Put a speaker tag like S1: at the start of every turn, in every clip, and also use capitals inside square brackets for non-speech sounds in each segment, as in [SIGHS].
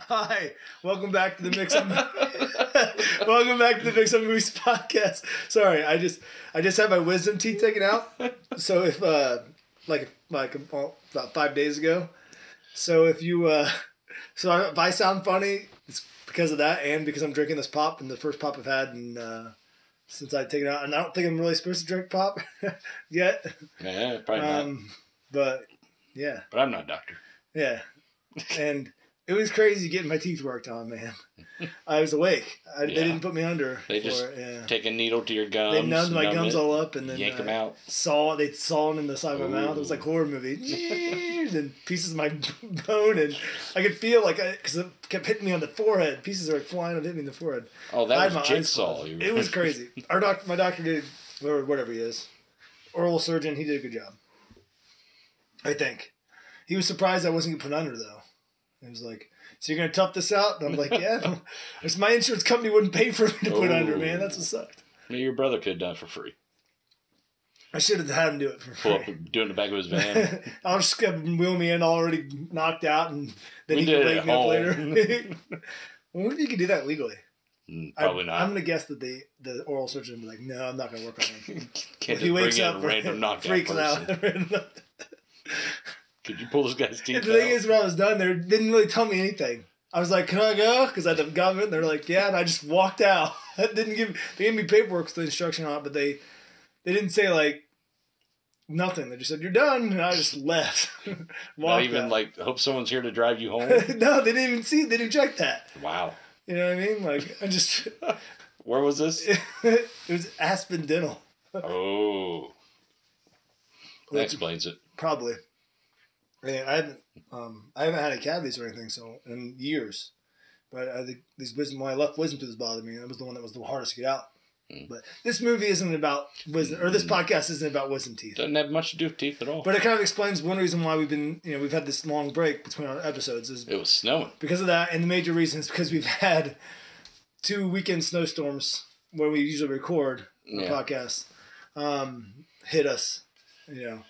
S1: Hi, welcome back to the Mix Up. [LAUGHS] welcome back to the Mix Up Movies podcast. Sorry, I just I just had my wisdom teeth taken out. So if uh like like well, about five days ago. So if you uh so I- if I sound funny, it's because of that and because I'm drinking this pop and the first pop I've had and uh since I take it out, and I don't think I'm really supposed to drink pop [LAUGHS] yet.
S2: Yeah, probably not.
S1: Um, but yeah,
S2: But I'm not a doctor.
S1: yeah. And it was crazy getting my teeth worked on, man. I was awake. I, They
S2: Yeah.
S1: didn't put me under.
S2: They
S1: for
S2: just
S1: it, yeah.
S2: Take a needle to your gums.
S1: They numbed my
S2: numb
S1: gums
S2: it,
S1: all up and then
S2: yank
S1: uh,
S2: them out.
S1: Saw they sawed in the side of my mouth. It was
S2: Ooh.
S1: like horror movie. and pieces of my bone, and I could feel like I because it kept hitting me on the forehead. Pieces are like flying and hitting me in the forehead.
S2: Oh,
S1: I had
S2: that
S1: my
S2: was
S1: eyes
S2: jigsaw.
S1: closed.
S2: you were-
S1: It
S2: [LAUGHS]
S1: was crazy. Our doc, my doctor did, or whatever he is, oral surgeon. He did a good job. I think. He was surprised I wasn't getting put under though. He was like, "So you're gonna tough this out?" And I'm like,
S2: [LAUGHS]
S1: "Yeah." [LAUGHS] Because my insurance company wouldn't pay for me to put under, man. That's
S2: Oh.
S1: what sucked.
S2: Maybe your brother could have done it for free.
S1: I should have had him do it for [LAUGHS]
S2: Pull up,
S1: free.
S2: do it in the back of his van.
S1: [LAUGHS] I'll just have him wheel me in already knocked out, and then
S2: We
S1: he can
S2: did it
S1: wake
S2: at
S1: me up
S2: home.
S1: later. [LAUGHS] I wonder if you could do that legally.
S2: Mm,
S1: I-
S2: Probably
S1: [LAUGHS]
S2: not.
S1: I'm gonna guess that the the oral surgeon would be like, "No, I'm not gonna work on him."
S2: [LAUGHS] Can't just bring in
S1: [LAUGHS]
S2: a random knockout
S1: freaks
S2: person.
S1: [LAUGHS] out. the
S2: Could you pull this
S1: [LAUGHS]
S2: guy's teeth out?
S1: thing is, when I was done, they didn't really tell me anything. I was like, "Can I go?" Because I had the government, and they're like, "Yeah," and I just walked out. [LAUGHS] I didn't give they gave me paperwork with the instruction on it, but they they didn't say like nothing. They just said, "You're done," and I just left. [LAUGHS]
S2: not
S1: Walked
S2: even
S1: out.
S2: like hope someone's here to drive you
S1: [LAUGHS]
S2: home.
S1: no, they didn't even see. They didn't check that.
S2: wow,
S1: You know what I mean? Like I just [LAUGHS]
S2: where was this?
S1: it was Aspen Dental,
S2: Oh, that
S1: which
S2: explains it.
S1: Probably. Yeah, I haven't, um, I haven't had a cavities or anything so in years, but I think these wisdom when I left wisdom tooth bothered me. That was the one that was the hardest to get out.
S2: Mm.
S1: But this movie isn't about wisdom, or this
S2: Mm.
S1: podcast isn't about wisdom teeth.
S2: Doesn't have much to do with teeth at all.
S1: But it kind of explains one reason why we've been, you know, we've had this long break between our episodes is
S2: it was snowing.
S1: because of that, and the major reason is because we've [LAUGHS] had two weekend snowstorms where we usually record
S2: Yeah.
S1: podcasts um, hit us. You know,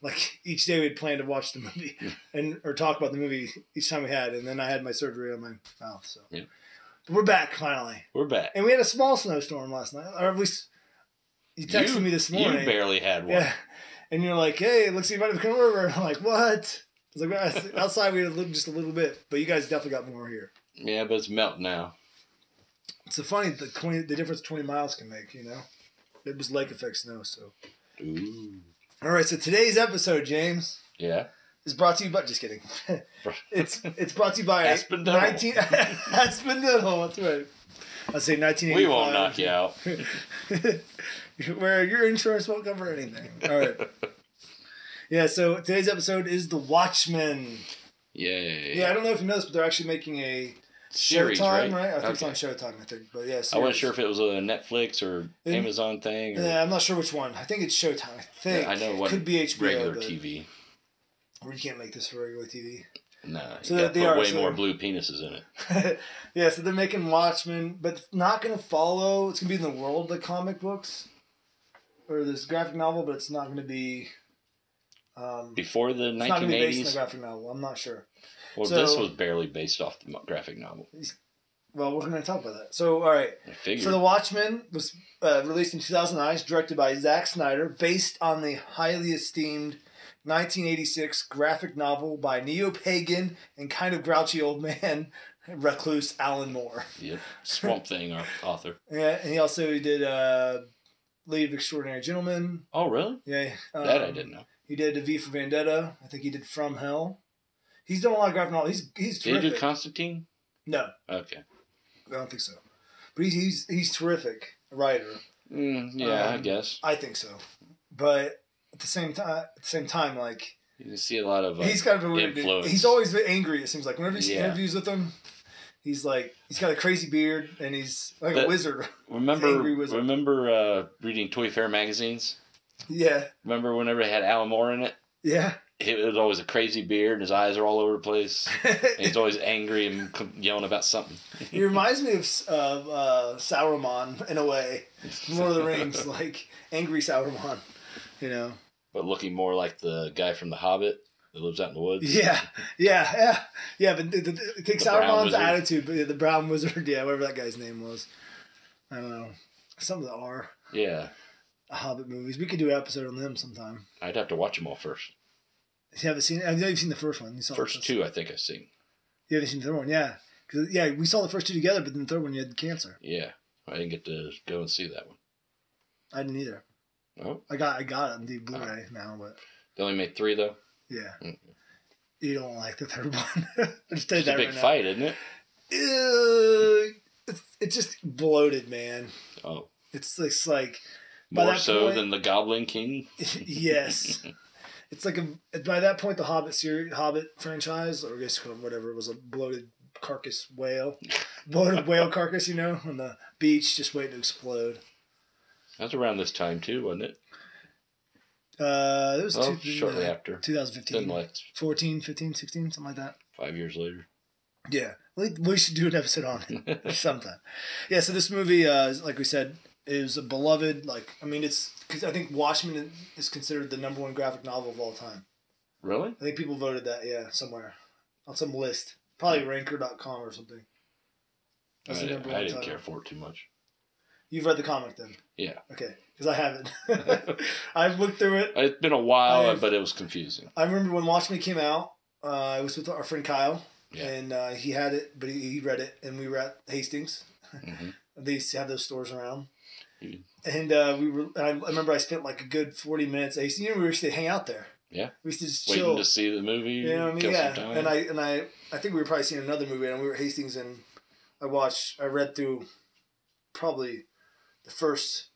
S1: like each day we had planned to watch the [LAUGHS] movie and or talk about the movie each time we had, and then I had my surgery on my mouth. So
S2: Yeah.
S1: but we're back finally,
S2: We're back.
S1: and we had a small snowstorm last night, or at least you texted
S2: you,
S1: me this morning.
S2: You barely had one.
S1: yeah, and you're like, "Hey, it looks like you might have come over." I'm like, "What?" I was like, "Well, outside we had a little, just a little bit, but you guys definitely got more here.
S2: Yeah, but it's melting now.
S1: It's so funny the twenty, the difference twenty miles can make. You know, it was lake effect snow, so.
S2: Ooh.
S1: All right, so today's episode, James,
S2: Yeah.
S1: is brought to you by. Just kidding. [LAUGHS] it's it's brought to you by
S2: Aspen Dental.
S1: nineteen [LAUGHS] Aspen Dental. That's right. I say nineteen.
S2: We won't knock you out.
S1: [LAUGHS] Where your insurance won't cover anything. All
S2: [LAUGHS]
S1: right. yeah. So today's episode is the Watchmen.
S2: Yay.
S1: Yeah, I don't know if you noticed, but they're actually making a
S2: Series,
S1: Showtime,
S2: right?
S1: I think it's
S2: Okay.
S1: on Showtime. I think, but yeah.
S2: I wasn't
S1: series.
S2: sure if it was a Netflix or
S1: It-
S2: Amazon thing or
S1: Yeah, I'm not sure which one. I think it's Showtime. I think.
S2: Yeah, I know
S1: it
S2: what
S1: could be HBO.
S2: regular
S1: but
S2: TV.
S1: We can't make this for regular TV.
S2: No,
S1: So
S2: you
S1: they
S2: got put
S1: are-
S2: way
S1: so-
S2: more blue penises in it.
S1: [LAUGHS] yeah, so they're making Watchmen, but it's not going to follow. It's going to be in the world of the comic books or this graphic novel, but it's not going to be. Um,
S2: Before the
S1: it's not going to be based on
S2: 1980s,
S1: the graphic novel. I'm not sure.
S2: well,
S1: so-
S2: this was barely based off the mo- graphic novel.
S1: Well, we're going to talk about that. So, all right.
S2: I figured.
S1: So, The Watchmen was uh, released in 2009, It's directed by Zack Snyder, based on the highly esteemed 1986 graphic novel by neo pagan and kind of grouchy old man, [LAUGHS] recluse Alan Moore.
S2: Yep. Swamp Thing au- author.
S1: Yeah, and he also did uh, League of Extraordinary Gentlemen.
S2: Oh, really?
S1: Yeah, um,
S2: that I didn't know.
S1: He did A V for Vendetta. I think he did From Hell. He's done a lot of graphic novels. He's he's
S2: Did he
S1: terrific.
S2: do Constantine?
S1: no,
S2: Okay.
S1: I don't think so. But he's he's he's terrific writer.
S2: Mm, yeah, I
S1: Um,
S2: guess.
S1: I think so. But at the same time, at the same time, like
S2: You can see a lot of. Uh,
S1: he's kind of a weird dude.
S2: influence.
S1: He's always been angry. It seems like whenever you see
S2: Yeah.
S1: interviews with him, he's like he's got a crazy beard and he's like a
S2: But-
S1: wizard. [LAUGHS]
S2: remember
S1: angry wizard.
S2: remember uh, reading Toy Fair magazines?
S1: yeah,
S2: Remember whenever they had Alan Moore in it?
S1: yeah. [LAUGHS]
S2: It was always a crazy beard and his eyes are all over the place. And he's always angry and com- yelling about something.
S1: He reminds me of of uh, Sauron in a way, from [LAUGHS] Lord of the
S2: [LAUGHS]
S1: Rings, like angry Sauron. You know,
S2: but looking more like the guy from The Hobbit. that lives out in the woods.
S1: Yeah, yeah, yeah, yeah. But the, the, the, the
S2: brown
S1: Sauron's
S2: wizard.
S1: attitude, but yeah, the brown wizard, [LAUGHS] yeah, whatever that guy's name was, I don't know. Some of the R
S2: Yeah.
S1: Hobbit movies. We could do an episode on them sometime.
S2: I'd have to watch them all first.
S1: You haven't seen? I know you've seen the first one. You saw the
S2: First two, I think I've seen.
S1: You haven't seen the third one, yeah. 'Cause, yeah, we saw the first two together, but then the third one you had cancer.
S2: Yeah. I didn't get to go and see that one.
S1: I didn't either.
S2: Oh,
S1: I got I got it on the
S2: Uh-huh.
S1: Blu-ray now, but
S2: they only made three though.
S1: yeah.
S2: Mm.
S1: You don't like the third [LAUGHS] one. I just tell you
S2: It's a
S1: that
S2: big
S1: right now.
S2: fight, isn't it?
S1: Ew, it's, it's just bloated, man.
S2: Oh,
S1: It's just like By
S2: more
S1: that
S2: so
S1: point-
S2: than the Goblin King. [LAUGHS]
S1: yes. It's like a by that point the Hobbit series, Hobbit franchise, or I guess whatever was a bloated carcass
S2: [LAUGHS]
S1: whale, bloated whale carcass, you know, on the beach, just waiting to explode.
S2: That's around this time too, wasn't it?
S1: Uh, it was
S2: Well,
S1: two,
S2: shortly
S1: uh,
S2: after. Then
S1: 2015,
S2: like
S1: 14, 15, 16, something like that.
S2: five years later.
S1: Yeah, we, we should do an episode on
S2: [LAUGHS]
S1: it [LAUGHS] sometime. Yeah, so this movie, uh, is- like we said, is a beloved. Like, I mean, it's because I think Watchmen is considered the number one graphic novel of all time.
S2: Really?
S1: I think people voted that, yeah, somewhere on some list. Probably ranker.com or something.
S2: I,
S1: That's the number
S2: didn't- I
S1: one
S2: didn't
S1: title.
S2: care for it too much.
S1: You've read the comic then?
S2: Yeah.
S1: Okay, because I
S2: [LAUGHS]
S1: haven't. [LAUGHS] I've looked through it.
S2: It's been a while,
S1: I've-
S2: but it was confusing.
S1: I remember when Watchmen came out, uh, I was with our friend Kyle,
S2: Yeah.
S1: and uh, he had it, but he, he read it, and we were at Hastings.
S2: Mhm.
S1: They used to have those stores around.
S2: Mhm.
S1: And uh, we were. I remember I spent like a good forty minutes. at Hastings. you know, we used to hang out there.
S2: Yeah.
S1: we used to just
S2: Waiting
S1: chill.
S2: to see the movie.
S1: You know what I mean?
S2: kill
S1: Yeah.
S2: some time.
S1: And I and I I think we were probably seeing another movie and we were at Hastings and I watched I read through probably the first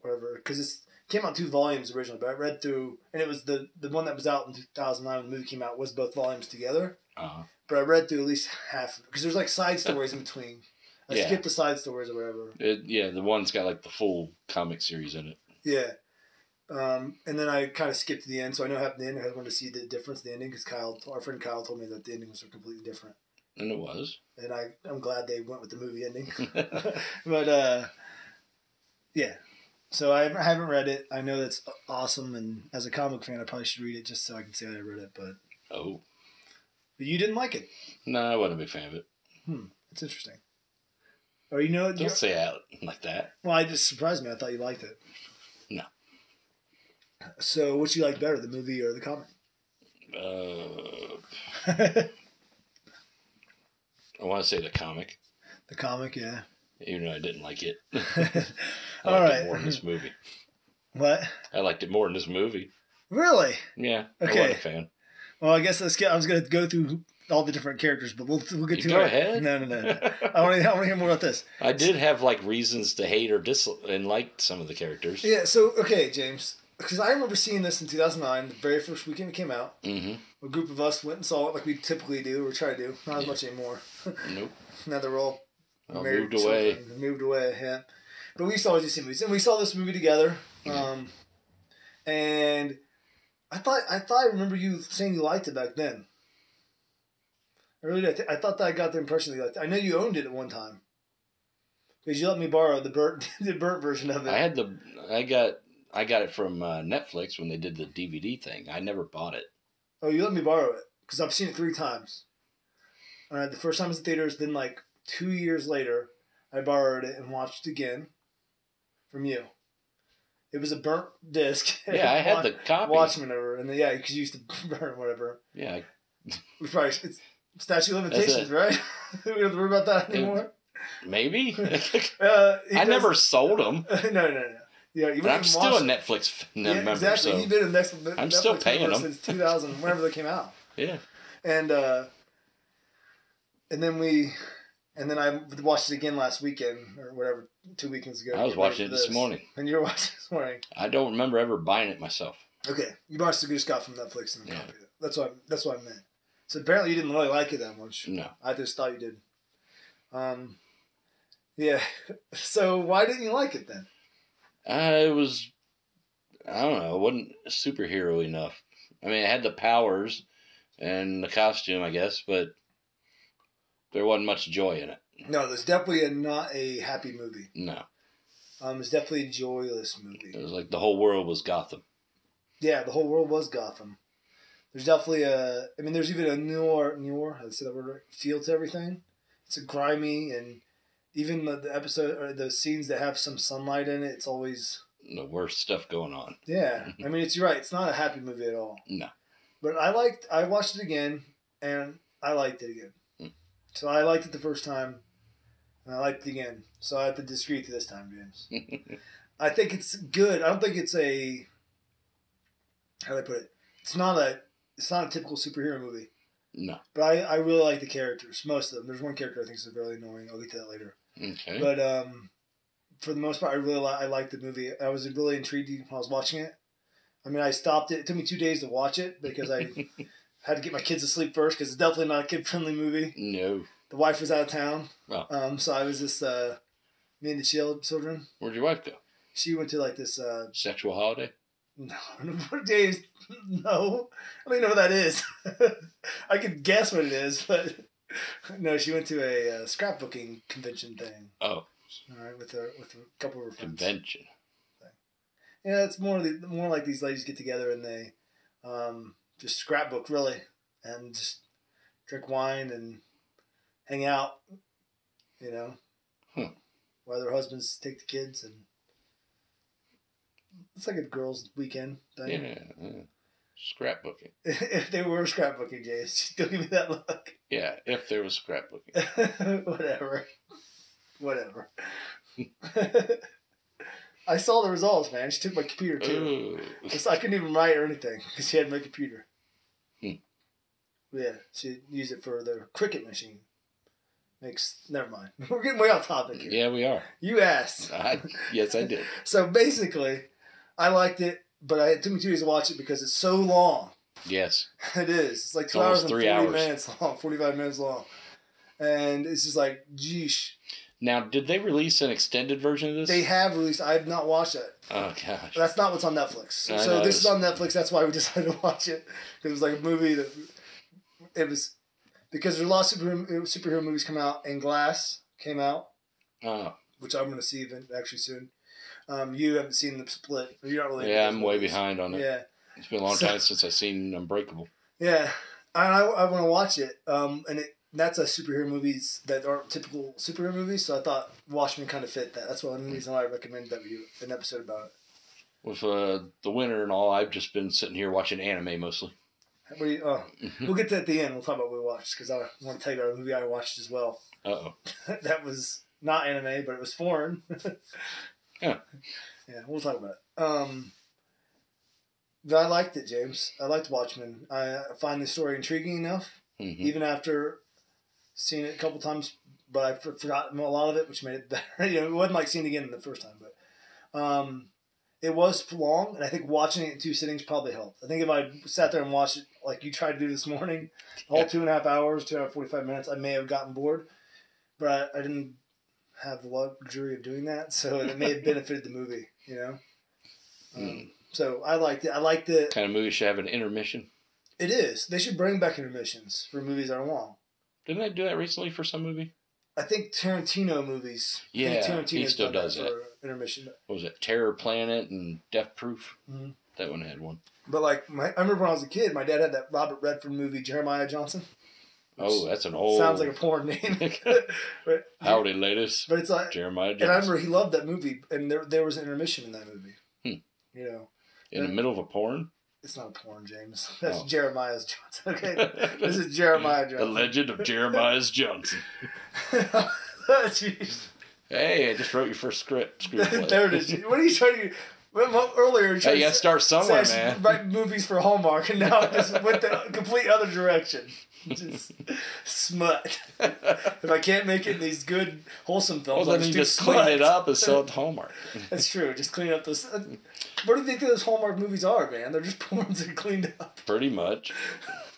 S1: whatever because it came out in two volumes originally, but I read through and it was the the one that was out in two thousand nine when the movie came out was both volumes together.
S2: Uh,
S1: But I read through at least half because there's like side stories in between. I
S2: Yeah.
S1: skipped the side stories or whatever.
S2: it, yeah, the one's got like the full comic series in it.
S1: Yeah. Um, and then I kind of skipped to the end, so I know what happened in the end. I wanted to see the difference in the ending because Kyle, our friend Kyle, told me that the endings were completely different.
S2: And it was. [LAUGHS]
S1: and I, I'm glad they went with the movie ending. [LAUGHS] but uh, yeah, so I haven't- I haven't read it. I know that's awesome, and as a comic fan, I probably should read it just so I can say that I read it. But,
S2: Oh.
S1: but you didn't like it.
S2: No, I wasn't a big fan of it.
S1: It's interesting. Or you know,
S2: Don't say out like that.
S1: well, I just surprised me. I thought you liked it.
S2: No.
S1: So, what you like better, the movie or the comic? [LAUGHS]
S2: Uh,
S1: the
S2: I want to say the comic,
S1: comic, yeah. [LAUGHS]
S2: even though I didn't like it. I liked
S1: All
S2: it
S1: right.
S2: more in this movie.
S1: What?
S2: I liked it more in this movie.
S1: Really?
S2: Yeah,
S1: Okay.
S2: I wasn't a fan.
S1: Well, I guess let's get. I was going to go through all the different characters, but we'll we'll get
S2: You
S1: to
S2: go
S1: it.
S2: ahead.
S1: No, no, no.
S2: [LAUGHS]
S1: no. I want to. I want to hear more about this.
S2: I did have like reasons to hate or dislike and like some of the characters.
S1: Yeah. So okay, James, because I remember seeing this in two thousand nine, the very first weekend it came out.
S2: Mm-hmm.
S1: A group of us went and saw it, like we typically do, or try to do. Not as
S2: Yeah.
S1: much anymore.
S2: Nope.
S1: now they're all
S2: I
S1: married
S2: moved away.
S1: children. Moved away. Yeah. But we used to always do see movies, and we saw this movie together.
S2: Mm-hmm.
S1: Um, and I thought I thought I remember you saying you liked it back then. I really did. I, th- I thought that I got the impression that you liked it. I know you owned it at one time. Because you let me borrow the burnt [LAUGHS] the burnt version of it.
S2: I had the I got I got it from uh, Netflix when they did the DVD thing. I never bought it.
S1: Oh, you let me borrow it because I've seen it three times. Uh, the first time was in theaters. Then, like two years later, I borrowed it and watched it again from you. It was a burnt disc. [LAUGHS]
S2: Yeah, I had the copy.
S1: Watchmen over, and then, yeah, because you used to [LAUGHS] burn whatever.
S2: Yeah, I-
S1: We probably it's statute of
S2: That's
S1: limitations,
S2: it.
S1: right? [LAUGHS] we don't have to worry about that
S2: Yeah.
S1: anymore. [LAUGHS]
S2: maybe. [LAUGHS]
S1: Uh, he
S2: I
S1: does-
S2: never sold them.
S1: [LAUGHS] no, no, no. Yeah, you
S2: But
S1: wouldn't
S2: I'm
S1: even
S2: still a
S1: watch-
S2: Netflix f-
S1: Yeah,
S2: member,
S1: exactly.
S2: so
S1: You've been a Netflix,
S2: I'm still
S1: Netflix
S2: paying
S1: member
S2: them.
S1: since 2000, whenever they came out.
S2: yeah.
S1: and uh, and then we and then I watched it again last weekend or whatever two weekends ago.
S2: I was
S1: Get ready
S2: watching it
S1: for
S2: this morning.
S1: and you were [LAUGHS] watching this morning.
S2: I don't remember ever buying it myself.
S1: Okay, you watched the Goose Scott from Netflix and
S2: Yeah.
S1: copied it. That's what I, that's what I meant. So apparently you didn't really like it that much.
S2: No,
S1: I just thought you did. Um, yeah. [LAUGHS] So why didn't you like it then?
S2: I Uh, was. I don't know. It wasn't superhero enough. I mean, it had the powers and the costume, I guess, but there wasn't much joy in it.
S1: No, there's definitely a, not a happy movie.
S2: No,
S1: Um, it's definitely a joyless
S2: it
S1: movie.
S2: was like the whole world was Gotham.
S1: Yeah, the whole world was Gotham. There's definitely a. I mean, there's even a newer, newer. I say that word right. Feel to everything. It's a grimy and even the, the episode or the scenes that have some sunlight in it. It's always
S2: The worst stuff going on.
S1: yeah, I mean, it's you're right. It's not a happy movie at all.
S2: No.
S1: But I liked. I watched it again, and I liked it again.
S2: Mm.
S1: So I liked it the first time, and I liked it again. So I have to disagree with you this time, James. I think it's good. I don't think it's a. How do I put it? It's not a. It's not a typical superhero movie.
S2: No.
S1: But I, I really like the characters, most of them. There's one character I think is really annoying. I'll get to that later.
S2: Okay.
S1: But um, for the most part, I really li- I liked the movie. I was really intrigued when I was watching it. I mean, I stopped it. It took me two days to watch it because I had to get my kids to sleep first because it's definitely not a kid friendly movie.
S2: no.
S1: The wife was out of town,
S2: Oh.
S1: um, so I was just uh, me and the child children.
S2: Where'd your wife go?
S1: She went to like this. Uh, [LAUGHS]
S2: Sexual holiday?
S1: no, what days? [LAUGHS] No, I don't even know what that is. [LAUGHS] I could guess what it is, but [LAUGHS] no, she went to a uh, scrapbooking convention thing.
S2: Oh,
S1: All right, with her with a couple of her friends.
S2: convention.
S1: Yeah, it's more the, more like these ladies get together and they um, just scrapbook really and just drink wine and hang out, you know,
S2: Hmm.
S1: while their husbands take the kids and it's like a girls' weekend thing.
S2: Yeah. yeah. Scrapbooking.
S1: [LAUGHS] if they were scrapbooking, Jay, just don't give me that look. [LAUGHS]
S2: Yeah, if there was scrapbooking.
S1: Whatever, whatever. [LAUGHS] I saw the results, man. She took my computer too.
S2: Ooh.
S1: It's- I couldn't even write or anything because she had my computer.
S2: Hmm.
S1: Yeah, she used it for the cricket machine. Makes never mind. [LAUGHS] We're getting way off topic here.
S2: Yeah, we are.
S1: You asked.
S2: I, yes, I did.
S1: So basically, I liked it, but I, it took me two days to watch it because it's so long. [LAUGHS]
S2: Yes.
S1: It is. It's like two hours
S2: Almost
S1: and forty
S2: three hours.
S1: minutes long, [LAUGHS] forty-five minutes long, and it's just like, geesh.
S2: Now, did they release an extended version of this?
S1: They have released. I have not watched it.
S2: oh gosh.
S1: That's not what's on Netflix.
S2: I
S1: so
S2: know,
S1: this
S2: it's-
S1: is on Netflix. That's why we [LAUGHS] decided to watch it because it was like a movie that it was because there's a lot of superhero, superhero movies come out and Glass came out,
S2: Oh,
S1: which I'm gonna see even actually soon. Um, you haven't seen the split. You're not really.
S2: yeah. I'm way behind on it.
S1: Yeah,
S2: It's been a long
S1: So-
S2: time since I've seen Unbreakable.
S1: yeah, and I, I want to watch it. Um, and it that's a superhero movies that aren't typical superhero movies. So I thought Watchmen kind of fit that. That's one reason why I recommended that we do an episode about it.
S2: With uh, the winter and all, I've just been sitting here watching anime mostly. Mm-hmm.
S1: What do you, oh,
S2: Mm.
S1: We'll get to at the end. We'll talk about what we watched because I want to tell you about a movie I watched as well. [LAUGHS]
S2: Uh oh.
S1: that was not anime, but it was foreign. [LAUGHS]
S2: Yeah.
S1: Yeah, we'll talk about it. Um, but I liked it, James. I liked Watchmen. I find the story intriguing enough,
S2: hmm
S1: even after seeing it a couple times, but I for- forgot a lot of it, which made it [LAUGHS] better. you know, it wasn't like seeing it again the first time, but um, it was long, and I think watching it in two sittings probably helped. I think if I sat there and watched it like you tried to do this morning, the whole
S2: Yeah.
S1: two and a half hours, two hour forty five minutes, I may have gotten bored, but I, I didn't have the luxury of doing that, so it may have benefited the movie, you know. Um,
S2: Mm.
S1: So I liked it. I liked it.
S2: Kind of movie should have an intermission.
S1: It is. They should bring back intermissions for movies that are long.
S2: Didn't they do that recently for some movie?
S1: I think Tarantino movies. I think
S2: Yeah,
S1: Tarantino's
S2: he still
S1: done that
S2: does
S1: for intermission.
S2: What was it? Terror Planet and Death Proof.
S1: Mhm.
S2: That one had one.
S1: But like, my, I remember when I was a kid, my dad had that Robert Redford movie, Jeremiah Johnson.
S2: Oh, that's an old.
S1: Sounds like a porn
S2: [LAUGHS]
S1: name, [LAUGHS] but,
S2: Howdy, ladies.
S1: [LAUGHS] but it's like,
S2: Jeremiah
S1: and I
S2: Johnson.
S1: remember he loved that movie, and there there was an intermission in that movie.
S2: Hmm.
S1: You know,
S2: In the middle of a porn.
S1: it's not a porn, James. [LAUGHS] That's
S2: Oh.
S1: Jeremiah's Johnson.
S2: [LAUGHS]
S1: Okay, this is Jeremiah
S2: the
S1: Johnson. [LAUGHS]
S2: legend of Jeremiah's Johnson. [LAUGHS]
S1: Jeez.
S2: Hey, I just wrote your first
S1: [LAUGHS]
S2: script. Screenplay.
S1: there it is. What are you trying to? what- what- Earlier, you were
S2: Hey,
S1: trying
S2: you
S1: to
S2: gotta
S1: s-
S2: start
S1: say I
S2: somewhere,
S1: should
S2: man.
S1: write movies for Hallmark, and now it just went
S2: [LAUGHS]
S1: the complete other direction. Just smut. If I can't make it in these good wholesome
S2: Well,
S1: films, I
S2: then
S1: just
S2: you
S1: do
S2: just
S1: smut.
S2: clean it up and sell it to Hallmark. [LAUGHS]
S1: That's true. Just clean up those. uh, What do they think those Hallmark movies are, man? They're just [LAUGHS] porns and cleaned up. [LAUGHS]
S2: Pretty much.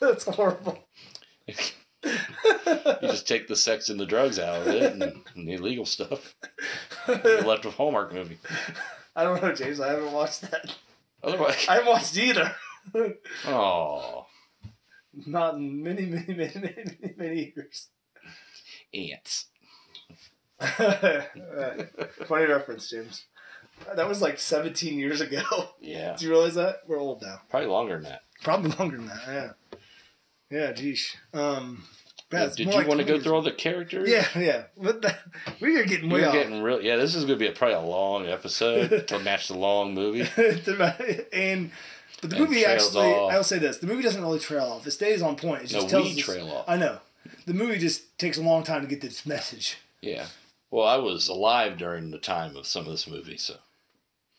S1: That's horrible.
S2: You just take the sex and the drugs out of it and, [LAUGHS] and the
S1: [LAUGHS]
S2: illegal stuff. You're left with Hallmark movie.
S1: I don't know, James. I haven't watched that.
S2: Otherwise, [LAUGHS]
S1: I haven't watched either.
S2: oh,
S1: Not in many, many, many, many, many, many years. [LAUGHS]
S2: ants.
S1: Funny reference, James. That was like 17 years ago.
S2: Yeah,
S1: Do you realize that? We're old now.
S2: probably longer than that.
S1: Probably [LAUGHS] longer than that. Yeah. Yeah. Geesh. Um. yeah, it's
S2: Did you
S1: more like
S2: want
S1: 20
S2: to go
S1: years.
S2: through all the characters?
S1: Yeah, yeah. What the, [LAUGHS] we are getting way
S2: We're
S1: off.
S2: getting real. Yeah, this is gonna be a, probably a
S1: [LAUGHS]
S2: long episode to match the long movie.
S1: and but the
S2: And
S1: movie
S2: trails
S1: actually,
S2: off.
S1: I'll say this: the movie doesn't really trail off. It stays on point. It just
S2: No,
S1: tells
S2: we
S1: us-
S2: trail off.
S1: I know. The movie just takes a long time to get this [LAUGHS] message.
S2: Yeah. Well, I was alive during the time of some of this movie, so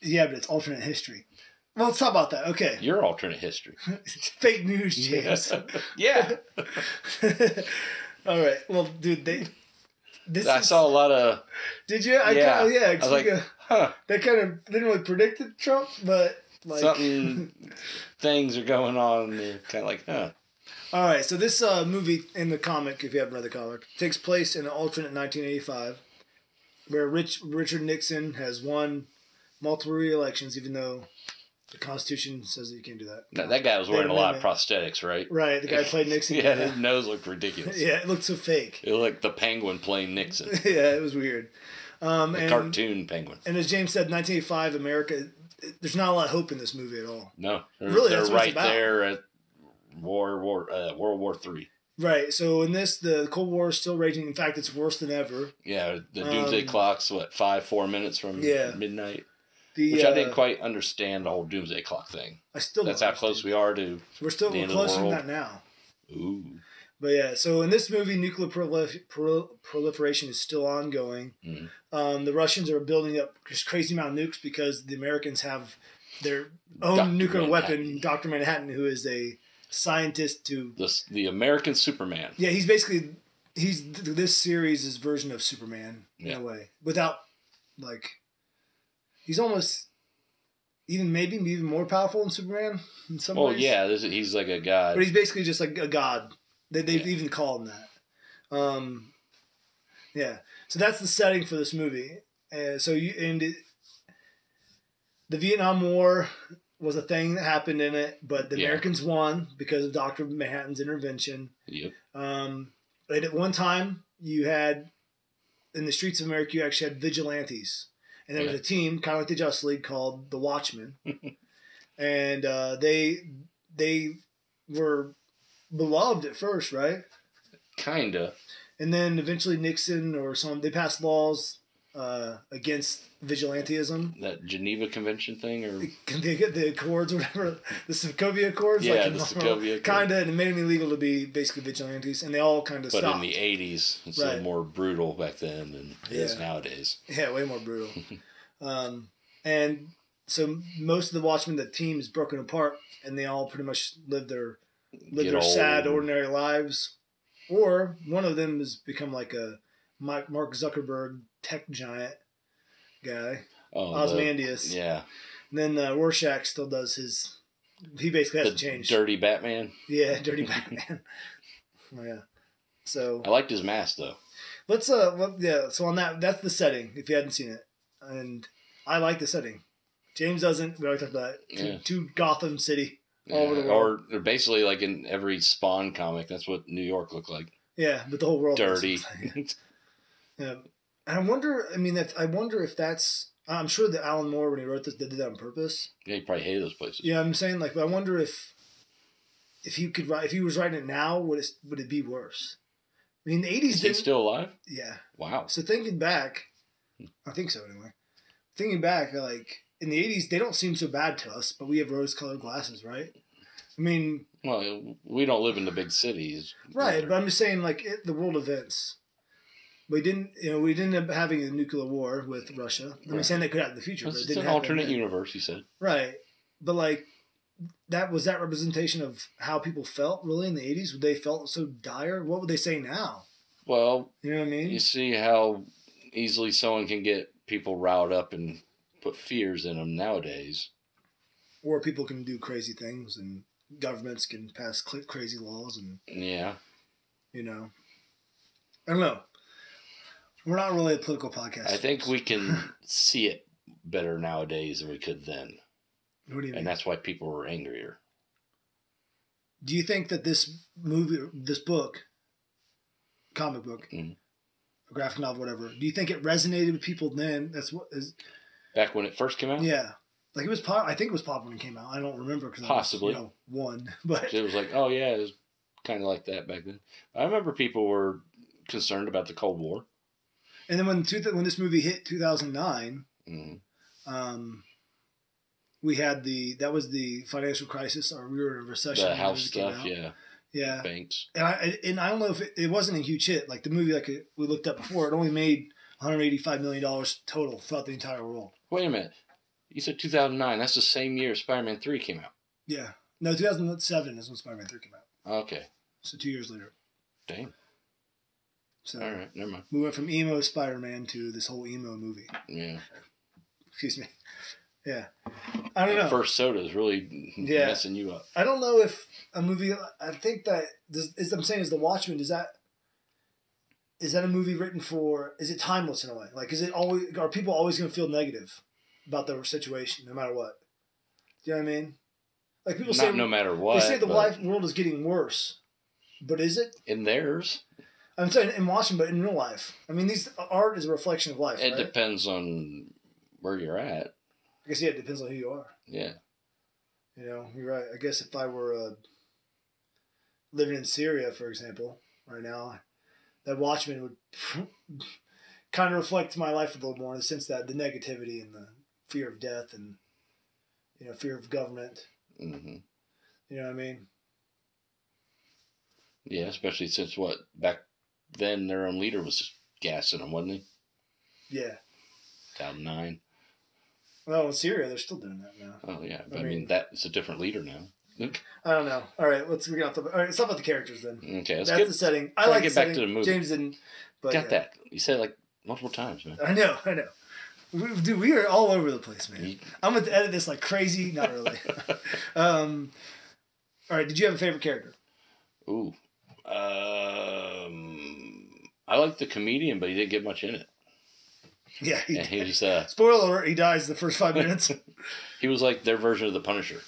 S1: Yeah, but it's alternate history. Well, let's talk about that. Okay,
S2: your
S1: [LAUGHS]
S2: alternate history.
S1: fake news, James. [LAUGHS]
S2: yeah.
S1: All right. Well, dude, they. This
S2: I
S1: is-
S2: saw a lot of.
S1: Did you? I
S2: yeah.
S1: Kinda, yeah.
S2: I was like, huh,
S1: they kind of didn't really predicted Trump, but like [LAUGHS]
S2: something. things are going on. Kind of like, huh.
S1: All right, so this uh, movie in the comic, if you have another comic, takes place in an alternate 1985, where Rich Richard Nixon has won multiple re-elections, even though the Constitution says that you can't do that.
S2: No, that guy was wearing a
S1: Wait a
S2: lot of prosthetics, right?
S1: Right, the guy who played Nixon.
S2: [LAUGHS] yeah, his nose looked ridiculous.
S1: [LAUGHS] yeah, it looked so fake. [LAUGHS]
S2: It looked like the penguin playing Nixon,
S1: yeah, it was weird. Um,
S2: the
S1: and
S2: cartoon penguin.
S1: and as James said, 1985 America, it- there's not a lot of hope in this movie at all.
S2: No, they're,
S1: Really,
S2: they're
S1: that's what it's
S2: right
S1: about.
S2: there at War War uh, World War Three.
S1: Right, so in this, the Cold War is still raging. In fact, it's worse than ever.
S2: Yeah, the doomsday
S1: Um,
S2: clock's what five four minutes from
S1: Yeah.
S2: midnight,
S1: The,
S2: which I
S1: uh,
S2: didn't quite understand the whole doomsday clock thing.
S1: I still
S2: That's
S1: don't
S2: how close we are to.
S1: We're still
S2: the
S1: we're
S2: end of the
S1: closer than
S2: world.
S1: that now.
S2: Ooh,
S1: But yeah, so in this movie, nuclear prolif- prol- proliferation is still ongoing.
S2: Mhm.
S1: Um, the Russians are building up just crazy amount of nukes because the Americans have their own
S2: Dr.
S1: nuclear weapon,
S2: Manhattan.
S1: Doctor Manhattan, who is a scientist. To
S2: the s- the American Superman.
S1: yeah, he's basically he's th- this series' is version of Superman
S2: Yeah.
S1: in a way, without like he's almost even maybe even more powerful than Superman in some
S2: Well,
S1: ways.
S2: Oh, yeah, this, he's like a
S1: But
S2: god.
S1: he's basically just like a god. They, they
S2: Yeah.
S1: even call him that. Um, yeah. So that's the setting for this movie. Uh, so you and it, the Vietnam War was a thing that happened in it, but the
S2: Yeah.
S1: Americans won because of Doctor Manhattan's intervention.
S2: Yep.
S1: Um, and at one time, you had in the streets of America, you actually had vigilantes, and there was
S2: Yeah.
S1: a team, kind of like the Justice League, called the
S2: [LAUGHS]
S1: Watchmen, and uh, they they were beloved at first, right?
S2: Kinda.
S1: And then eventually Nixon or some they passed laws uh, against vigilantism.
S2: That Geneva Convention thing, or
S1: [LAUGHS] They get the accords, or whatever the Sokovia Accords,
S2: Yeah,
S1: in [LAUGHS]
S2: the
S1: Marvel.
S2: Sokovia Accord.
S1: kinda, and it made them illegal to be basically vigilantes, and they all kind of
S2: but
S1: stopped.
S2: in the eighties, it's a
S1: Right.
S2: little more brutal back then than it is
S1: Yeah.
S2: nowadays.
S1: [LAUGHS] Yeah, way more brutal. um, and so most of the Watchmen, the team is broken apart, and they all pretty much live their live
S2: Get
S1: their sad,
S2: old.
S1: ordinary lives. Or one of them has become like a Mike Mark Zuckerberg tech giant guy,
S2: Oh, the,
S1: Osmandius.
S2: yeah,
S1: And then uh, Rorschach still does his. He basically
S2: the
S1: hasn't changed.
S2: dirty Batman.
S1: Yeah, [LAUGHS] dirty Batman. Oh, yeah. So
S2: I liked his mask though.
S1: Let's uh, well, yeah. So on that, that's the setting. If you hadn't seen it, and I like the setting. James doesn't. We already talked about it. Too,
S2: Yeah.
S1: too Gotham City. All over the
S2: Yeah, or or basically like in every Spawn comic, that's what New York looked like.
S1: Yeah, but the whole world. is-
S2: Dirty.
S1: [LAUGHS]
S2: [LAUGHS]
S1: Yeah. And I wonder. I mean, if, I wonder if that's. I'm sure that Alan Moore, when he wrote this, did that on purpose.
S2: yeah, you probably hate those places.
S1: Yeah, I'm saying like, but I wonder if, if he could write, if he was writing it now, would it would it be worse? I mean, the '80s
S2: Is he
S1: didn't.
S2: still alive?
S1: yeah.
S2: Wow.
S1: So thinking back, I think so anyway. Thinking back, like in the '80s, they don't seem so bad to us, but we have rose-colored glasses, right? I mean,
S2: Well, we don't live in the big cities.
S1: right?
S2: Or-
S1: But I'm just saying, like it, the world events. We didn't, you know, we didn't end up having a nuclear war with Russia. I'm
S2: Right.
S1: saying that could happen in the future, but it
S2: it's
S1: didn't
S2: an
S1: happen
S2: alternate
S1: then.
S2: universe, he said.
S1: right? But like that was that representation of how people felt really in the '80s. Would They felt so dire. What would they say now?
S2: Well,
S1: You know what I mean?
S2: you see how easily someone can get people riled up and put fears in them nowadays.
S1: or people can do crazy things and governments can pass cl- crazy laws and
S2: Yeah.
S1: you know i don't know we're not really a political podcast
S2: I think we can
S1: [LAUGHS]
S2: see it better nowadays than we could then.
S1: what do you
S2: And
S1: mean
S2: that's why people were angrier.
S1: do you think that this movie this book comic book
S2: Mhm.
S1: graphic novel whatever do you think it resonated with people then that's what is
S2: Back when it first came out?
S1: yeah Like it was pop. I think it was pop when it came out. I don't remember because
S2: Possibly.
S1: I was, you know, one. [LAUGHS] But
S2: It was like, oh yeah, it was kind of like that back then. I remember people were concerned about the Cold War.
S1: and then when two, when this movie hit two thousand nine,
S2: Mhm.
S1: um, we had the that was the financial crisis or we were in a recession.
S2: The
S1: when
S2: house
S1: it came
S2: stuff,
S1: out.
S2: yeah,
S1: yeah.
S2: banks.
S1: and I and I don't know if it, it wasn't a huge hit. Like the movie, like it, we looked up before, it only made 185 million dollars total throughout the entire world.
S2: Wait a minute, you said 2009. That's the same year Spider-Man Three came out.
S1: Yeah, no, 2007 is when Spider-Man 3 came out,
S2: Okay,
S1: so two years later.
S2: dang.
S1: So
S2: All
S1: Uh-huh.
S2: right, never mind.
S1: we went from emo Spider-Man to this whole emo movie. [LAUGHS]
S2: Yeah,
S1: Excuse me. Yeah, I don't know.
S2: first soda is really
S1: Yeah.
S2: messing you up.
S1: I don't know if a movie. I think that this, is I'm saying is the Watchmen. Is that is that a movie written for? Is it timeless in a way? Like, is it always? Are people always going to feel negative about their situation, no matter what? Do you know what I mean? Like people
S2: Not
S1: say,
S2: no matter what.
S1: they say the
S2: but
S1: life world is getting worse, but is it?
S2: in theirs.
S1: I'm saying in Watchmen, but in real life. I mean, these art is a reflection of life.
S2: It
S1: right?
S2: depends on where you're at.
S1: I guess yeah, it depends on who you are.
S2: Yeah.
S1: You know, you're right. I guess if I were uh, living in Syria, for example, right now, that Watchmen would [LAUGHS] kind of reflect my life a little more in the sense that the negativity and the fear of death and you know fear of government.
S2: hmm
S1: You know what I mean?
S2: Yeah, especially since what back then their own leader was gassing them, wasn't he?
S1: Yeah.
S2: 2009.
S1: Well, in Syria, they're still doing that now.
S2: Oh yeah, but
S1: I
S2: I mean,
S1: mean-
S2: that's a different leader now.
S1: I don't know. All right, let's we got off the. All right, it's not about the characters then.
S2: Okay, let's
S1: That's
S2: get
S1: the setting. I
S2: try to
S1: like
S2: get
S1: the
S2: back
S1: setting.
S2: to the movie.
S1: James didn't. But
S2: got
S1: yeah.
S2: that. You said it like multiple times, man.
S1: I know. I know. We, dude, we are all over the place, man.
S2: You-
S1: I'm gonna edit this like crazy. Not
S2: [LAUGHS]
S1: really. um, all right. Did you have a favorite character?
S2: Ooh, um, I like the comedian, but he didn't get much in it.
S1: Yeah. [LAUGHS] He,
S2: And he was uh,
S1: Spoiler alert: He dies the first five minutes. [LAUGHS]
S2: he was like their version of the Punisher.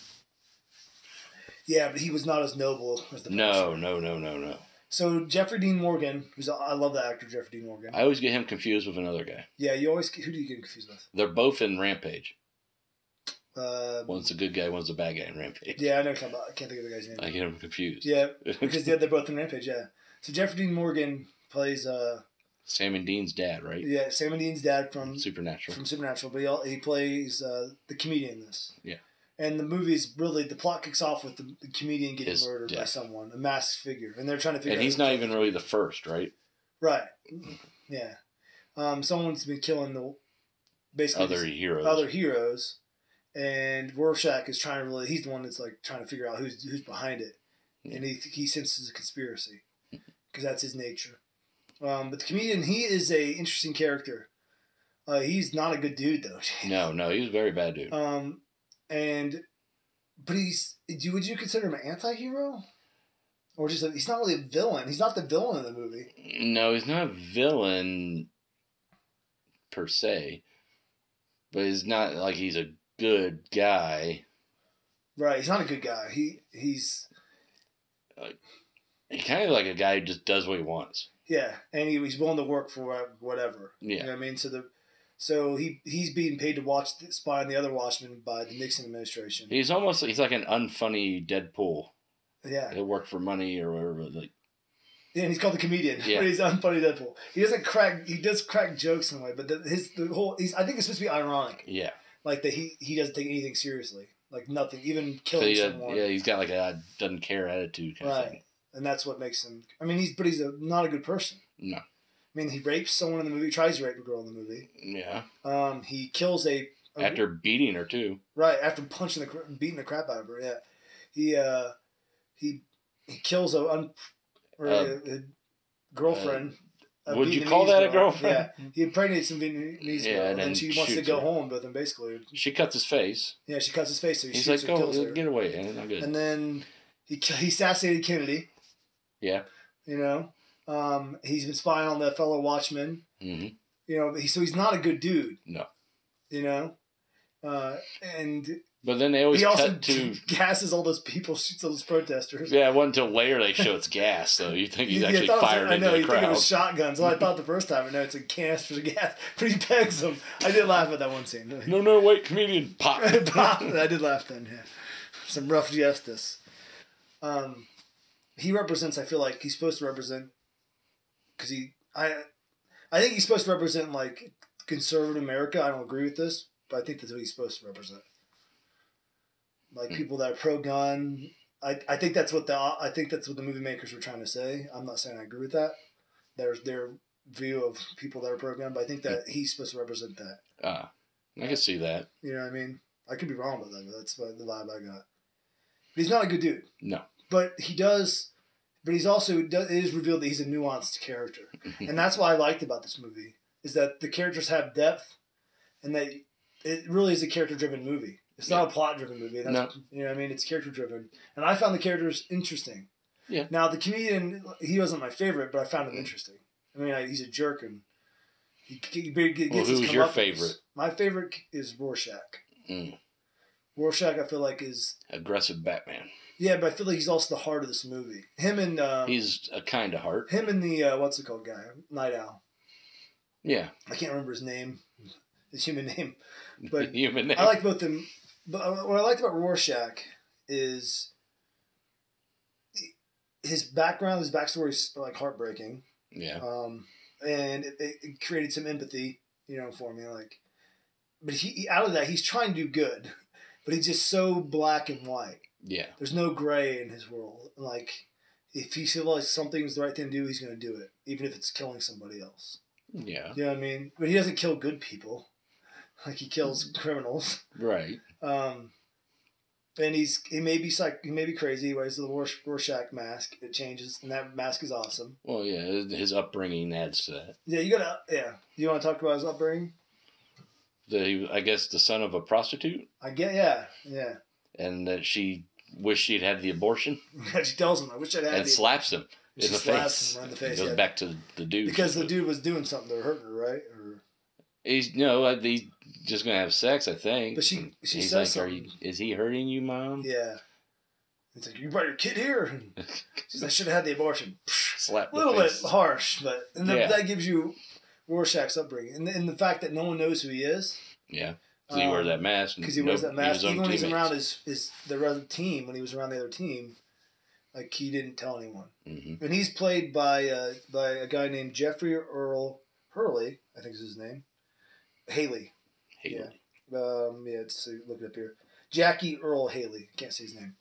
S1: yeah, but he was not as noble as the. Punisher.
S2: No, no, no, no, no.
S1: So Jeffrey Dean Morgan, who's a, I love that actor Jeffrey Dean Morgan.
S2: I always get him confused with another guy.
S1: yeah, you always who do you get confused with?
S2: They're both in Rampage.
S1: Uh,
S2: One's a good guy, one's a bad guy in Rampage.
S1: yeah, I know. what you're talking about. I can't think of the guy's name.
S2: I get him confused.
S1: yeah, because they're, they're both in Rampage. Yeah. So Jeffrey Dean Morgan plays uh
S2: [LAUGHS] Sam and Dean's dad, right?
S1: yeah Um, Sam and Dean's dad from
S2: Supernatural.
S1: from Supernatural, but he, al- he plays uh, the comedian in this.
S2: Yeah.
S1: And the movie's really the plot kicks off with the, the comedian getting
S2: His
S1: murdered by
S2: death.
S1: someone, a masked figure, and they're trying to figure.
S2: And
S1: out
S2: he's not even really the first, right?
S1: right. Yeah, um, someone's been killing the basically
S2: Other
S1: these
S2: heroes.
S1: other heroes, and Rorschach is trying to really. He's the one that's like trying to figure out who's who's behind it, and he he senses a conspiracy
S2: Mm-hmm.
S1: because that's his nature. Um, but the comedian, he is a interesting character. Uh, he's not a good dude though. [LAUGHS]
S2: No, no, he was a very bad dude.
S1: Um, and but he's do would you consider him an anti-hero? Or just a, he's not really a villain. He's not the villain of the movie.
S2: No, he's not a villain per se, but he's not like he's a good guy.
S1: Right, he's not a good guy. He he's
S2: He's kind of like a guy who just does what he wants.
S1: yeah, and he, he's willing to work for whatever. You
S2: Yeah.
S1: know what I mean? So the so he he's being paid to watch the spy on the other Watchmen by the Nixon administration.
S2: He's almost he's like an unfunny Deadpool.
S1: yeah.
S2: He'll work for money or whatever. Like
S1: Yeah, and he's called the comedian.
S2: Yeah.
S1: But [LAUGHS] he's unfunny Deadpool. He doesn't crack he does crack jokes in a way, but the, his the whole he's I think it's supposed to be ironic.
S2: yeah,
S1: like that he he doesn't take anything seriously like nothing even
S2: so
S1: killing
S2: he,
S1: someone
S2: yeah, he's got like a doesn't care attitude kind of
S1: right
S2: thing.
S1: and that's what makes him i mean he's but he's a, not a good person
S2: No.
S1: i mean he rapes someone in the movie tries to rape a girl in the movie
S2: Yeah,
S1: um he kills a, a-
S2: after beating her too.
S1: right after punching the cr- beating the crap out of her yeah he uh he he kills a, un, or a, a girlfriend a
S2: Uh, Would you call
S1: Vietnamese
S2: that a
S1: girl.
S2: girlfriend?
S1: Yeah, he impregnates some Vietnamese
S2: Yeah,
S1: girl,
S2: and
S1: and then
S2: then
S1: she wants to
S2: shoots
S1: go
S2: her.
S1: home with him. Basically,
S2: She cuts his face.
S1: yeah, she cuts his face, so he
S2: He's
S1: shoots
S2: like,
S1: her, kills
S2: "Go
S1: her.
S2: get away!" And I'm good.
S1: and then he ki- he assassinated Kennedy.
S2: Yeah.
S1: You know, um, he's been spying on the fellow Watchman.
S2: hmm
S1: You know, he, so he's not a good dude.
S2: No.
S1: You know, uh, and
S2: But then they always
S1: He also [LAUGHS]
S2: cut to
S1: gasses all those people, shoots all those protesters.
S2: yeah. It wasn't until later they show it's gas, so you think he's
S1: Yeah, I
S2: actually
S1: thought it was-
S2: fired
S1: I know,
S2: into the
S1: you think it
S2: crowd.
S1: was shotguns. Well, I thought the first time, but now it's a canisters of gas. [LAUGHS] But he pegs them. I did laugh at that one scene. [LAUGHS]
S2: No, no, wait, comedian [LAUGHS] pop.
S1: Pop, [LAUGHS] I did laugh then, yeah. Some rough justice. Um, he represents, I feel like he's supposed to represent, because he, I, I think he's supposed to represent, like, conservative America. I don't agree with this, but I think that's what he's supposed to represent. Like, people that are pro gun. I, I think that's what the I think that's what the movie makers were trying to say. I'm not saying I agree with that. There's their view of people that are pro gun, but I think that he's supposed to represent that.
S2: Ah, I can see that.
S1: You know what I mean? I could be wrong about that, but that's what the vibe I got. But he's not a good dude.
S2: No.
S1: But he does. But he's also it is revealed that he's a nuanced character,
S2: Mm-hmm.
S1: and that's what I liked about this movie is that the characters have depth, and that it really is a character-driven movie. It's not a plot-driven movie. That's, You know what I mean? It's character-driven, and I found the characters interesting.
S2: Yeah. Mm.
S1: Now the comedian, he wasn't my favorite, but I found him interesting. I mean, I, he's a jerk, and he, he, he gets
S2: Well,
S1: his
S2: who's your
S1: comeuppance.
S2: favorite?
S1: My favorite is Rorschach.
S2: Mm.
S1: Rorschach, I feel like is
S2: Aggressive Batman.
S1: yeah, but I feel like he's also the heart of this movie. Him and uh,
S2: He's a kind of heart.
S1: him and the uh, what's it called guy, Night Owl.
S2: Yeah, [LAUGHS]
S1: I can't remember his name, [LAUGHS] his human name.
S2: [LAUGHS]
S1: But
S2: human.
S1: I like both them. But uh, what I liked about Rorschach is his background, his backstory is like heartbreaking,
S2: yeah,
S1: um, and it, it it created some empathy, you know, for me. Like, but he- he out of that, he's trying to do good, [LAUGHS] but he's just so black and white.
S2: yeah,
S1: there's no gray in his world. Like if he feels like something's the right thing to do, he's gonna do it, even if it's killing somebody else.
S2: yeah.
S1: You know what I mean? But he doesn't kill good people. [LAUGHS] Like he kills
S2: Mm-hmm.
S1: criminals.
S2: Right.
S1: Um, and he's he may be psych he may be crazy. He wears the Rorsch- Rorschach mask. It changes, and that mask is awesome.
S2: Well, yeah. his- His upbringing adds to that.
S1: Yeah, you gotta yeah. You want to talk about his upbringing?
S2: The, he, was, I guess the son of a prostitute,
S1: I get yeah yeah. [LAUGHS]
S2: and that she wished she'd had the abortion,
S1: she tells him, "I wish I'd had
S2: and
S1: you."
S2: slaps him in
S1: She
S2: the
S1: slaps
S2: face.
S1: him right in the face,
S2: goes
S1: yeah.
S2: back to the dude
S1: because the dude was doing something to hurt her, right? Or
S2: He's no, like, he's just gonna have sex, I think.
S1: But she-
S2: And
S1: she
S2: he's
S1: says
S2: like, "Are you? Is he hurting you, mom?"
S1: Yeah. It's like, you brought your kid here? [LAUGHS] She's like, I should have had the abortion.
S2: Slap
S1: A
S2: [LAUGHS] the
S1: little bit
S2: face.
S1: harsh, but and then
S2: Yeah.
S1: that gives you Rorschach's upbringing. And, and the fact that no one knows who he is
S2: Yeah, because he wears
S1: Um,
S2: that mask.
S1: because he wears that mask. Even when he's around
S2: around
S1: his, his the other team, when he was around the other team, like he didn't tell anyone.
S2: hmm
S1: And he's played by uh, by a guy named Jeffrey Earl Hurley, I think is his name. Haley. Yeah. Um, yeah, it's, uh, look it up here. Jackie Earl Haley. Can't say his name.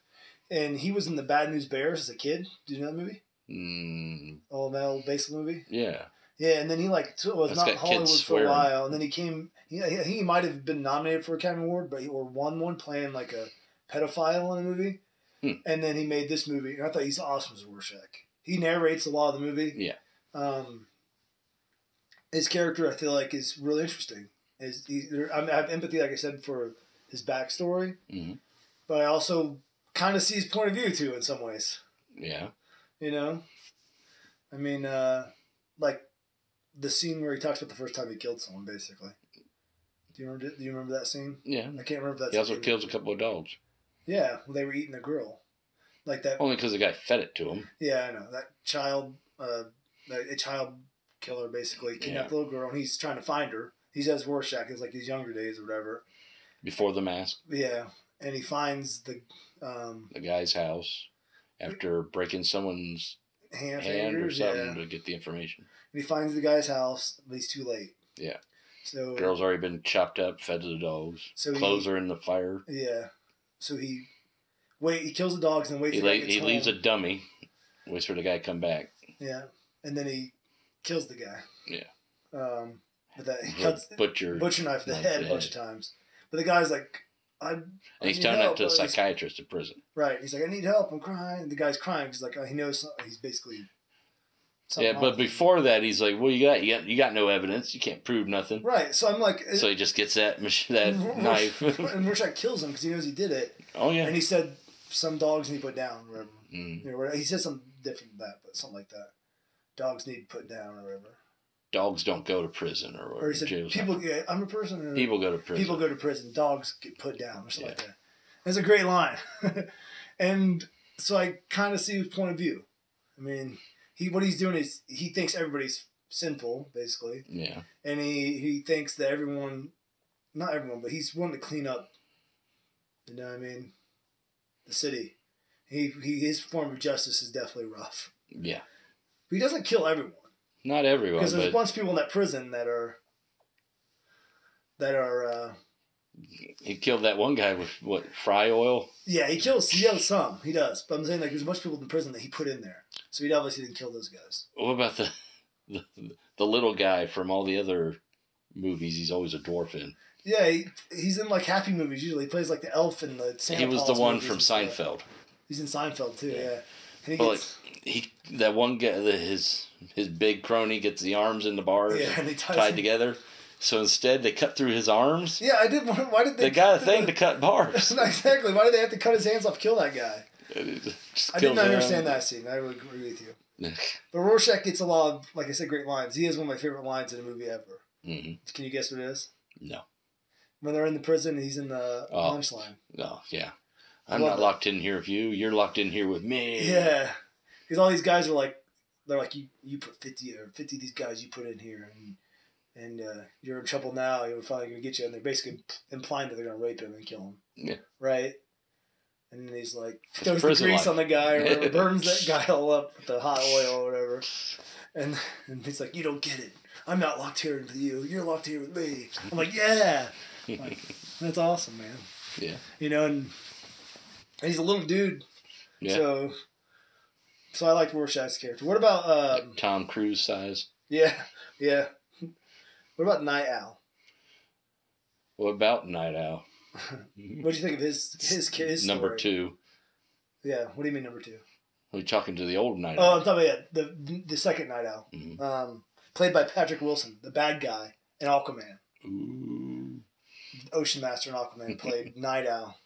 S1: And he was in the Bad News Bears as a kid. Do you know that movie?
S2: Mm,
S1: Oh, that old baseball movie.
S2: yeah.
S1: Yeah, and then he like t- was
S2: That's
S1: not in
S2: got kids
S1: Hollywood for a
S2: swearing.
S1: while, and then he came. He, he, he might have been nominated for Academy Award, but he or won one playing like a pedophile in a movie.
S2: Hmm.
S1: And then he made this movie, and I thought he's awesome as Rorschach. He narrates a lot of the movie.
S2: Yeah.
S1: Um, his character, I feel like, is really interesting. Is he, there- I, mean, I have empathy, like I said, for his backstory,
S2: Mhm.
S1: but I also kind of see his point of view too in some ways.
S2: Yeah.
S1: You know? I mean, uh, like the scene where he talks about the first time he killed someone, basically. Do you remember? Do you remember that scene?
S2: Yeah.
S1: I can't remember if that's.
S2: He also kills a couple of dogs.
S1: Yeah, well, they were eating a grill, like that.
S2: Only because the guy fed it to him.
S1: Yeah, I know that child, uh, that- a child killer basically kidnapped a little girl, and he's trying to find her. He says Rorschach is like his younger days or whatever.
S2: Before the mask,
S1: Yeah, and he finds the um,
S2: the guy's house, after breaking someone's
S1: hand,
S2: hand or
S1: fingers.
S2: something
S1: Yeah, and
S2: to get the information.
S1: he finds the guy's house, but he's too late.
S2: Yeah.
S1: So
S2: Girl's already been chopped up, fed to the dogs.
S1: So he-
S2: Clothes are in the fire.
S1: Yeah. So he wait. He kills the dogs and waits.
S2: He,
S1: till
S2: la-
S1: the guy gets
S2: he leaves a
S1: home.
S2: dummy, waits for the guy to come back.
S1: Yeah, and then he kills the guy.
S2: Yeah.
S1: Um, but that he
S2: He
S1: cuts
S2: butcher.
S1: butcher knife to the
S2: knife
S1: head
S2: to
S1: a
S2: the
S1: bunch of times. But the guy's like, I
S2: and he's
S1: you
S2: telling
S1: know,
S2: that to a
S1: but he's-
S2: psychiatrist in prison.
S1: right. He's like, I need help. I'm crying. And the guy's crying because like uh, he knows some- he's basically. something
S2: Yeah, but
S1: off.
S2: before that, he's like, "Well, you got you got you got no evidence. You can't prove nothing."
S1: Right, so I'm like,
S2: So he just gets that mach-
S1: [LAUGHS]
S2: that
S1: and
S2: knife.
S1: and Rorschach kills him because he knows he did it,
S2: [LAUGHS] oh yeah.
S1: and he said some dogs need put down, whatever.
S2: Mm.
S1: You know, whatever. he said something different than that, but something like that. Dogs need put down, or whatever.
S2: dogs don't go to prison or,
S1: or
S2: or
S1: he said
S2: jail.
S1: people yeah, I'm a person. Or,
S2: people go to prison.
S1: people go to prison. Dogs get put down or something like that. That's a great line. [LAUGHS] and so I kind of see his point of view. I mean, he what he's doing is he thinks everybody's sinful, basically,
S2: Yeah.
S1: and he he thinks that everyone, not everyone, but he's wanting to clean up. You know what I mean? The city. He, he his form of justice is definitely rough.
S2: Yeah.
S1: But he doesn't kill everyone
S2: Not everyone,
S1: because there's
S2: but
S1: a bunch of people in that prison that are that are. Uh,
S2: he killed that one guy with what fry oil.
S1: Yeah, he kills. He kills some. He does. But I'm saying like there's a bunch of people in prison that he put in there, so he obviously didn't kill those guys.
S2: What about the, [LAUGHS] the the little guy from all the other movies? He's always a dwarf in.
S1: Yeah, he, he's in like happy movies usually. He plays like the elf in the. Santa
S2: he was the
S1: Claus
S2: one
S1: movies
S2: from
S1: and stuff.
S2: Seinfeld.
S1: He's in Seinfeld too. Yeah.
S2: Yeah.
S1: And he
S2: Well,
S1: gets,
S2: He that one guy, the, his his big crony gets the arms in the bars
S1: yeah, and he ties
S2: tied
S1: him-
S2: together. So instead, they cut through his arms.
S1: Yeah, I did. [LAUGHS] Wonder, why did they?
S2: They got a
S1: cut-
S2: thing to cut bars. [LAUGHS]
S1: Not [LAUGHS] exactly. Why did they have to cut his hands off? Kill that guy.
S2: Just
S1: I did
S2: kills
S1: not
S2: him.
S1: understand that scene. I would agree with you. But Rorschach gets a lot of, like I said, great lines. He has one of my favorite lines in a movie ever.
S2: [LAUGHS] Mhm.
S1: Can you guess what it is?
S2: No.
S1: When they're in the prison, he's in the
S2: Oh.
S1: lunch line.
S2: Oh yeah, I'm
S1: Love
S2: not
S1: it.
S2: locked in here with you. You're locked in here with me. [LAUGHS]
S1: Yeah, because all these guys are like, they're like, you you put fifty or fifty of these guys you put in here, and and uh, you're in trouble now. You're finally gonna get you, and they're basically implying that they're gonna rape him and kill him.
S2: Yeah.
S1: Right. And then he's like throws the
S2: prison
S1: grease
S2: life.
S1: on the guy or whatever, burns that
S2: [LAUGHS]
S1: guy all up with the hot oil or whatever. And and he's like, You don't get it. I'm not locked here with you. You're locked here with me. I'm like, Yeah. Like, that's awesome, man.
S2: Yeah.
S1: You know, and, and he's a little dude.
S2: Yeah.
S1: So, so I liked Rorschach's character. What about um,
S2: Like Tom Cruise size.
S1: yeah, yeah. What about Night Owl?
S2: What about Night Owl?
S1: What do you think of his [LAUGHS] his his
S2: number
S1: story?
S2: two.
S1: Yeah. What do you mean number two?
S2: We're talking to the old Night
S1: Oh, I'm
S2: Owl.
S1: talking about yeah, the the second Night Owl,
S2: Mhm.
S1: um, played by Patrick Wilson, the bad guy in Aquaman,
S2: Ooh.
S1: Ocean Master in Aquaman,
S2: [LAUGHS]
S1: played Night Owl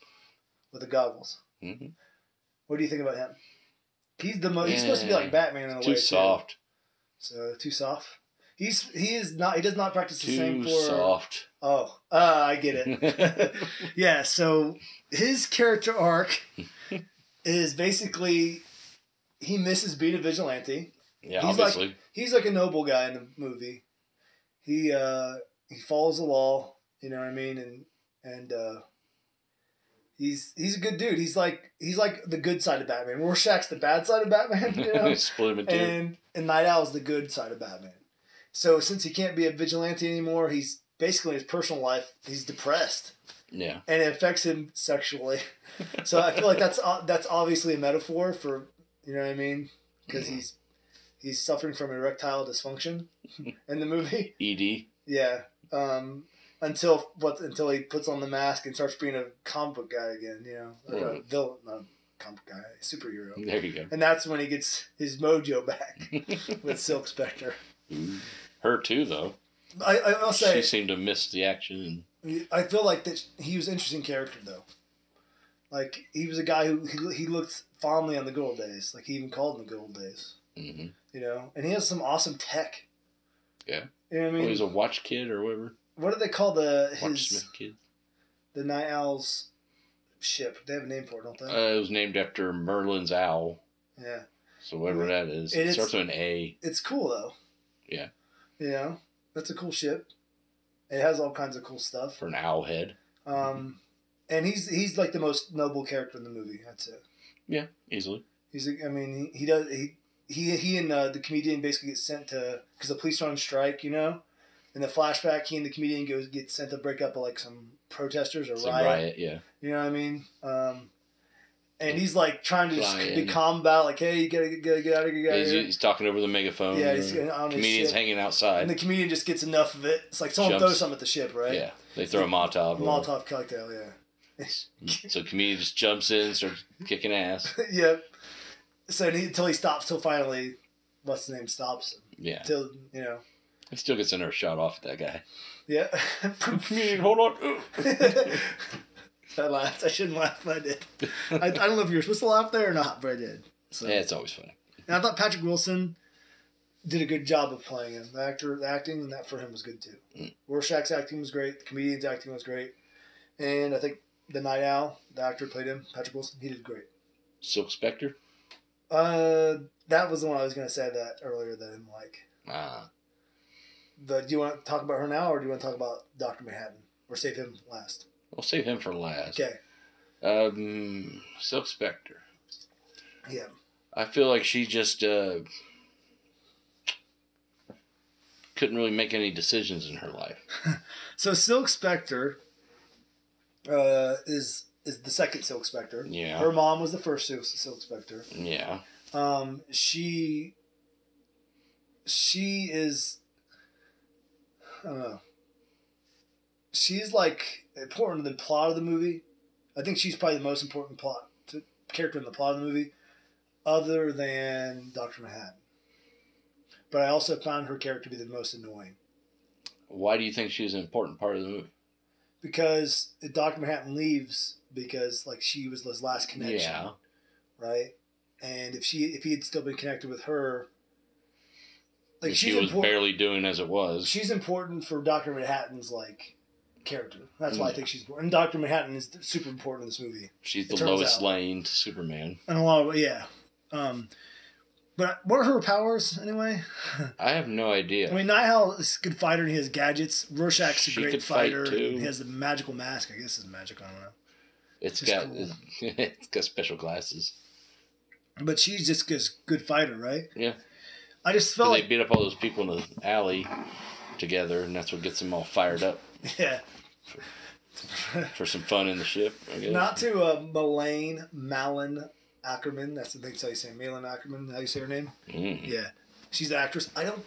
S1: with the goggles.
S2: Mhm.
S1: What do you think about him? He's the mo- he's supposed to be like
S2: Yeah.
S1: Batman in a way.
S2: Too soft.
S1: So too soft. He's he is not he does not practice the same
S2: Too
S1: for [LAUGHS]
S2: soft. [LAUGHS]
S1: Oh, uh, I get it. yeah, so his character
S2: [LAUGHS]
S1: arc is basically he misses being a vigilante.
S2: Yeah,
S1: He's like-
S2: obviously.
S1: He's like a noble guy in the movie. He uh, he follows the law, you know what I mean, and and uh, he's he's a good dude. He's like he's like the good side of Batman. Rorschach's the bad side of Batman, [LAUGHS]
S2: [LAUGHS]
S1: you know.
S2: Split him in two.
S1: and and Night Owl's the good side of Batman. So since he can't be a vigilante anymore, he's basically in his personal life he's depressed
S2: yeah.
S1: and it affects him sexually. so I feel like that's o- that's obviously a metaphor for you know what I mean because
S2: Mhm.
S1: he's he's suffering from erectile dysfunction in the movie.
S2: ED.
S1: Yeah. Um, until what? Until he puts on the mask and starts being a comic book guy again. You know, or a
S2: Right.
S1: villain, not a comic book guy, superhero.
S2: There you
S1: And that's when he gets his mojo
S2: [LAUGHS]
S1: back with Silk Spectre.
S2: go. Her too, though.
S1: I, I- Mm-hmm. I'll
S2: She
S1: say,
S2: seemed to miss the action.
S1: I feel like that he was an interesting character though. Like he was a guy who he, he looked fondly on the good old days. Like he even called him the good old days.
S2: hmm
S1: You know, and he has some awesome tech.
S2: Yeah.
S1: You know what I
S2: Oh,
S1: mean?
S2: he's a watch kid or whatever.
S1: what do they call the his
S2: Watchsmith kid.
S1: the Night Owl's ship? They have a name for it, don't they?
S2: Uh, it was named after Merlin's owl.
S1: yeah.
S2: So whatever that is,
S1: Mm-hmm. And
S2: it
S1: it's-
S2: starts with an A.
S1: It's cool though.
S2: Yeah.
S1: You know, that's a cool ship. It has all kinds of cool stuff.
S2: for an owl head.
S1: Um, and he's he's like the most noble character in the movie. That's it.
S2: Yeah, easily.
S1: He's a- I mean he, he does he he he and uh, the comedian basically get sent to because the police are on strike, you know. In the flashback, he and the comedian goes get sent to break up like some protesters or
S2: It's a
S1: riot,
S2: riot. Yeah,
S1: You know what I mean? Um, and he's like trying to just
S2: Fly
S1: be
S2: in.
S1: calm about like, hey, you gotta get, gotta get out of here, you gotta
S2: he's,
S1: get out of here.
S2: he's talking over the megaphone.
S1: Yeah, he's
S2: or-
S1: on his
S2: comedians
S1: ship.
S2: hanging
S1: and
S2: outside.
S1: the comedian just gets enough of it. It's like someone
S2: Jumps.
S1: throws something at the ship, right?
S2: Yeah, they throw a Molotov.
S1: A Molotov cocktail, yeah.
S2: So comedian just jumps in, starts
S1: [LAUGHS]
S2: kicking ass.
S1: yep. So and he, until he stops, till finally, what's the name stops him.
S2: Yeah,
S1: Till you know,
S2: he still gets another shot off at
S1: [LAUGHS]
S2: that guy.
S1: yeah.
S2: Comedian, hold on. Ooh.
S1: [LAUGHS] I laughed. I shouldn't laugh, but I did. I, I don't know if you were supposed to laugh there or not, but I did. So
S2: Yeah, it's always funny.
S1: and I thought Patrick Wilson did a good job of playing him. The actor, the acting, and that for him was good too. Rorschach's acting was great. The comedian's acting was great, and I think the Night Owl, the actor who played him, Patrick Wilson, he did great.
S2: Silk Spectre.
S1: Uh, that was the one I was gonna say that earlier that I didn't like.
S2: Ah,
S1: The do you want to talk about her now, or do you want to talk about Doctor Manhattan, or save him last?
S2: we'll save him for last.
S1: Okay,
S2: Um, Silk Spectre.
S1: yeah,
S2: I feel like she just uh, couldn't really make any decisions in her life.
S1: So Silk Spectre uh, is is the second Silk Spectre.
S2: Yeah.
S1: Her mom was the first Silk, Silk Spectre.
S2: Yeah.
S1: Um, she she is I don't know. She's like important to the plot of the movie. I think she's probably the most important plot to, character in the plot of the movie, other than Doctor Manhattan. But I also found her character to be the most annoying.
S2: Why do you think she was an important part of the movie?
S1: because Doctor Manhattan leaves because like she was his last connection,
S2: Yeah.
S1: right? And if she if he had still been connected with her, like
S2: she
S1: she's
S2: was
S1: important.
S2: barely doing as it was.
S1: She's important for Doctor Manhattan's like character. That's why I
S2: Yeah.
S1: think she's important. And Doctor Manhattan is super important in this movie.
S2: She's
S1: It
S2: the
S1: turns
S2: lowest
S1: out.
S2: lane to Superman.
S1: And a lot of yeah, um, but what are her powers anyway?
S2: I have no idea.
S1: I mean, Nihal is a good fighter and he has gadgets. Rorschach's a
S2: She
S1: great
S2: could fight,
S1: fighter.
S2: too.
S1: He has the magical mask. I guess it's magic. I don't know.
S2: it's
S1: just
S2: got
S1: cool.
S2: [LAUGHS] it's got special glasses.
S1: But she's just a good fighter, right?
S2: Yeah.
S1: I just
S2: 'Cause
S1: felt like
S2: they beat up all those people in the alley together, and that's what gets them all fired up
S1: [LAUGHS] Yeah.
S2: for some fun in the ship. I guess.
S1: Not to uh, Malane Malin Ackerman. That's the thing. That's how you say it. Malin Ackerman. How you say her name?
S2: Mm,
S1: Yeah. She's the actress. I don't.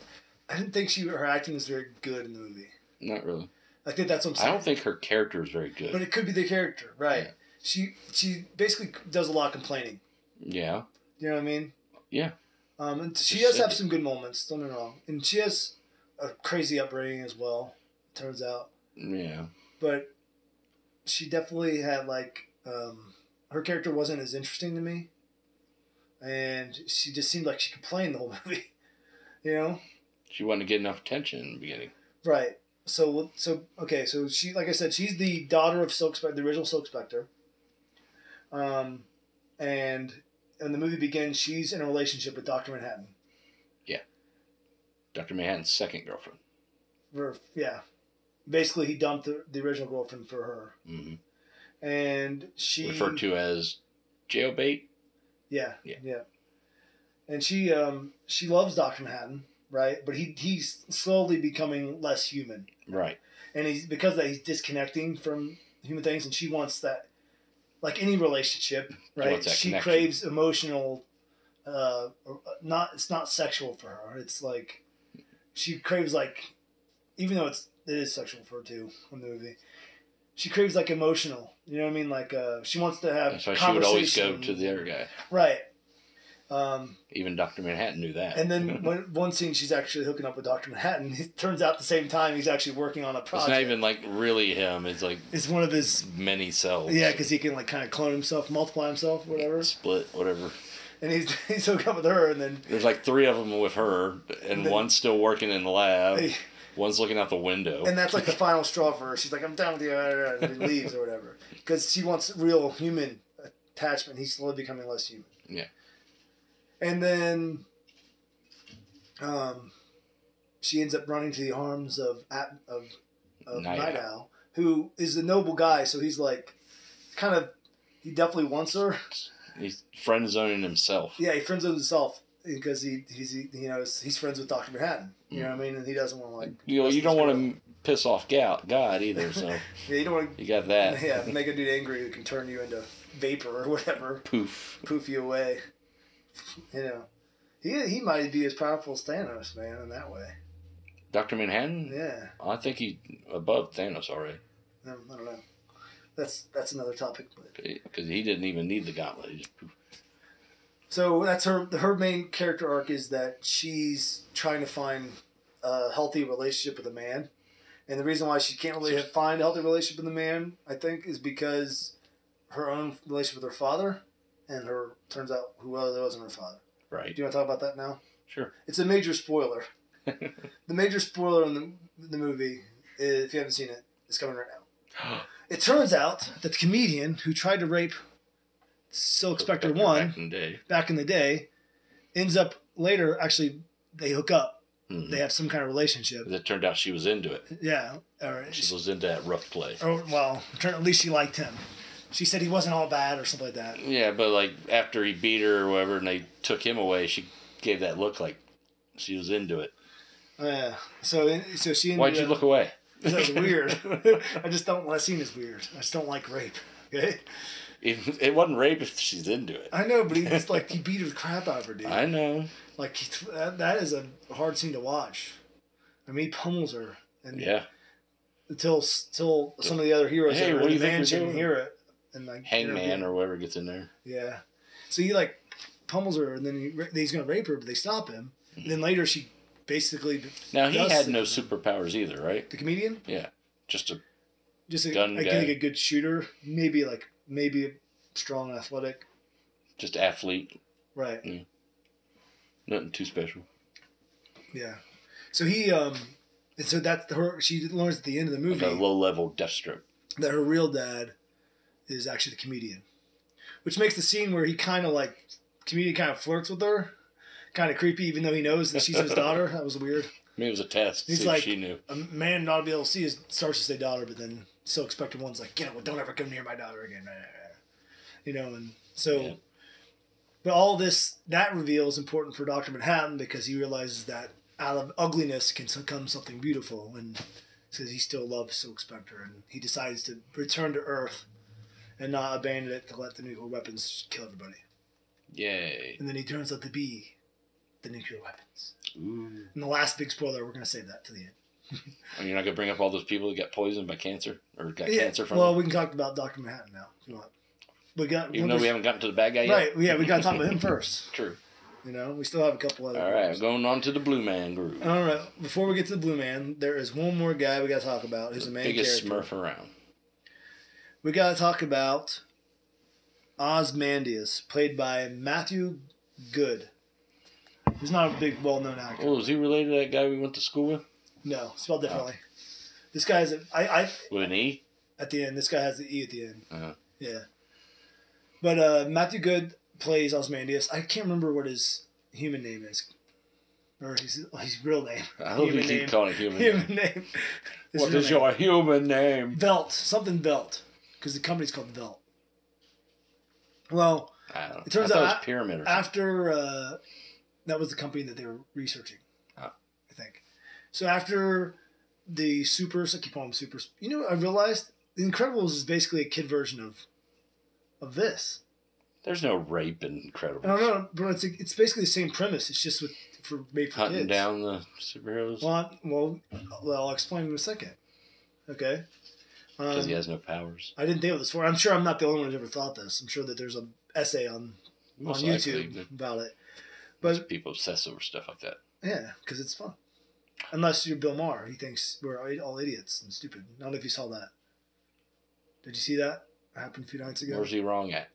S1: I didn't think she her acting was very good in the movie.
S2: not really.
S1: I think that's what I'm
S2: I
S1: saying.
S2: don't think her character is very
S1: but
S2: good.
S1: it could be the character, right?
S2: Yeah.
S1: She she basically does a lot of complaining.
S2: Yeah.
S1: You know what I mean?
S2: Yeah.
S1: Um, and she
S2: Just
S1: does have
S2: said-
S1: some good moments. Don't get me wrong. And she has a crazy upbringing as well. Turns out.
S2: Yeah.
S1: but she definitely had like um, her character wasn't as interesting to me, and she just seemed like she complained the whole [LAUGHS] movie, you know?
S2: She wasn't getting enough attention in the beginning.
S1: Right. So so okay. So she like I said, she's the daughter of Silk Spectre, the original Silk Spectre. Um, and and the movie begins. She's in a relationship with Doctor Manhattan.
S2: Dr. Manhattan's second girlfriend.
S1: Where- yeah, basically he dumped the, the original girlfriend for her,
S2: hmm
S1: and she
S2: Referred to as jailbait.
S1: Yeah.
S2: Yeah.
S1: And she um she loves Doctor Manhattan, right? But he he's slowly becoming less human,
S2: Right.
S1: and he's because of that he's disconnecting from human things, and she wants that, like any relationship, right?
S2: wants that
S1: She
S2: connection.
S1: craves emotional, uh, not it's not sexual for her. It's like she craves like, even though it's it is sexual for her too in the movie. She craves like emotional, you know what I mean? Like uh, she wants to have.
S2: That's why she would always go to
S1: conversation.
S2: the other guy.
S1: right. Um,
S2: Even Dr. Manhattan knew that.
S1: and
S2: [LAUGHS]
S1: then [LAUGHS] when, one scene, she's actually hooking up with Doctor Manhattan. It turns out at the same time he's actually working on a
S2: it's
S1: project.
S2: not even like really him. It's like
S1: It's one of his
S2: many cells.
S1: yeah, because he can like kind of clone himself, multiply himself, whatever.
S2: Split, whatever.
S1: And he's [LAUGHS] he's hooking up with her, and then
S2: There's like three of them with her, and
S1: Then-
S2: one's still working in the lab. One's looking out the window.
S1: and that's like the final straw for her. She's like, I'm done with you, and he leaves or [LAUGHS] whatever, because she wants real human attachment. He's slowly becoming less human.
S2: Yeah.
S1: And then, um, she ends up running to the arms of At- of of
S2: Night
S1: Night, Owl, who is a noble guy. So he's like, kind of, he definitely wants her.
S2: He's friend zoning himself.
S1: Yeah, he friends with himself because he he's he, you know he's friends with Doctor Manhattan. You know what I mean? And he doesn't want to like
S2: You know, you
S1: that's
S2: don't
S1: cool.
S2: want to piss off Ga- God
S1: [LAUGHS]
S2: either, so
S1: yeah you don't want
S2: you got that.
S1: to yeah make a dude angry who can turn you into vapor or whatever,
S2: Poof.
S1: poof you away. You know, he he might be as powerful as Thanos, man, in that way.
S2: Dr. Manhattan?
S1: Yeah,
S2: I think he's above Thanos already.
S1: no, I don't know. That's that's another topic. But
S2: Because he didn't even need the gauntlet. He just poof.
S1: So that's her. Her main character arc is that she's trying to find a healthy relationship with a man, and the reason why she can't really find a healthy relationship with a man, I think, is because her own relationship with her father, and her turns out who was- it wasn't her father. Do
S2: Right.
S1: you want to talk about that now?
S2: Sure.
S1: It's a major
S2: [LAUGHS]
S1: spoiler.
S2: [GASPS]
S1: the major spoiler in the, the movie, if you haven't seen it, is coming right now. It turns out that the comedian who tried to rape Silk Spectre
S2: Back
S1: 1
S2: in the day.
S1: back in the day ends up later, actually, they hook up.
S2: Mhm.
S1: They have some kind of relationship.
S2: It turned out she was into it.
S1: Yeah. Or,
S2: She was into that rough play.
S1: or well, turn- at least she liked him. She said he wasn't all bad or something like that.
S2: Yeah, but like after he beat her or whatever, and they took him away, she gave that look like she was into it.
S1: Yeah. So, so she. ended
S2: Why'd you
S1: up- [LAUGHS]
S2: look away?
S1: That's
S2: [LAUGHS]
S1: weird. I just don't. That scene is weird. I just don't like rape. Okay.
S2: It it wasn't rape if she's into it.
S1: I know, but he just like he beat the crap out of her, dude.
S2: I know.
S1: Like he th- that, that is a hard scene to watch. I mean, he pummels her, and
S2: Yeah,
S1: until until some of the other heroes
S2: Hey,
S1: that are
S2: what
S1: in
S2: do you
S1: the
S2: think you're
S1: mansion
S2: doing?
S1: hear it and like
S2: Hangman
S1: intervene.
S2: or whoever gets in there.
S1: yeah. So he like pummels her, and then he, ra- he's gonna rape her, but they stop him.
S2: Mm-hmm.
S1: And then later she basically
S2: Now he
S1: Does
S2: had
S1: it.
S2: no superpowers either, right?
S1: the comedian
S2: Yeah, just a
S1: just a,
S2: Gun
S1: I
S2: guy.
S1: think a good shooter, maybe like maybe strong and athletic,
S2: just athlete,
S1: right?
S2: nothing too special.
S1: Yeah. So he um and so that's her she learns at the end of the
S2: Like
S1: movie
S2: a low level Deathstroke.
S1: that her real dad is actually the comedian. Which makes the scene where he kinda like comedian kind of flirts with her kind of creepy even though he knows that she's his daughter. That was weird.
S2: Maybe it was a test. to
S1: He's
S2: see
S1: like-
S2: if she knew.
S1: A man ought to be able to see his starts to say daughter, but then still expected one's like, get it, well, don't ever come near my daughter again. You know, and so
S2: Yeah.
S1: but all this that reveal is important for Doctor Manhattan because he realizes that out of ugliness can come something beautiful, and says he still loves Silk Spectre, and he decides to return to Earth and not abandon it to let the nuclear weapons kill everybody.
S2: Yay!
S1: And then he turns out to be the nuclear weapons.
S2: Ooh.
S1: And the last big spoiler, we're gonna save that to the end.
S2: And you're not gonna bring up all those people that got poisoned by cancer or got cancer from.
S1: well,
S2: it?
S1: we can talk about Doctor Manhattan now. If you want. We got
S2: even though we haven't gotten to the bad guy yet.
S1: right, yeah, we got to talk about him first.
S2: True.
S1: You know, we still have a couple other.
S2: All right, going on to the Blue Man Group.
S1: All right. Before we get to the blue man, there is one more guy we got to talk about. Who's a main
S2: Biggest
S1: character?
S2: Smurf around.
S1: We got to talk about Osmandius, played by Matthew Good. He's not a big, well-known actor.
S2: Oh, is he related to that guy we went to school with?
S1: No, spelled
S2: Oh.
S1: differently. This guy is. A, I, I
S2: With an E?
S1: at the end. This guy has the E at the end.
S2: Uh-huh.
S1: Yeah. But uh, Matthew Good plays Osmandius. I can't remember what his human name is, or his oh, his real name.
S2: I hope you
S1: Human name.
S2: keep calling it human. name.
S1: Human name. His
S2: What
S1: real
S2: is
S1: name.
S2: your human name?
S1: Velt, something Velt, because the company's called Velt. Well,
S2: I don't know.
S1: It turns
S2: I thought
S1: out
S2: it was pyramid or something.
S1: after uh, that was the company that they were researching,
S2: Ah.
S1: I think. So after the supers, I keep calling them supers. You know, what I realized the Incredibles is basically a kid version of of this.
S2: There's no rape in
S1: I don't
S2: Incredible.
S1: know, but it's it's basically the same premise. It's just with for made for
S2: Hunting
S1: kids.
S2: down the superheroes
S1: Well, I- well, well, I'll explain in a second. Okay.
S2: because
S1: Um,
S2: he has no powers.
S1: I didn't think of this before. I'm sure I'm not the only one who's ever thought this. I'm sure that there's a essay on on
S2: Most likely,
S1: YouTube
S2: but
S1: about it.
S2: most
S1: But
S2: people obsess over stuff like that.
S1: yeah, because it's fun. Unless you're Bill Maher, he thinks we're all idiots and stupid. I don't know if you saw that. Did you see that? It happened a few nights ago.
S2: Where's he wrong at?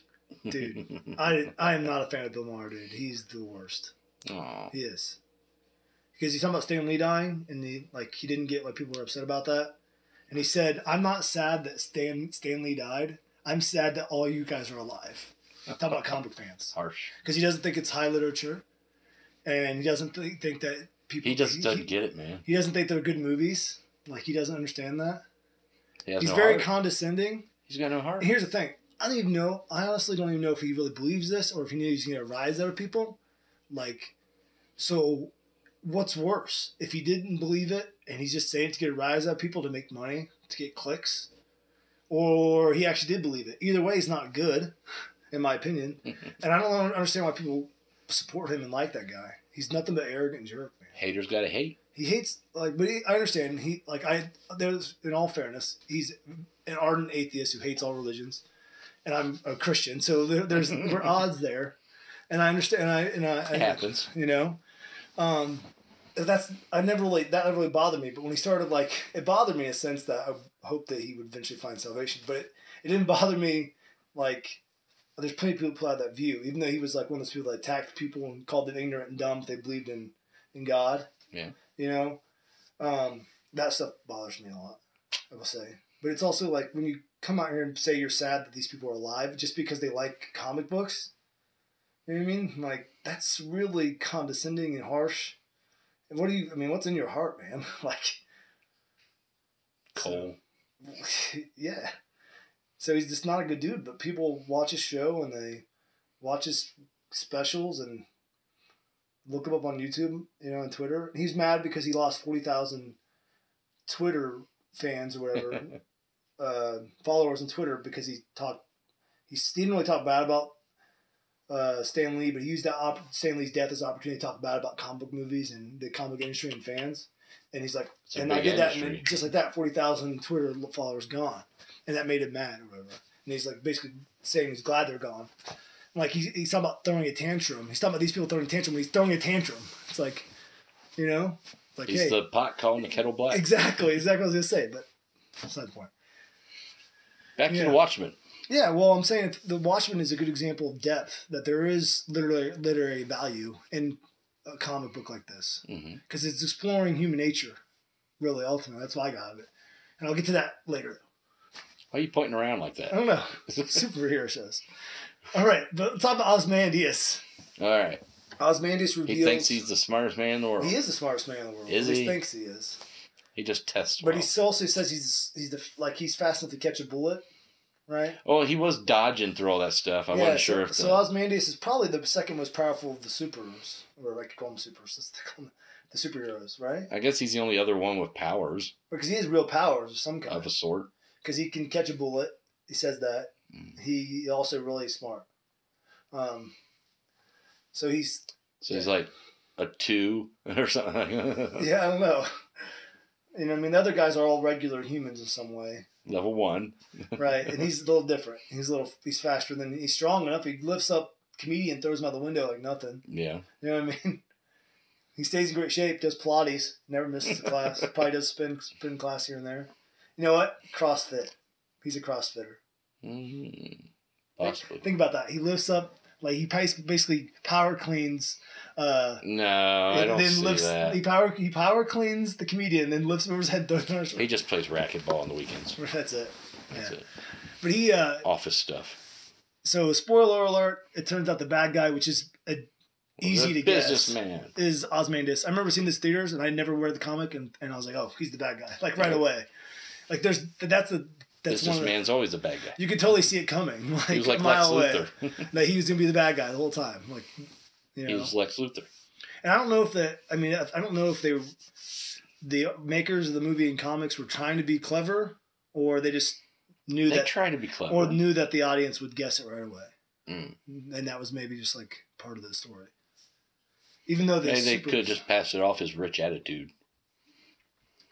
S2: [LAUGHS]
S1: Dude. I I am not a fan of Bill Maher, dude. He's the worst.
S2: Aw.
S1: He is. Because he's talking about Stan Lee dying, and he like he didn't get why people were upset about that. And he said, "I'm not sad that Stan Stan Lee died. I'm sad that all you guys are alive." Talking about comic book fans.
S2: It's harsh.
S1: because he doesn't think it's high literature, and he doesn't th- think that people.
S2: He just doesn't
S1: He,
S2: get it, man.
S1: he doesn't think they're good movies. Like he doesn't understand that.
S2: He has
S1: He's
S2: no
S1: very
S2: heart.
S1: condescending.
S2: He's got no heart.
S1: And here's the thing: I don't even know. I honestly don't even know if he really believes this or if he knew he's going to rise out of people. Like, so what's worse if he didn't believe it and he's just saying it to get a rise out of people to make money to get clicks, or he actually did believe it? Either way, he's not good, [LAUGHS] in my
S2: [LAUGHS]
S1: opinion. and I don't understand why people support him and like that guy. He's nothing but arrogant jerk, man.
S2: Haters gotta hate.
S1: He hates like, but he, I understand. He like I there's in all fairness, he's an ardent atheist who hates all religions, and I'm a Christian, so there, there's we're odds there, and I understand. And I and I,
S2: It happens.
S1: you know, um, that's I never really that never really bothered me. But when he started like it bothered me in a sense that I hoped that he would eventually find salvation, but it, it didn't bother me like. There's plenty of people who had that view, even though he was like one of those people that attacked people and called them ignorant and dumb if they believed in, in God.
S2: Yeah.
S1: You know, um, that stuff bothers me a lot. I will say But it's also like when you come out here and say you're sad that these people are alive just because they like comic books. You know what I mean? Like that's really condescending and harsh. And what do you? I mean, what's in your heart, man? [LAUGHS] like,
S2: Cole.
S1: [LAUGHS] yeah. So he's just not a good dude. But people watch his show and they watch his specials and look him up on YouTube, you know, and Twitter. He's mad because he lost forty thousand Twitter fans or whatever uh, followers on Twitter because he talked. He, s- he didn't really talk bad about uh, Stan Lee, but he used that op- Stan Lee's death as an opportunity to talk bad about comic book movies and the comic industry and fans. And he's like,
S2: It's a
S1: and I
S2: big
S1: did that, and
S2: industry.
S1: then just like that, forty thousand Twitter followers gone, and that made him mad or whatever. And he's like basically saying he's glad they're gone. Like he's, he's talking about throwing a tantrum. He's talking about these people throwing a tantrum. When he's throwing a tantrum. It's like, you know, it's like
S2: He's
S1: hey,
S2: the pot calling the kettle
S1: [LAUGHS]
S2: black.
S1: exactly, exactly what I was gonna say, but that's not the point.
S2: Back to
S1: yeah.
S2: the Watchmen.
S1: Yeah, well, I'm saying if the Watchmen is a good example of depth that there is literary literary value in a comic book like this
S2: hmm
S1: because it's exploring human nature, really. Ultimately, that's why I got out of it, and I'll get to that later.
S2: Why are you pointing around like
S1: I
S2: that?
S1: don't know [LAUGHS] superhero shows. All right, but let's talk about Osmandius.
S2: All right.
S1: Osmandius
S2: He
S1: reveals
S2: thinks he's the smartest man in the world.
S1: he
S2: He,
S1: is the smartest man in the world.
S2: Is
S1: At least
S2: he?
S1: thinks he is,
S2: just tests.
S1: but
S2: well.
S1: he also says he's he's the like he's fast enough to catch a bullet, right?
S2: Oh, he was dodging through all that stuff. I wasn't sure
S1: so,
S2: if. The,
S1: so Ozymandias is probably the second most powerful of the supers, or I could call them [LAUGHS] supers. Let's call them the superheroes, right?
S2: I guess he's the only other one with powers
S1: Because he has real powers of some
S2: of
S1: kind.
S2: a sort.
S1: Because he can catch a bullet. He says that.
S2: Mm.
S1: He also really smart. Um. So he's
S2: So he's like a two [LAUGHS] or something.
S1: [LAUGHS] yeah I don't know. You know I mean the other guys are all regular humans in some way,
S2: Level one.
S1: right? and he's a little different. He's a little he's faster than he's strong enough. He lifts up comedian throws him out the window like nothing.
S2: Yeah.
S1: You know what I mean? [LAUGHS] He stays in great shape, does Pilates, never misses a
S2: [LAUGHS]
S1: class. Probably does spin spin class here and there. You know what? CrossFit. He's a CrossFitter.
S2: Mm, possibly.
S1: Think about that. He lifts up like he pas- basically power cleans. Uh,
S2: No, I don't see
S1: lifts,
S2: that.
S1: He power he power cleans the comedian, then lifts him over his head. Throws him
S2: He just plays racquetball on the weekends.
S1: [LAUGHS] That's it.
S2: That's
S1: Yeah.
S2: it.
S1: But he uh,
S2: Office stuff.
S1: so spoiler alert. It turns out the bad guy, which is a Easy
S2: The
S1: to guess.
S2: Businessman.
S1: is Osmandus. I remember seeing this theaters and I never read the comic and, and I was like, oh, he's the bad guy, like right away. Like there's that's a that's one of the,
S2: Businessman's always a bad guy.
S1: you could totally see it coming, [LAUGHS] like,
S2: He was like
S1: a
S2: Lex
S1: mile away.
S2: Luthor. [LAUGHS]
S1: That he was gonna be the bad guy the whole time, like you
S2: He
S1: know.
S2: was Lex Luthor.
S1: And I don't know if that. I mean, I don't know if they, the makers of the movie and comics were trying to be clever, or they just knew
S2: They
S1: that,
S2: try to be
S1: or
S2: clever.
S1: knew that the audience would guess it right away,
S2: Mm.
S1: and that was maybe just like part of the story. Even though
S2: They,
S1: they're
S2: they
S1: super-
S2: could just pass it off as rich attitude.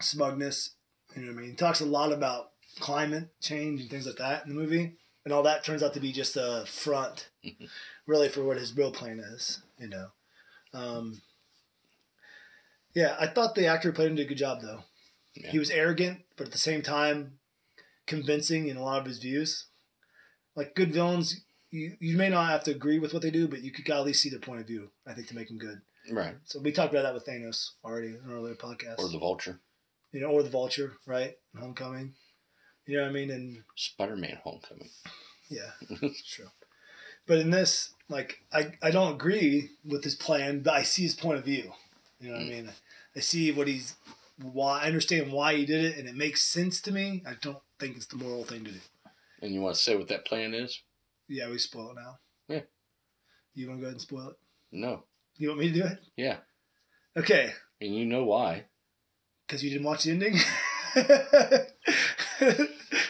S1: smugness. You know what I mean? He talks a lot about climate change and things like that in the movie. And all that turns out to be just a
S2: [LAUGHS]
S1: front, really, for what his real plan is, you know. Um, yeah, I thought the actor who played him did a good job, though.
S2: Yeah.
S1: He was arrogant, but at the same time, convincing in a lot of his views. Like good villains, you, you may not have to agree with what they do, but you could at least see their point of view, I think, to make them good.
S2: Right.
S1: So we talked about that with Thanos already in an earlier podcast
S2: Or the Vulture.
S1: you know, or the Vulture, right? in Homecoming. You know what I mean? And
S2: Spider Man Homecoming.
S1: yeah,
S2: [LAUGHS]
S1: it's true. But in this, like, I, I don't agree with his plan, but I see his point of view. You
S2: Mm.
S1: know what I mean? I see what he's, why, I understand why he did it, and it makes sense to me. I don't think it's the moral thing to do.
S2: And you want to say what that plan is?
S1: Yeah, we spoil it now.
S2: Yeah.
S1: You want to go ahead and spoil it?
S2: No.
S1: You want me to do it?
S2: Yeah.
S1: Okay,
S2: And you know why.
S1: because you didn't watch the ending? [LAUGHS]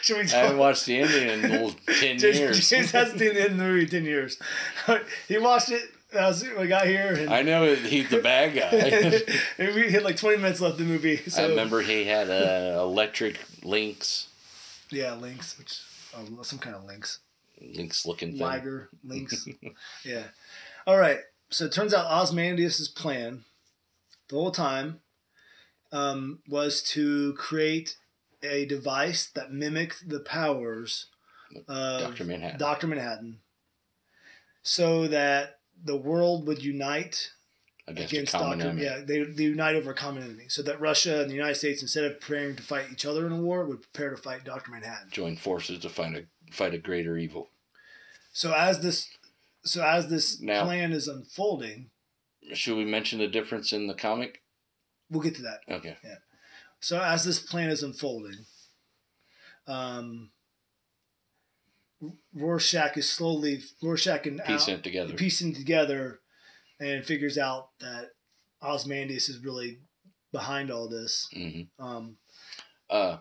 S1: Should we
S2: I haven't watched the ending in little 10
S1: James, [LAUGHS]
S2: years.
S1: James hasn't seen the end of the movie in 10 years. [LAUGHS] he watched it. uh, I was, we got here and, [LAUGHS]
S2: I know that he's the bad guy.
S1: and we had like 20 minutes left of the movie. [LAUGHS] So,
S2: I remember he had uh, electric lynx,
S1: Yeah, Lynx, which um, some kind of Lynx.
S2: lynx looking thing.
S1: Liger,
S2: [LAUGHS]
S1: Lynx. yeah. All right. So it turns out Osmandius' plan the whole time um, was to create a device that mimicked the powers of
S2: Dr. Manhattan.
S1: Dr. Manhattan so that the world would unite
S2: against, a common
S1: Doctor-
S2: enemy.
S1: Yeah, they, they unite over a common enemy. So that Russia and the United States, instead of preparing to fight each other in a war, would prepare to fight Doctor Manhattan.
S2: Join forces to find a fight a greater evil.
S1: So as this, so as this
S2: Now-
S1: plan is unfolding,
S2: Should we mention the difference in the comic?
S1: we'll get to that.
S2: Okay.
S1: So as this plan is unfolding, um, R- Rorschach is slowly Rorschach and
S2: Piece
S1: Al-
S2: it together.
S1: piecing together and figures out that Osmandius is really behind all this.
S2: hmm
S1: Um,
S2: Uh,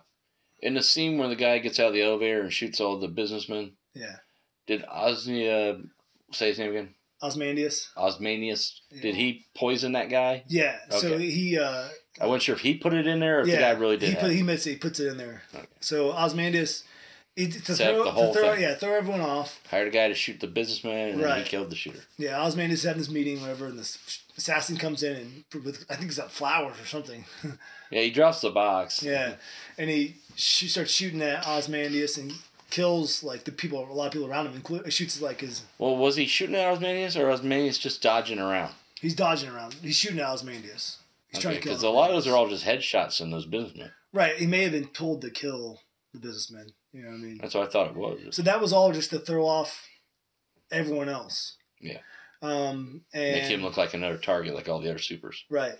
S2: in the scene where the guy gets out of the elevator and shoots all the businessmen,
S1: yeah,
S2: did Osnia say his name again?
S1: Osmandius.
S2: Osmanius. Did he poison that guy?
S1: Yeah. So
S2: Okay.
S1: he. Uh,
S2: I wasn't sure if he put it in there or if
S1: yeah,
S2: the guy really did.
S1: He,
S2: have
S1: put,
S2: it.
S1: he makes it. He puts it in there.
S2: Okay.
S1: So Osmandius, it, to
S2: Set up
S1: throw,
S2: the whole
S1: to throw
S2: thing.
S1: yeah, throw everyone off.
S2: Hired a guy to shoot the businessman, and then
S1: Right.
S2: he killed the shooter.
S1: Yeah, Osmandius is having this meeting, whatever, and this assassin comes in and pr- with I think it's got flowers or something. [LAUGHS]
S2: Yeah, he drops the box.
S1: Yeah, and he she starts shooting at Osmandius and kills like the people, a lot of people around him, including shoots like his
S2: Well, was he shooting at Osmanius or Osmanius just dodging around?
S1: He's dodging around. He's shooting at Osmandius. He's trying to kill
S2: Because a lot of those are all just headshots in those businessmen.
S1: Right. He may have been told to kill the businessman. You know what I mean?
S2: That's what I thought it was.
S1: So that was all just to throw off everyone else.
S2: Yeah.
S1: Um, and
S2: Make him look like another target, like all the other supers.
S1: right.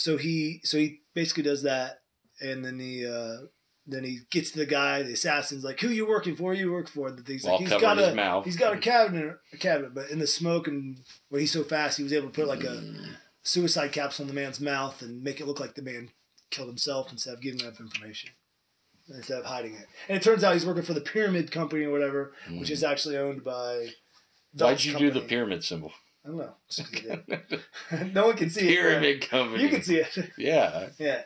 S1: So he so he basically does that, and then he uh, then he gets the guy, the assassin's like, "Who you working for? You work for?" The thing's
S2: While
S1: like, he's
S2: covering
S1: got a
S2: his mouth.
S1: he's got a cabinet a cabinet, but in the smoke and where he's so fast, he was able to put like a
S2: Mm-hmm.
S1: suicide capsule in the man's mouth and make it look like the man killed himself instead of giving up information, instead of hiding it. And it turns out he's working for the pyramid company or whatever, which is actually owned by.
S2: Hmm. Why'd
S1: Dutch
S2: you do the
S1: company. [LAUGHS]
S2: pyramid symbol?
S1: I don't know. Just 'cause
S2: [LAUGHS]
S1: I did. [LAUGHS] no one can see it.
S2: Pyramid
S1: but
S2: company.
S1: You can see it.
S2: Yeah.
S1: yeah.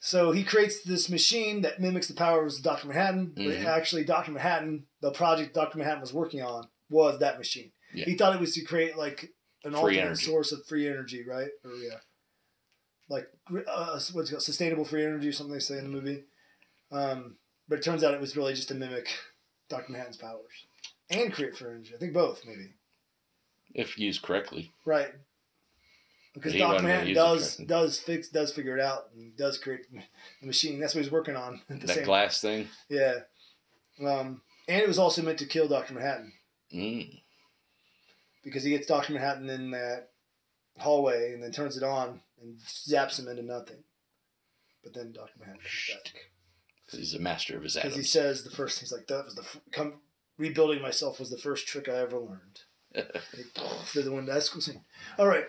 S1: So he creates this machine that mimics the powers of Dr. Manhattan, but
S2: Mhm.
S1: actually Dr. Manhattan, the project Dr. Manhattan was working on was that machine.
S2: Yeah.
S1: He thought it was to create like an
S2: Free
S1: alternate
S2: energy.
S1: source of free energy, right? Or yeah. Like uh, what's it called? sustainable free energy or something they say in the movie. Um, but it turns out it was really just to mimic Dr. Manhattan's powers and create free energy. I think both maybe.
S2: If used correctly.
S1: Right. Because
S2: He
S1: Doc
S2: wasn't gonna
S1: Man
S2: use
S1: does
S2: the truck.
S1: does fix does figure it out and does create the [LAUGHS] machine. That's what he's working on. At the
S2: That
S1: same,
S2: glass thing.
S1: yeah. Um, and it was also meant to kill Doctor Manhattan
S2: Mm.
S1: because he gets Doctor Manhattan in that hallway and then turns it on and zaps him into nothing. But then Doctor Manhattan comes back
S2: He's a master of his
S1: because he
S2: atoms.
S1: says the first he's like that was the f- come rebuilding myself was the first trick I ever
S2: [LAUGHS]
S1: learned. like, through the window. That's a cool scene. All right.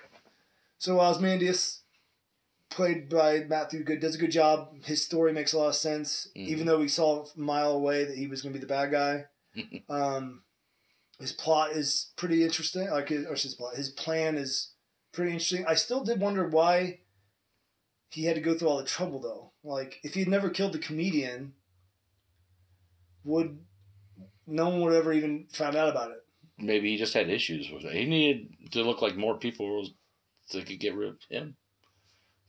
S1: So Osmandius, played by Matthew Good, does a good job. His story makes a lot of sense,
S2: Mhm.
S1: even though we saw a mile away that he was going to be the bad guy. um, his plot is pretty interesting. Like, his- or his plot, his plan is pretty interesting. I still did wonder why he had to go through all the trouble, though. Like, if he had never killed the comedian, would no one would ever even found out about it?
S2: Maybe he just had issues with it. He needed to look like more people was- so they could get rid of him.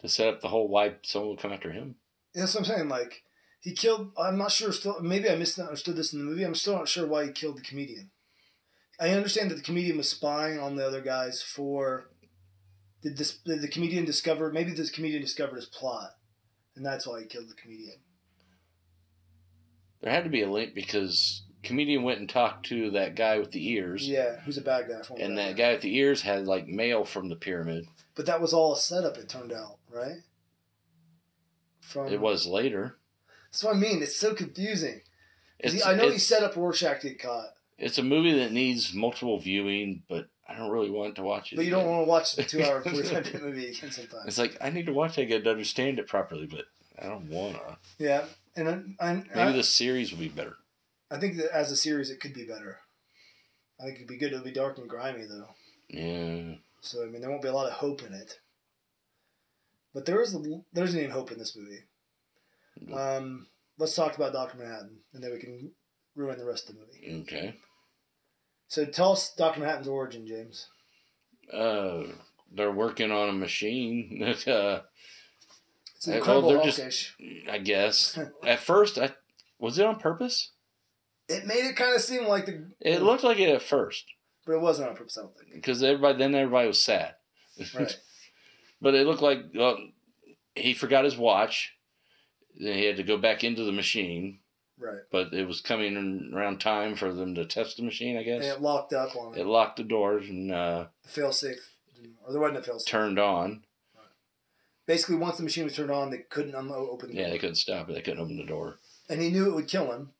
S2: To set up the whole why someone would come after him.
S1: That's what I'm saying. Like he killed. I'm not sure. Still, maybe I misunderstood this in the movie. I'm still not sure why he killed the comedian. I understand that the comedian was spying on the other guys for. Did this? Did the comedian discover? Maybe this comedian discovered his plot, and that's why he killed the comedian.
S2: There had to be a link because comedian went and talked to that guy with the ears.
S1: Yeah, who's a bad guy? former
S2: And
S1: bad
S2: that guy with the ears had like mail from the pyramid.
S1: But that was all a setup. It turned out right. From
S2: It was later.
S1: That's what I mean. It's so confusing. 'Cause he-
S2: It's,
S1: I know he
S2: it's,
S1: set up Rorschach to get caught,
S2: it's a movie that needs multiple viewing, but I don't really want to watch it.
S1: but you don't
S2: again.
S1: want to watch the two-hour forty-five
S2: [LAUGHS]
S1: minute movie again sometimes.
S2: It's like I need to watch it again to understand it properly, but I don't wanna.
S1: Yeah, and I, I,
S2: Maybe
S1: I,
S2: the series would be better.
S1: I think that as a series, it could be better. I think it'd be good. It'll be dark and grimy though,
S2: Yeah.
S1: so I mean, there won't be a lot of hope in it. But there is there's even hope in this movie. Um, let's talk about Doctor Manhattan, and then we can ruin the rest of the movie.
S2: Okay.
S1: So tell us Doctor Manhattan's origin, James.
S2: Uh, they're working on a machine. [LAUGHS] uh,
S1: It's
S2: Hey, well,
S1: incredible
S2: they're
S1: Hulkish.
S2: just- I guess. At first, I was it on purpose.
S1: It made it kind of seem like the
S2: It looked like it at first [LAUGHS]
S1: but it wasn't on purpose. I don't think.
S2: because everybody then everybody was sad.
S1: Right.
S2: [LAUGHS] But it looked like well, he forgot his watch. Then he had to go back into the machine,
S1: Right.
S2: but it was coming in around time for them to test the machine. I
S1: And
S2: guess
S1: it locked up on
S2: it
S1: it.
S2: locked the doors and uh,
S1: The fail safe. Or there wasn't a fail safe.
S2: turned on.
S1: Basically, once the machine was turned on, they couldn't unlo- open the
S2: Yeah,
S1: door.
S2: they couldn't stop it. They couldn't open the door.
S1: And he knew it would kill him.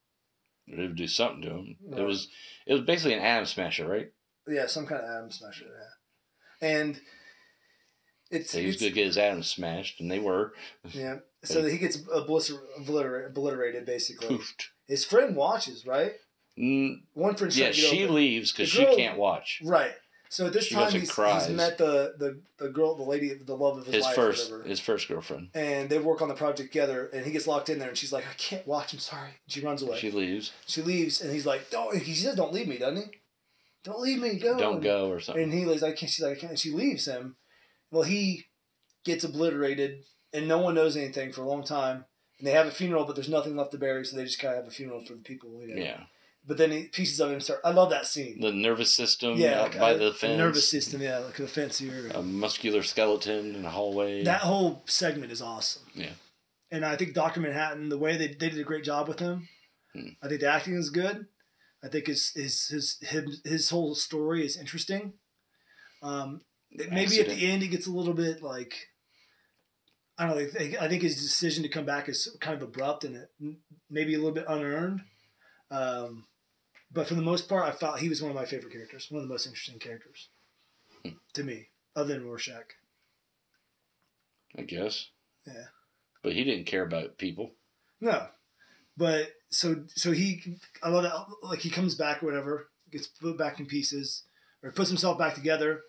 S2: It would do something to him. It
S1: Right.
S2: was it was basically an atom smasher, right?
S1: Yeah, some kind of atom smasher. Yeah. And it's.
S2: So he was
S1: it's
S2: going to get his atoms smashed, and they were.
S1: yeah. So that he gets obliter- obliter- obliterated, basically.
S2: Poofed.
S1: His friend watches, right?
S2: Mm,
S1: One friend
S2: yeah,
S1: tried to get
S2: she
S1: over.
S2: leaves because
S1: The
S2: she
S1: girl-
S2: can't watch.
S1: Right. So at this
S2: She
S1: time,
S2: goes and
S1: he's,
S2: cries.
S1: he's met the, the, the girl, the lady, the love of his,
S2: His
S1: life. or
S2: first
S1: whatever.
S2: his first girlfriend.
S1: and they work on the project together and he gets locked in there and she's like i can't watch i'm sorry she runs away
S2: She
S1: she,
S2: leaves.
S1: leaves and he's like don't he says don't leave me doesn't he don't leave me go
S2: Don't go or something.
S1: and he leaves i can't she's like i can't and she leaves him well he gets obliterated and no one knows anything for a long time and they have a funeral but there's nothing left to bury so they just kind of have a funeral for the people you know?
S2: yeah.
S1: but then he, pieces of him start i love that scene
S2: the nervous system
S1: yeah
S2: out
S1: like uh,
S2: by
S1: a-
S2: the
S1: a
S2: fence,
S1: nervous system yeah like a fence here
S2: a muscular skeleton in a hallway.
S1: That whole segment is awesome.
S2: Yeah.
S1: And I think Doctor Manhattan, the way they, they did a great job with him.
S2: Hmm.
S1: I think the acting is good. I think his his his his, his whole story is interesting. Um, it- maybe at
S2: Accident.
S1: the end it gets a little bit like I don't know. I think, I think his decision to come back is kind of abrupt and it, maybe a little bit unearned. Um, but for the most part, I felt he was one of my favorite characters, one of the most interesting characters
S2: Hmm.
S1: to me, other than Rorschach.
S2: I guess.
S1: Yeah.
S2: But he didn't care about people.
S1: No, but so so he, I love that. Like he comes back or whatever, gets put back in pieces, or puts himself back together,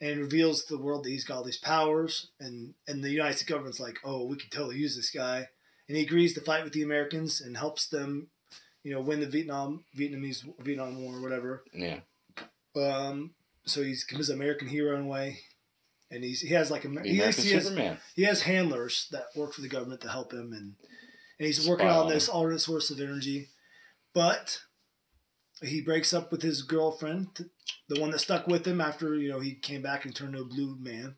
S1: and reveals to the world that he's got all these powers, and and the United States government's like, oh, we can totally use this guy, and he agrees to fight with the Americans and helps them, you know, win the Vietnam Vietnamese Vietnam War or whatever.
S2: Yeah.
S1: Um, so he's becomes an American hero in a way. And he's, he has like a
S2: The
S1: he has,
S2: American
S1: he has
S2: Superman.
S1: he has handlers that work for the government to help him and and he's working
S2: Spy
S1: on
S2: on
S1: this alternate source of energy but he breaks up with his girlfriend the one that stuck with him after you know he came back and turned to a blue man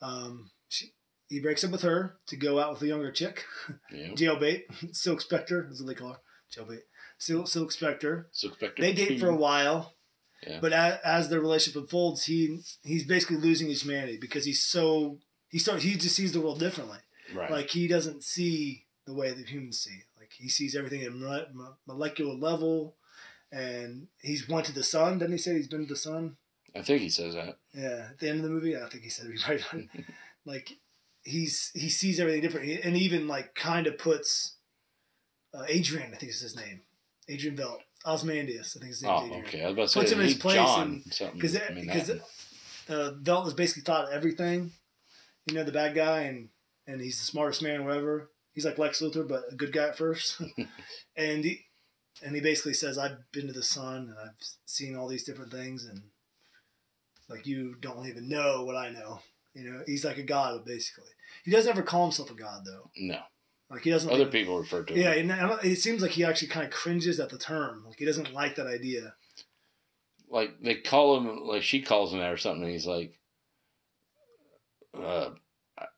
S1: um, she, he breaks up with her to go out with a younger chick
S2: Yeah.
S1: jailbait [LAUGHS] silk spectre is what they call her jailbait silk, silk spectre
S2: So Spectre
S1: they date for a
S2: Two.
S1: while,
S2: Yeah.
S1: but as, as their relationship unfolds, he he's basically losing his humanity because he's so he starts he just sees the world differently.
S2: Right.
S1: Like he doesn't see the way that humans see. Like he sees everything at a mo- mo- molecular level, and he's went to the sun. Didn't he say he's been to the sun?
S2: I think he says that.
S1: Yeah, at the end of the movie, I think he said it right.
S2: [LAUGHS]
S1: like he's he sees everything different, He- and even like kind of puts uh, Adrian, I think is his name, Adrian Belt, Osmandius, I think his name is
S2: Oh,
S1: Adrian.
S2: okay. I was about to say
S1: Puts him in
S2: he-
S1: his place
S2: John
S1: and-
S2: something.
S1: Because
S2: I mean,
S1: because
S2: that-
S1: uh, Belt was basically taught everything, you know, the bad guy, and and he's the smartest man, or whatever. He's like Lex Luthor, but a good guy at
S2: [LAUGHS]
S1: first, and he and he basically says, "I've been to the sun, and I've seen all these different things, and like you don't even know what I know." You know, he's like a god basically. He doesn't ever call himself a god though.
S2: no.
S1: Like he doesn't.
S2: Other
S1: even-
S2: people refer to him.
S1: Yeah, and I don't- it seems like he actually kind of cringes at the term. Like he doesn't like that idea.
S2: Like they call him like she calls him that or something and he's like uh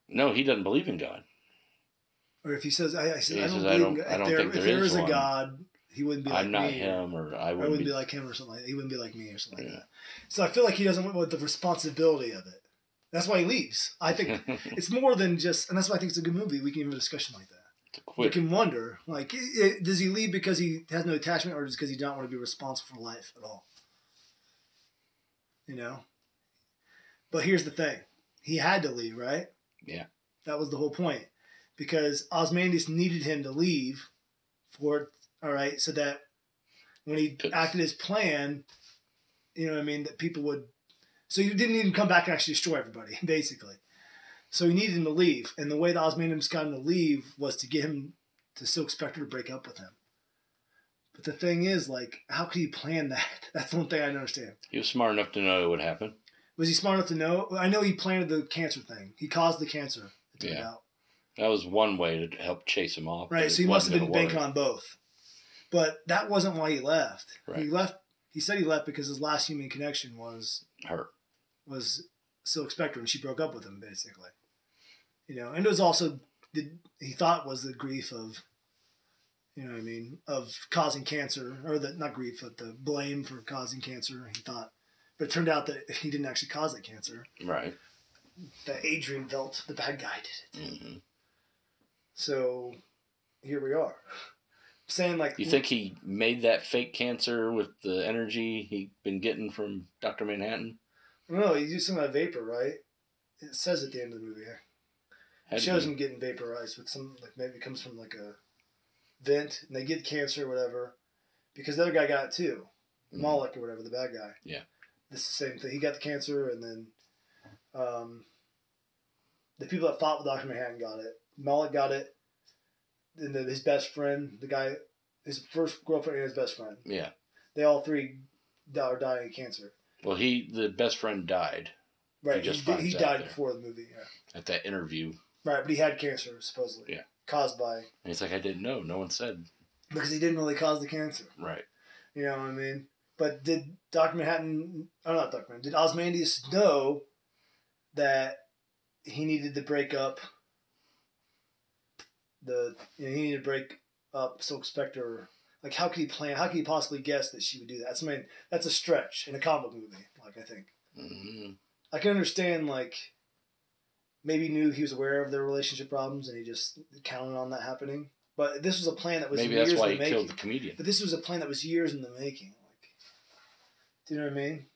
S2: no, he doesn't believe in God.
S1: Or if he says, I, I, says,
S2: He
S1: I don't
S2: says, "I
S1: believe in
S2: don't-
S1: God."
S2: I
S1: If
S2: don't
S1: there,
S2: think
S1: if
S2: there
S1: there
S2: is
S1: is a
S2: one.
S1: God, he wouldn't be like
S2: I'm not
S1: me.
S2: him or I
S1: I
S2: wouldn't,
S1: wouldn't
S2: be,
S1: be, like him or something like that. He wouldn't be like me or something
S2: Yeah.
S1: like that. So I feel like he doesn't want the responsibility of it. That's why he leaves. I
S2: [LAUGHS]
S1: think it's more than just, and that's why I think it's a good movie. We can have a discussion like that.
S2: to
S1: We
S2: quit.
S1: can wonder, like, i i does he leave because he has no attachment or just because he don't want to be responsible for life at all? You know? But here's the thing. He had to leave, right?
S2: Yeah.
S1: That was the whole point. Because Osmandius needed him to leave for all right, so that when he
S2: Good.
S1: acted his plan, you know what I mean, that people would so you didn't even come back and actually destroy everybody, [LAUGHS] basically. So he needed him to leave, and the way that Osmandius got him to leave was to get him to Silk Spectre to break up with him. But the thing is, like, how could he plan that? [LAUGHS] That's the one thing I don't understand.
S2: He was smart enough to know it would happen.
S1: Was he smart enough to know? I know he planted the cancer thing. He caused the cancer. It turned
S2: Yeah.
S1: out.
S2: That was one way to help chase him off. but
S1: Right.
S2: it
S1: So he must have
S2: wasn't
S1: been
S2: gonna work.
S1: banking on both. But that wasn't why he left. He
S2: Right.
S1: left. He said he left because his last human connection was
S2: her.
S1: was still expect her, and she broke up with him basically. You know, and it was also the he thought was the grief of, you know, what I mean, of causing cancer or the not grief, but the blame for causing cancer. He thought, but it turned out that he didn't actually cause that cancer.
S2: Right.
S1: That Adrian Velt, the bad guy, did it.
S2: hmm
S1: So here we are. Saying like
S2: You think he made that fake cancer with the energy he'd been getting from Dr. Manhattan?
S1: no, he's using that vapor, right? It says at the end of the movie.
S2: Had
S1: It
S2: to
S1: shows
S2: be.
S1: them getting vaporized with some like maybe it comes from like a vent and they get cancer or whatever because the other guy got it too
S2: Mhm.
S1: Moloch or whatever the bad guy
S2: Yeah.
S1: this is the same thing he got the cancer and then um, the people that fought with Doctor Manhattan got it Moloch got it and then his best friend the guy his first girlfriend and his best friend
S2: Yeah.
S1: they all three di- are dying of cancer
S2: Well, he, the best friend, died
S1: right
S2: just
S1: he, di- he
S2: finds out
S1: died
S2: there.
S1: before the movie yeah.
S2: at that interview.
S1: right but he had cancer supposedly
S2: Yeah.
S1: caused by
S2: And he's like, I didn't know. No one said.
S1: because he didn't really cause the cancer.
S2: Right.
S1: You know what I mean? But did Dr. Manhattan, or not Dr. Manhattan, did Osmandius know that he needed to break up the, you know, he needed to break up Silk Spectre? Like, how could he plan, how could he possibly guess that she would do that? That's, I mean, that's a stretch in a comic movie, like, I think.
S2: hmm
S1: I can understand, like, maybe he knew he was aware of their relationship problems and he just counted on that happening. But this was a plan that was
S2: Maybe
S1: years
S2: that's why
S1: in
S2: he
S1: the making.
S2: killed the comedian.
S1: But this was a plan that was years in the making. Like, do you know what I mean?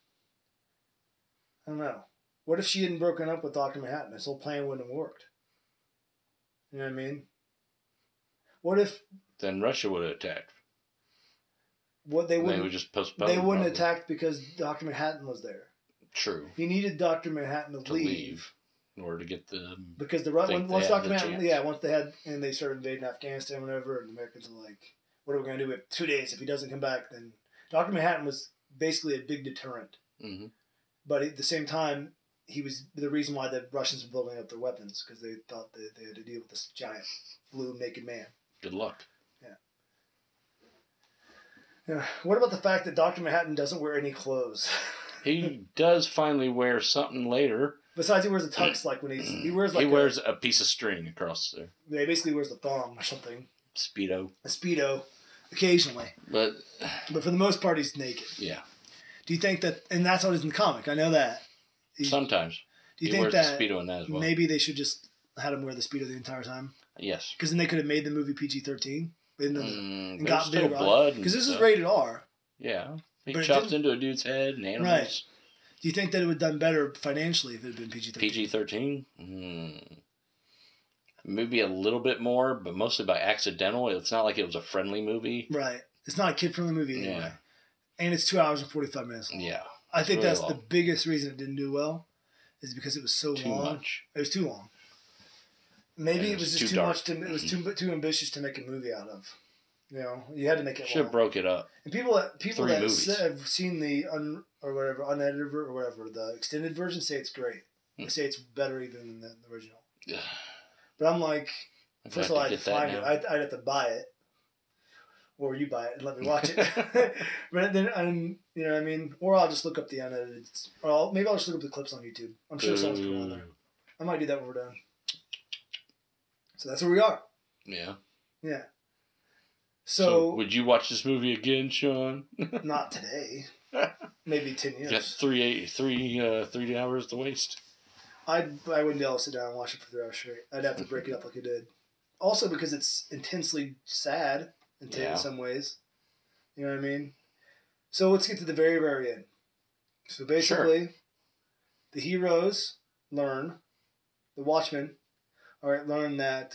S1: I don't know. What if she hadn't broken up with Doctor Manhattan? This whole plan wouldn't have worked. You know what I mean? What if
S2: Then Russia would have attacked.
S1: what they
S2: And They
S1: wouldn't
S2: would just postpone.
S1: they wouldn't
S2: probably.
S1: attack because Doctor Manhattan was there.
S2: True.
S1: He needed Doctor Manhattan to,
S2: To
S1: leave,
S2: leave. In order to get the.
S1: because the Ru-
S2: Think
S1: when,
S2: they
S1: once
S2: had
S1: Doctor
S2: the
S1: Manhattan
S2: chance.
S1: yeah once they had and they started invading Afghanistan and whatever and the Americans were like what are we gonna do? We have two days. If he doesn't come back, then Doctor Manhattan was basically a big deterrent.
S2: hmm
S1: but at the same time, he was the reason why the Russians were building up their weapons because they thought that they had to deal with this giant blue naked man.
S2: Good luck.
S1: Yeah. What about the fact that Doctor Manhattan doesn't wear any clothes? [LAUGHS]
S2: He does finally wear something later.
S1: Besides, he wears a tux like when he's he wears like
S2: he
S1: a-
S2: wears a piece of string across there.
S1: yeah, he basically wears a thong or something,
S2: Speedo.
S1: a speedo, occasionally.
S2: But
S1: But for the most part, he's naked.
S2: yeah,
S1: Do you think that? And that's what is in the comic. I know that. Do you,
S2: sometimes
S1: do you
S2: he
S1: think
S2: wears
S1: that
S2: the speedo in that as well.
S1: maybe they should just had him wear the speedo the entire time?
S2: Yes.
S1: Because then they could have made the movie PG thirteen.
S2: Mm,
S1: and
S2: there's
S1: got
S2: still
S1: big on-
S2: blood. and
S1: Because this is
S2: stuff.
S1: rated R.
S2: Yeah. He
S1: But it
S2: chops
S1: didn't-
S2: into a dude's head and animals.
S1: Do you think that it would have done better financially if it had been PG thirteen?
S2: PG 13? Mm. Maybe a little bit more, but mostly by accidental. It's not like it was a friendly movie.
S1: Right. It's not a kid friendly movie anyway.
S2: Yeah.
S1: And it's two hours and forty five minutes long.
S2: Yeah.
S1: I think
S2: really
S1: that's the
S2: long.
S1: biggest reason it didn't do well, is because it was so
S2: Too
S1: long.
S2: much.
S1: It was too long. Maybe
S2: And
S1: it
S2: it
S1: was,
S2: was
S1: just
S2: too
S1: too,
S2: dark.
S1: much to it was too too ambitious to make a movie out of. You know, you had to make it
S2: Should
S1: long.
S2: have broke it up.
S1: and people that people
S2: three
S1: that
S2: movies.
S1: s- have seen the un or whatever unedited ver- or whatever the extended version say it's great. They
S2: Hmm.
S1: say it's better even than the the original.
S2: Ugh.
S1: But I'm like,
S2: I'd
S1: First of
S2: like
S1: all, I'd
S2: to get that
S1: find it.
S2: now.
S1: I'd, I'd have to buy it, or you buy it and let me watch
S2: [LAUGHS]
S1: it. [LAUGHS] but then I'm, you know, what I mean, or I'll just look up the unedited. Or I'll, maybe I'll just look up the clips on YouTube. I'm sure someone's put it on there.
S2: Boo.
S1: I might do that when we're done. So that's where we are.
S2: Yeah.
S1: Yeah.
S2: So,
S1: So,
S2: would you watch this movie again, Sean?
S1: [LAUGHS] not today. maybe ten
S2: You
S1: years.
S2: got three, eight, three, uh, three hours to waste.
S1: I I wouldn't be able to sit down and watch it for three hours straight. I'd have to break it up like I did. Also because it's intensely sad in t-
S2: Yeah.
S1: in some ways. You know what I mean? So let's get to the very very end. So basically, the heroes learn, the Watchmen, all right, learn that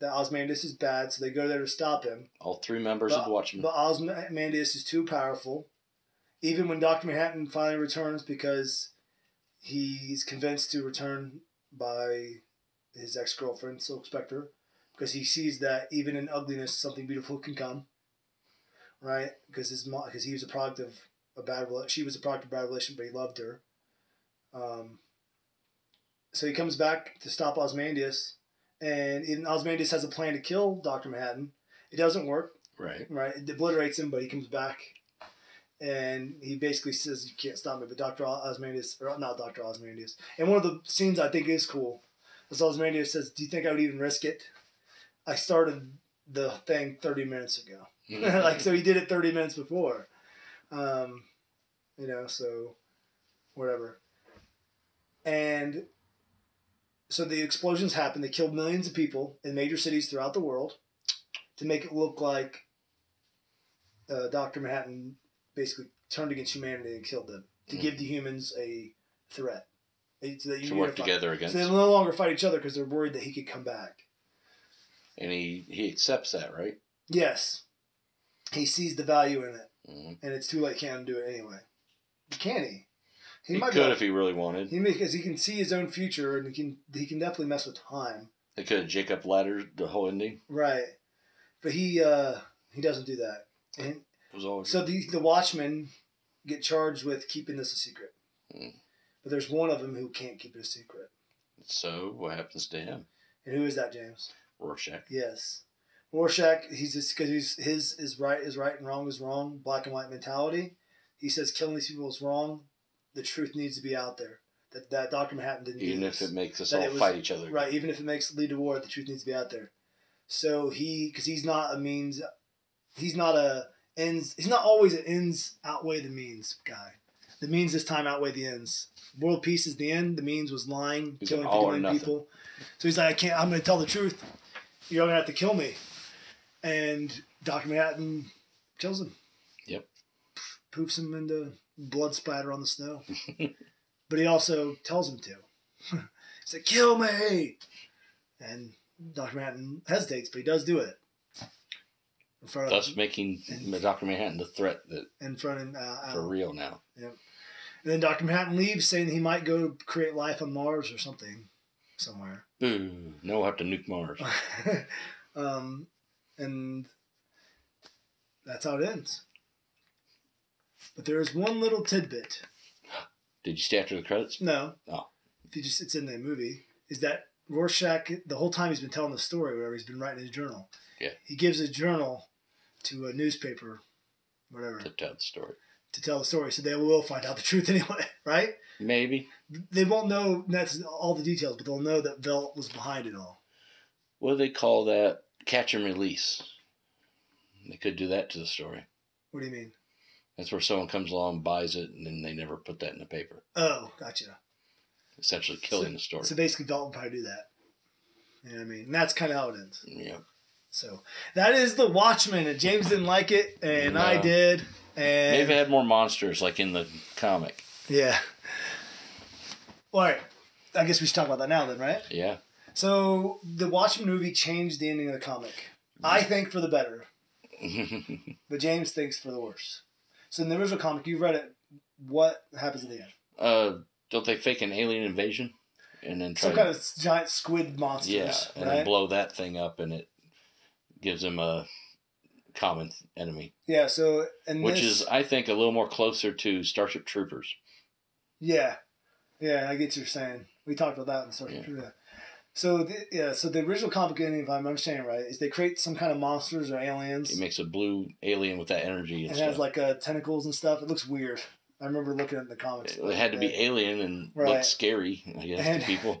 S1: that Osmandius is bad, so they go there to stop him.
S2: All three members of
S1: But-
S2: the Watchmen.
S1: But Osmandius is too powerful. Even when Dr. Manhattan finally returns because he's convinced to return by his ex girlfriend, Silk Spectre, because he sees that even in ugliness, something beautiful can come. Right? Because his mom, because he was a product of a bad rela- she was a product of a bad relation, but he loved her. Um, so he comes back to stop Osmandius, and even Osmandius has a plan to kill Dr. Manhattan. It doesn't work [LAUGHS]
S2: right.
S1: right? It obliterates him, but he comes back. and he basically says you can't stop me. But Doctor Osmandius, or not Doctor Osmandius, and one of the scenes I think is cool is Osmandius says, "Do you think I would even risk it? I started the thing thirty minutes ago, [LAUGHS]
S2: Mm-hmm.
S1: like so he did it thirty minutes before, um, you know, so whatever." And so the explosions happened. They killed millions of people in major cities throughout the world to make it look like uh, Dr. Manhattan basically turned against humanity and killed them to give the humans a threat. They- so that
S2: to
S1: you
S2: work
S1: unify.
S2: together against.
S1: So they no longer fight each other because they're worried that he could come back.
S2: and he he accepts that, right?
S1: Yes. He sees the value in it,
S2: hmm
S1: and it's too late. Can't do it anyway. Can he?
S2: He,
S1: might
S2: could
S1: be-
S2: if he really wanted.
S1: He because he can see his own future, and he can he can definitely mess with time.
S2: They could have Jacob Ladder the whole ending.
S1: Right. But he uh he doesn't do that. And
S2: It was all
S1: so the the watchmen get charged with keeping this a secret.
S2: Hmm.
S1: But there's one of them who can't keep it a secret.
S2: So what happens to him?
S1: And who is that, James?
S2: Rorschach.
S1: Yes. Rorschach, he's just because he's his is right is right and wrong is wrong, black and white mentality. He says killing these people is wrong. The truth needs to be out there. That that Doctor Manhattan didn't
S2: Even
S1: do
S2: if
S1: this.
S2: it makes us
S1: That
S2: all
S1: it was-
S2: fight each other.
S1: Right, even if it makes lead to war, the truth needs to be out there. So he, because he's not a means, he's not a ends. He's not always an ends outweigh the means guy. The means this time outweigh the ends. World peace is the end. The means was lying,
S2: He's
S1: killing,
S2: an all or
S1: killing
S2: nothing.
S1: people. So he's like, I can't. I'm going to tell the truth. You're going to have to kill me. And Doctor Manhattan kills him.
S2: Yep.
S1: Poofs him into blood splatter on the snow. but he also tells him to. [LAUGHS] He's like, kill me! And Dr. Manhattan hesitates, but he does do it. In front of,
S2: Thus making Doctor Manhattan the threat that
S1: in front of uh, Al.
S2: for real now.
S1: And then Dr. Manhattan leaves, saying he might go create life on Mars or something, somewhere. [LAUGHS]
S2: Boo! No, we'll have to nuke Mars.
S1: uh, um, and that's how it ends. But there is one little tidbit.
S2: Did you stay after the credits?
S1: No.
S2: Oh.
S1: If you just it's in the movie, is that Rorschach the whole time he's been telling the story, whatever he's been writing his journal.
S2: Yeah.
S1: He gives his journal to a newspaper, whatever,
S2: To tell the story.
S1: to tell the story. So they will find out the [LAUGHS] truth anyway, right?
S2: Maybe.
S1: They won't know that's all the details, but they'll know that Velt was behind it all.
S2: What do they call that? Catch and release. They could do that to the story.
S1: What do you mean?
S2: That's where someone comes along, buys it, and then they never put that in the paper.
S1: Oh, gotcha.
S2: Essentially killing the story.
S1: So basically, Velt will probably do that. You know what I mean? And that's kind of how it ends.
S2: yeah.
S1: So that is The Watchmen, and James didn't like it, and I
S2: No.
S1: did. And
S2: Maybe have more monsters like in the comic.
S1: Yeah. All right. I guess we should talk about that now, then, right?
S2: Yeah. [LAUGHS]
S1: So the Watchmen movie changed the ending of the comic. I
S2: Mm-hmm.
S1: think for the better, but James thinks for the worse. So in the original comic, you read it. What happens at the end?
S2: uh, don't they fake an alien invasion and then try
S1: Some
S2: to
S1: kind of giant squid monsters,
S2: yeah, and
S1: right?
S2: then blow that thing up, and it gives them a common th- enemy,
S1: yeah. So and
S2: which
S1: this-
S2: is I think a little more closer to Starship Troopers.
S1: Yeah, yeah, I get what you're saying. We talked about that in Star Trek. Yeah. So the, yeah, so the original comic ending, if I'm understanding right, is they create some kind of monsters or aliens.
S2: It makes a blue alien with that energy and
S1: and it
S2: stuff.
S1: has like uh, tentacles and stuff. It looks weird. I remember looking at the comics.
S2: it had to be alien and
S1: Right.
S2: looked scary, I guess,
S1: And- [LAUGHS]
S2: to people.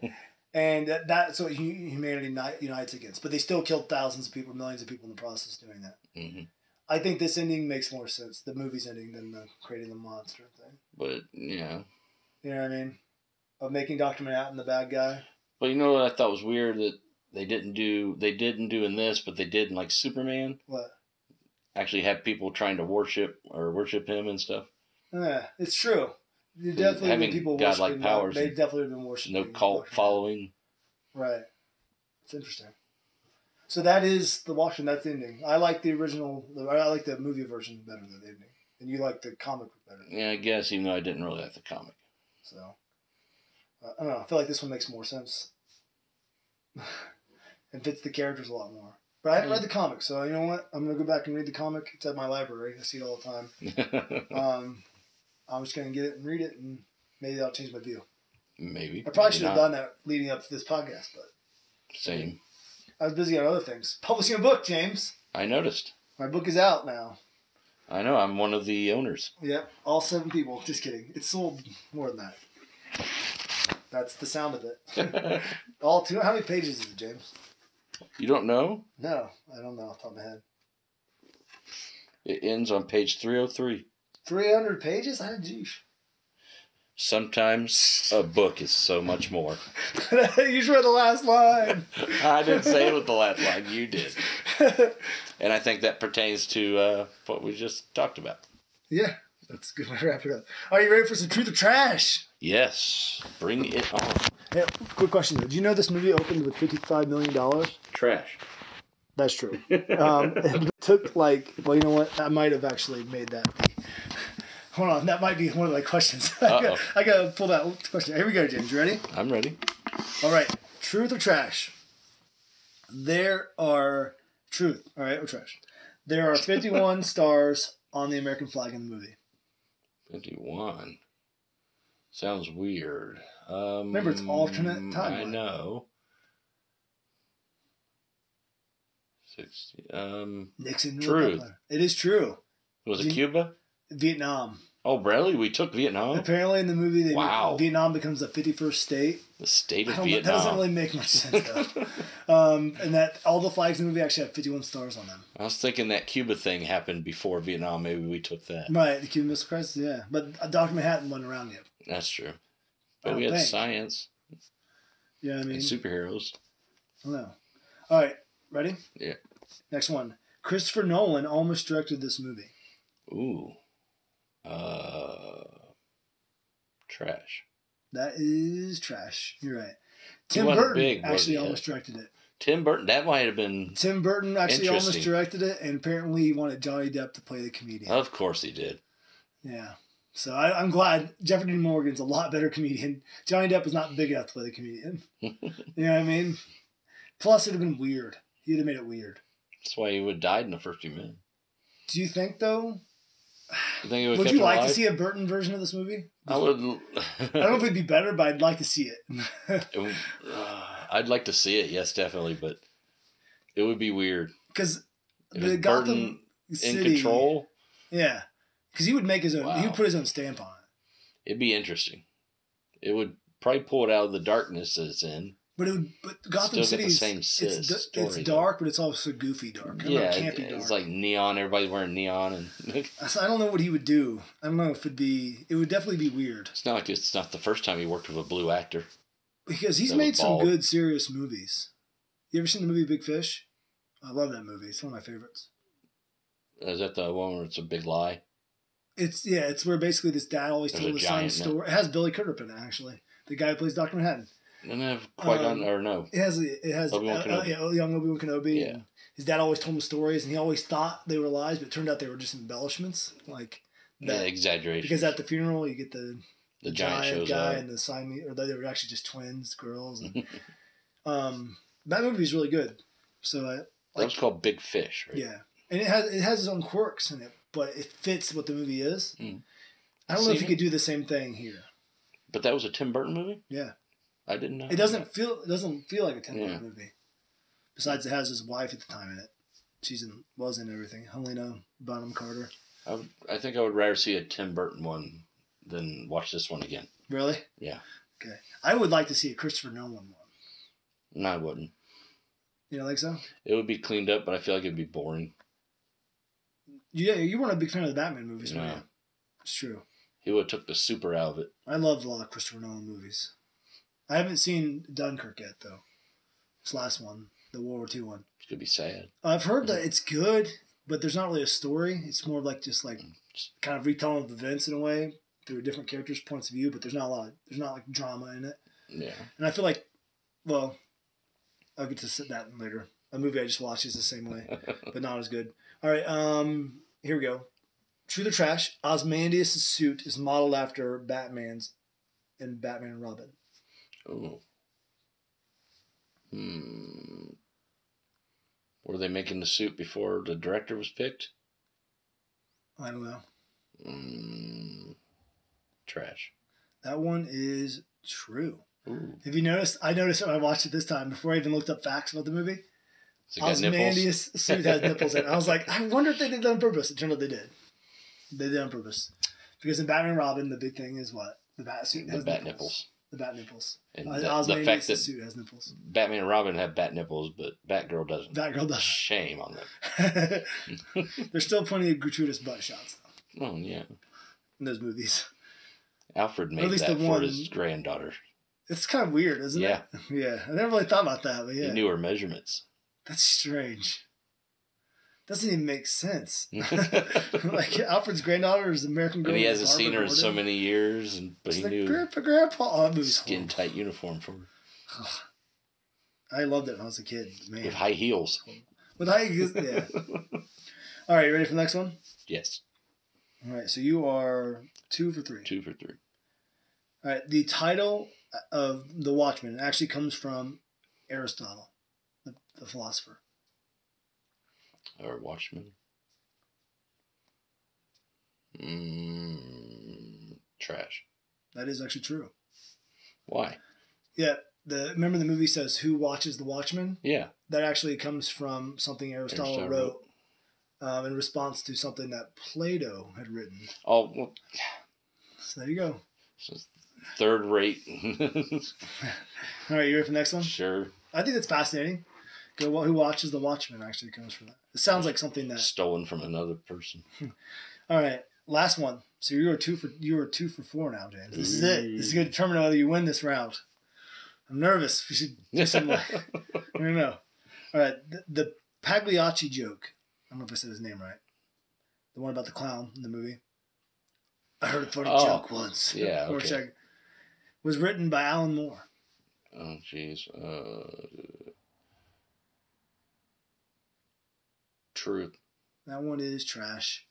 S1: and that, that's what hu- humanity ni- unites against. But they still killed thousands of people, millions of people in the process doing that.
S2: hmm
S1: I think this ending makes more sense, the movie's ending, than the creating the monster thing.
S2: But you know,
S1: You know what I mean? Of making Doctor Manhattan the bad guy.
S2: but you know what I thought was weird that they didn't do they didn't do in this, but they did in like Superman.
S1: What?
S2: Actually, have people trying to worship or worship him and stuff.
S1: Yeah, Eh, it's true. There
S2: Having
S1: definitely been people
S2: godlike
S1: worshiping.
S2: powers
S1: they
S2: and
S1: definitely been worshiping.
S2: No cult
S1: Doctor-
S2: following.
S1: Right. It's interesting. So that is the Watchmen. That's the ending. I like the original. I like the movie version better than the ending, and you like the comic better.
S2: Yeah, I guess even though I didn't really like the comic. [LAUGHS]
S1: So uh, I don't know. I feel like this one makes more sense [LAUGHS] and fits the characters a lot more. But I haven't read the comic, so you know what? I'm gonna go back and read the comic. It's at my library. I see it all the
S2: [LAUGHS]
S1: time. Um, I'm just gonna get it and read it, and maybe that'll change my view.
S2: Maybe.
S1: I probably
S2: maybe
S1: should have
S2: not.
S1: done that leading up to this podcast, but
S2: Same.
S1: [LAUGHS] I was busy on other things. Publishing a book, James.
S2: I noticed.
S1: My book is out now.
S2: I know. I'm one of the owners. [LAUGHS]
S1: Yep, all seven people. Just kidding. It sold more than that. That's the sound of it.
S2: you
S1: all two. How many pages is it, James?
S2: don't know?
S1: No, I don't know off the top of my head.
S2: It ends on page 303.
S1: Three hundred pages. I geez.
S2: Sometimes a book is so much more.
S1: [LAUGHS]
S2: [LAUGHS]
S1: you just read the last line. [LAUGHS]
S2: I didn't say it with the last line. You did. And I think that pertains to uh, what we just talked about.
S1: yeah, that's a good way to wrap it up. Are you ready for some truth or trash?
S2: Yes. Bring it on.
S1: Hey, quick question though. Do you know this movie opened with fifty-five million dollars?
S2: Trash.
S1: That's
S2: [LAUGHS]
S1: true. Um, it took like, well, you know what? I might have actually made that. Hold on, that might be one of my questions. [LAUGHS] I,
S2: Uh-oh.
S1: got, I gotta pull that question. Here we go, James. You ready?
S2: I'm ready.
S1: All right. Truth or trash? There are truth. All right, or trash. There are
S2: [LAUGHS]
S1: fifty-one stars on the American flag in the movie.
S2: 51. Sounds weird. Um,
S1: Remember, it's alternate
S2: I
S1: timeline.
S2: know. 60. Um,
S1: Nixon.
S2: True.
S1: True. It is true.
S2: was it
S1: Did-
S2: Cuba?
S1: Vietnam.
S2: Oh, really? We took Vietnam?
S1: Apparently, in the movie, they
S2: Wow.
S1: Vietnam becomes the 51st state.
S2: The state
S1: I
S2: of
S1: don't, know, that doesn't
S2: Vietnam.
S1: really make much sense,
S2: [LAUGHS]
S1: [LAUGHS] though. um, and that all the flags in the movie actually have 51 stars on them.
S2: I was thinking that Cuba thing happened before Vietnam. Maybe we took that.
S1: Right, the Cuban Missile Crisis, yeah. But Dr. Manhattan wasn't around yet.
S2: That's true.
S1: I
S2: But we
S1: don't
S2: had
S1: think.
S2: science
S1: Yeah, Oh, I mean,
S2: and superheroes.
S1: I don't know. All right, ready?
S2: Yeah.
S1: Next one. Christopher Nolan almost directed this movie.
S2: Ooh. Uh, trash.
S1: That is trash. You're right.
S2: He
S1: Tim
S2: wasn't
S1: Burton
S2: big, was
S1: actually
S2: he?
S1: almost directed it.
S2: Tim Burton. That might have been.
S1: Tim Burton actually almost
S2: Interesting.
S1: directed it, and apparently he wanted Johnny Depp to play the comedian.
S2: Of course he did.
S1: Yeah. So I, I'm glad Jeffrey Dean Morgan's a lot better comedian. Johnny Depp is not big enough to play the
S2: [LAUGHS]
S1: comedian. you know what I mean? Plus, it would have been weird. He'd have made it weird.
S2: That's why he would have died in the first few minutes.
S1: Do you think, though?
S2: You think he would
S1: Would you like to see a Burton version of this movie?
S2: I would.
S1: [LAUGHS] I don't know if it'd be better, but I'd like to see it.
S2: [LAUGHS]
S1: [LAUGHS]
S2: It would- uh, I'd like to see it. Yes, definitely. But it would be weird.
S1: Because
S2: It
S1: the
S2: was
S1: Gotham
S2: Burton
S1: City.
S2: in control.
S1: Yeah. Because he would make his own, he
S2: Wow.
S1: would put his own stamp on it.
S2: It'd be interesting. It would probably pull it out of the darkness that it's in.
S1: But it would, but Gotham
S2: Still get
S1: City
S2: the
S1: is
S2: same
S1: it's,
S2: sis
S1: d- it's
S2: story, though.
S1: dark, but it's also goofy dark. I
S2: yeah,
S1: yeah, campy
S2: it-
S1: dark.
S2: it's like neon. Everybody's wearing neon, and [LAUGHS]
S1: So I don't know what he would do. I don't know if it'd be. It would definitely be weird
S2: it's not like it's not the first time he worked with a blue actor.
S1: because he's
S2: That would
S1: made some
S2: ball.
S1: good serious movies. You ever seen the movie Big Fish? I love that movie. It's one of my favorites.
S2: Is that the one where it's a big lie?
S1: It's yeah. It's where basically this dad always
S2: There's
S1: told
S2: a
S1: his son
S2: giant in it.
S1: story. It has Billy Crudup in it actually. The guy who plays Doctor Manhattan.
S2: And I have quite
S1: Um,
S2: on or no.
S1: It has it has
S2: Obi-Wan
S1: uh, uh,
S2: Kenobi.
S1: yeah, young Obi Wan Kenobi.
S2: Yeah.
S1: and His dad always told him stories, and he always thought they were lies, but it turned out they were just embellishments. Like
S2: yeah,
S1: that,
S2: exaggeration.
S1: because at the funeral you get the
S2: the giant, shows
S1: guy
S2: up.
S1: and the Siamese, or they were actually just twins, girls. And,
S2: [LAUGHS]
S1: um, that movie's really good. So I,
S2: that was called Big Fish, right?
S1: yeah, and it has it has its own quirks in it, but it fits what the movie is.
S2: Mm.
S1: I don't know if
S2: Seen
S1: you could do the same thing here.
S2: But that was a Tim Burton movie.
S1: Yeah.
S2: I didn't know.
S1: It doesn't feel it doesn't feel like a Tim Burton
S2: Yeah.
S1: movie. Besides, it has his wife at the time in it. She's in was in everything. Helena Bonham Carter.
S2: I, would- I think I would rather see a Tim Burton one than watch this one again.
S1: Really?
S2: Yeah.
S1: Okay. I would like to see a Christopher Nolan one.
S2: No, I wouldn't.
S1: You don't think so?
S2: It would be cleaned up, but I feel like it'd be boring.
S1: Yeah, you weren't a big fan of the Batman movies,
S2: No.
S1: man. It's true.
S2: He would have took the super out of it.
S1: I love a lot of Christopher Nolan movies. I haven't seen Dunkirk yet, though. This last one, the World War II one.
S2: It could be sad.
S1: I've heard that it's good, but there's not really a story. It's more like just like kind of retelling of events in a way through different characters' points of view. But there's not a lot. Of, there's not like drama in it,
S2: Yeah.
S1: and I feel like, well, I'll get to sit that later. A movie I just watched is the same way, but not as good. All right, um, here we go. Truth or trash? Osmandius' suit is modeled after Batman's, in Batman and Robin.
S2: Ooh. Hmm. Were they making the suit before the director was picked?
S1: I don't know.
S2: Mm, trash.
S1: That one is true.
S2: Ooh.
S1: Have you noticed? I noticed when I watched it this time before I even looked up facts about the movie.
S2: Has it got nipples?
S1: Osmandius' suit has nipples in it. I was like, I wonder if they did that on purpose. It turned out they did. They did it on purpose. Because in Batman and Robin, the big thing is what the bat suit
S2: The
S1: has
S2: bat
S1: nipples.
S2: nipples.
S1: The bat nipples.
S2: And
S1: Uh,
S2: the, the
S1: Osmandius'
S2: fact that
S1: suit has nipples.
S2: Batman and Robin have bat nipples, but Batgirl doesn't.
S1: Batgirl
S2: [LAUGHS]
S1: does.
S2: Shame on them.
S1: There's still plenty of gratuitous butt shots though,
S2: Oh yeah,
S1: in those movies.
S2: Alfred made
S1: least
S2: that
S1: the
S2: for
S1: one-
S2: his granddaughter.
S1: It's kind of weird, isn't
S2: yeah,
S1: it? [LAUGHS] Yeah. I never really thought about that, but yeah.
S2: he knew her measurements.
S1: That's strange. Doesn't even make
S2: [LAUGHS]
S1: sense. [LAUGHS] like Alfred's granddaughter is American girl.
S2: and he
S1: who
S2: hasn't
S1: was
S2: seen her
S1: Barbara
S2: in so
S1: Gordon.
S2: many years, and but
S1: She's
S2: he
S1: like,
S2: knew
S1: Grandpa, Grandpa. Oh, that movie's
S2: skin
S1: horrible.
S2: tight uniform for her
S1: I loved it when I was a kid, man.
S2: with high heels.
S1: With high, yeah.
S2: [LAUGHS]
S1: All right, you ready for the next one?
S2: Yes,
S1: All right, so you are two for three.
S2: two for three.
S1: All right, the title of The Watchmen actually comes from Aristotle, the, the philosopher.
S2: Or Watchmen. Mm, trash.
S1: That is actually true.
S2: Why?
S1: Yeah, the remember the movie says who watches the Watchmen?
S2: Yeah.
S1: That actually comes from something Aristotle,
S2: Aristotle
S1: wrote um, in response to something that Plato had written.
S2: Oh, well,
S1: So there you go.
S2: third rate. [LAUGHS]
S1: All right, you ready for the next one?
S2: sure.
S1: I think that's fascinating. Go, who watches the Watchmen actually comes from that. It sounds like something that.
S2: Stolen from another person.
S1: All right, last one. So you are two for you are two for four now, James. This is it. This is going to determine whether you win this round. I'm nervous. We should do some.
S2: [LAUGHS]
S1: I don't know. All right, the, the Pagliacci joke. I don't know if I said his name right. The one about the clown in the movie. I heard a funny
S2: Oh,
S1: joke once. [LAUGHS]
S2: yeah,
S1: Or
S2: okay.
S1: check. Was written by Alan Moore.
S2: Oh, jeez. Uh, truth.
S1: That one is trash.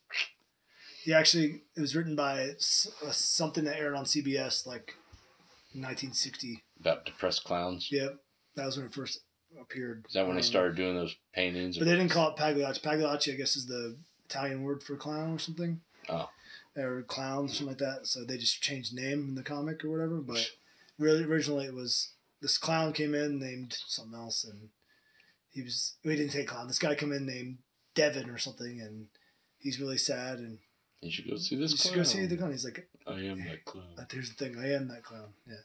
S1: He actually, it was written by s- uh, something that aired on CBS like 1960.
S2: About depressed clowns.
S1: Yep, that was when it first appeared.
S2: Is that when
S1: Um,
S2: they started doing those paintings?
S1: But they didn't call it Pagliacci. Pagliacci, I guess, is the Italian word for clown or something.
S2: Oh.
S1: Or clown, something like that. So they just changed name in the comic or whatever. But really, originally it was this clown came in named something else, and he was we didn't say clown. This guy come in named Devin or something, and he's really sad and
S2: You should go see this
S1: you should
S2: clown.
S1: go see the clown. He's like,
S2: I am that clown.
S1: [LAUGHS] "Uh, here's the thing, I am that clown. Yeah.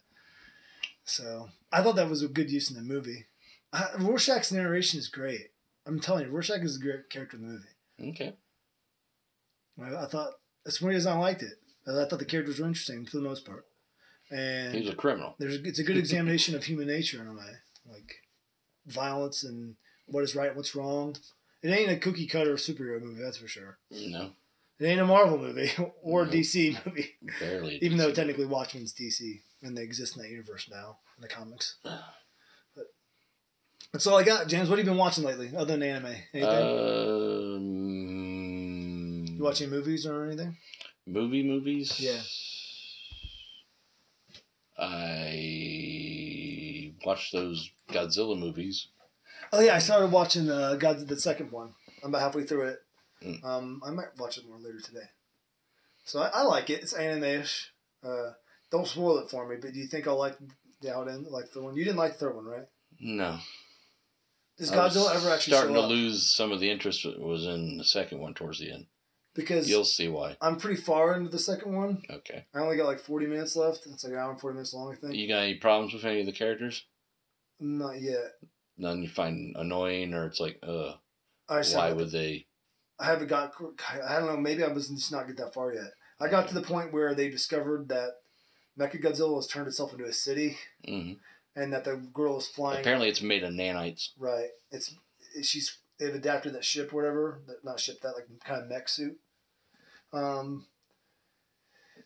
S1: So I thought that was a good use in the movie. I, Rorschach's narration is great. I'm telling you, Rorschach is a great character in the movie.
S2: Okay.
S1: I, I thought that's one reason I liked it. I thought the characters were interesting for the most part,
S2: He's
S1: and
S2: a criminal.
S1: there's it's a good examination of human nature in a way, like violence and what is right, what's wrong. It ain't a cookie cutter superhero movie, that's for sure.
S2: No,
S1: It ain't a Marvel movie [LAUGHS] or a
S2: No.
S1: DC movie.
S2: barely.
S1: Even though technically Watchmen's DC and they exist in that universe now in the comics. But that's all I got, James. What have you been watching lately, other than anime? Anything?
S2: Uh, Um,
S1: you watching movies or anything?
S2: movie movies?
S1: Yeah.
S2: I watched those Godzilla movies.
S1: Oh yeah, I started watching uh, God the second one. I'm about halfway through it.
S2: Mm.
S1: Um, I might watch it more later today. So I, I like it. It's anime-ish. Uh, don't spoil it for me. But do you think I'll like the out end, like the one you didn't like the third one, right?
S2: No,
S1: Does
S2: I was
S1: Godzilla ever actually
S2: starting
S1: show
S2: to
S1: up?
S2: lose some of the interest that was in the second one towards the end?
S1: Because
S2: You'll see why.
S1: I'm pretty far into the second one.
S2: Okay.
S1: I only got like 40 minutes left. It's like an hour and 40 minutes long, I think.
S2: You got any problems with any of the characters?
S1: Not yet.
S2: None you find annoying, or it's like, uh,
S1: I just
S2: why
S1: haven't,
S2: would they?
S1: I haven't got. I don't know. Maybe I was just not get that far yet. I got to the point where they discovered that Mechagodzilla has turned itself into a city,
S2: hmm
S1: and that the girl is flying.
S2: Apparently, it's made of nanites.
S1: Right. It's she's they've adapted that ship, or whatever. That not ship that like kind of mech suit. Um.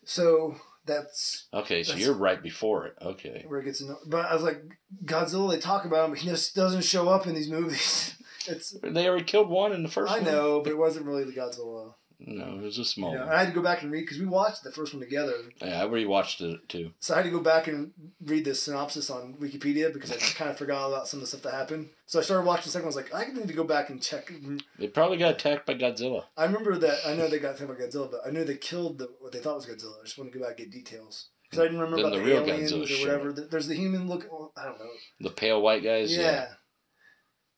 S1: So that's
S2: Okay, so
S1: That's-
S2: you're right before it. Okay.
S1: where it gets. Annoying. But I was like, Godzilla. They talk about him, but he just doesn't show up in these movies. [LAUGHS] It's
S2: They already killed one in the first [LAUGHS]
S1: I
S2: one.
S1: know, but it wasn't really the Godzilla.
S2: No, it was a
S1: You
S2: small
S1: know, and
S2: one.
S1: I had to go back and read because we watched the first one together.
S2: Yeah, I already watched it too.
S1: So I had to go back and read the synopsis on Wikipedia because I just kind of forgot about some of the stuff that happened. So I started watching the second one. I was like, I need to go back and check.
S2: They probably got attacked by Godzilla.
S1: I remember that I know they got talking about Godzilla, but I knew they killed the, what they thought was Godzilla. I just want to go back and get details because I didn't remember
S2: Then
S1: about
S2: the
S1: the,
S2: real
S1: aliens
S2: Godzilla
S1: or
S2: showed
S1: whatever. Th- There's the human look. well, I don't know.
S2: The pale white guys.
S1: yeah.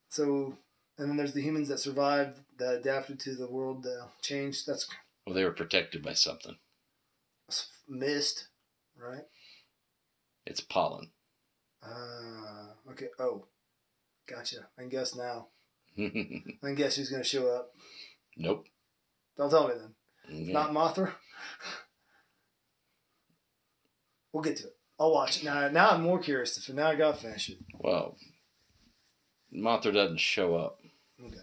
S1: So, and then there's the humans that survived, that adapted to the world, that changed. That's
S2: Well, they were protected by something.
S1: It's mist, right?
S2: It's pollen. [LAUGHS]
S1: Ah, okay. Oh, gotcha. I can guess now.
S2: nope.
S1: I can guess who's gonna show up. Don't tell me then.
S2: Yeah.
S1: Not Mothra. [LAUGHS] we'll get to it. I'll watch it now. Now I'm more curious. To, now I gotta finish it.
S2: well, Mothra doesn't show up.
S1: Okay.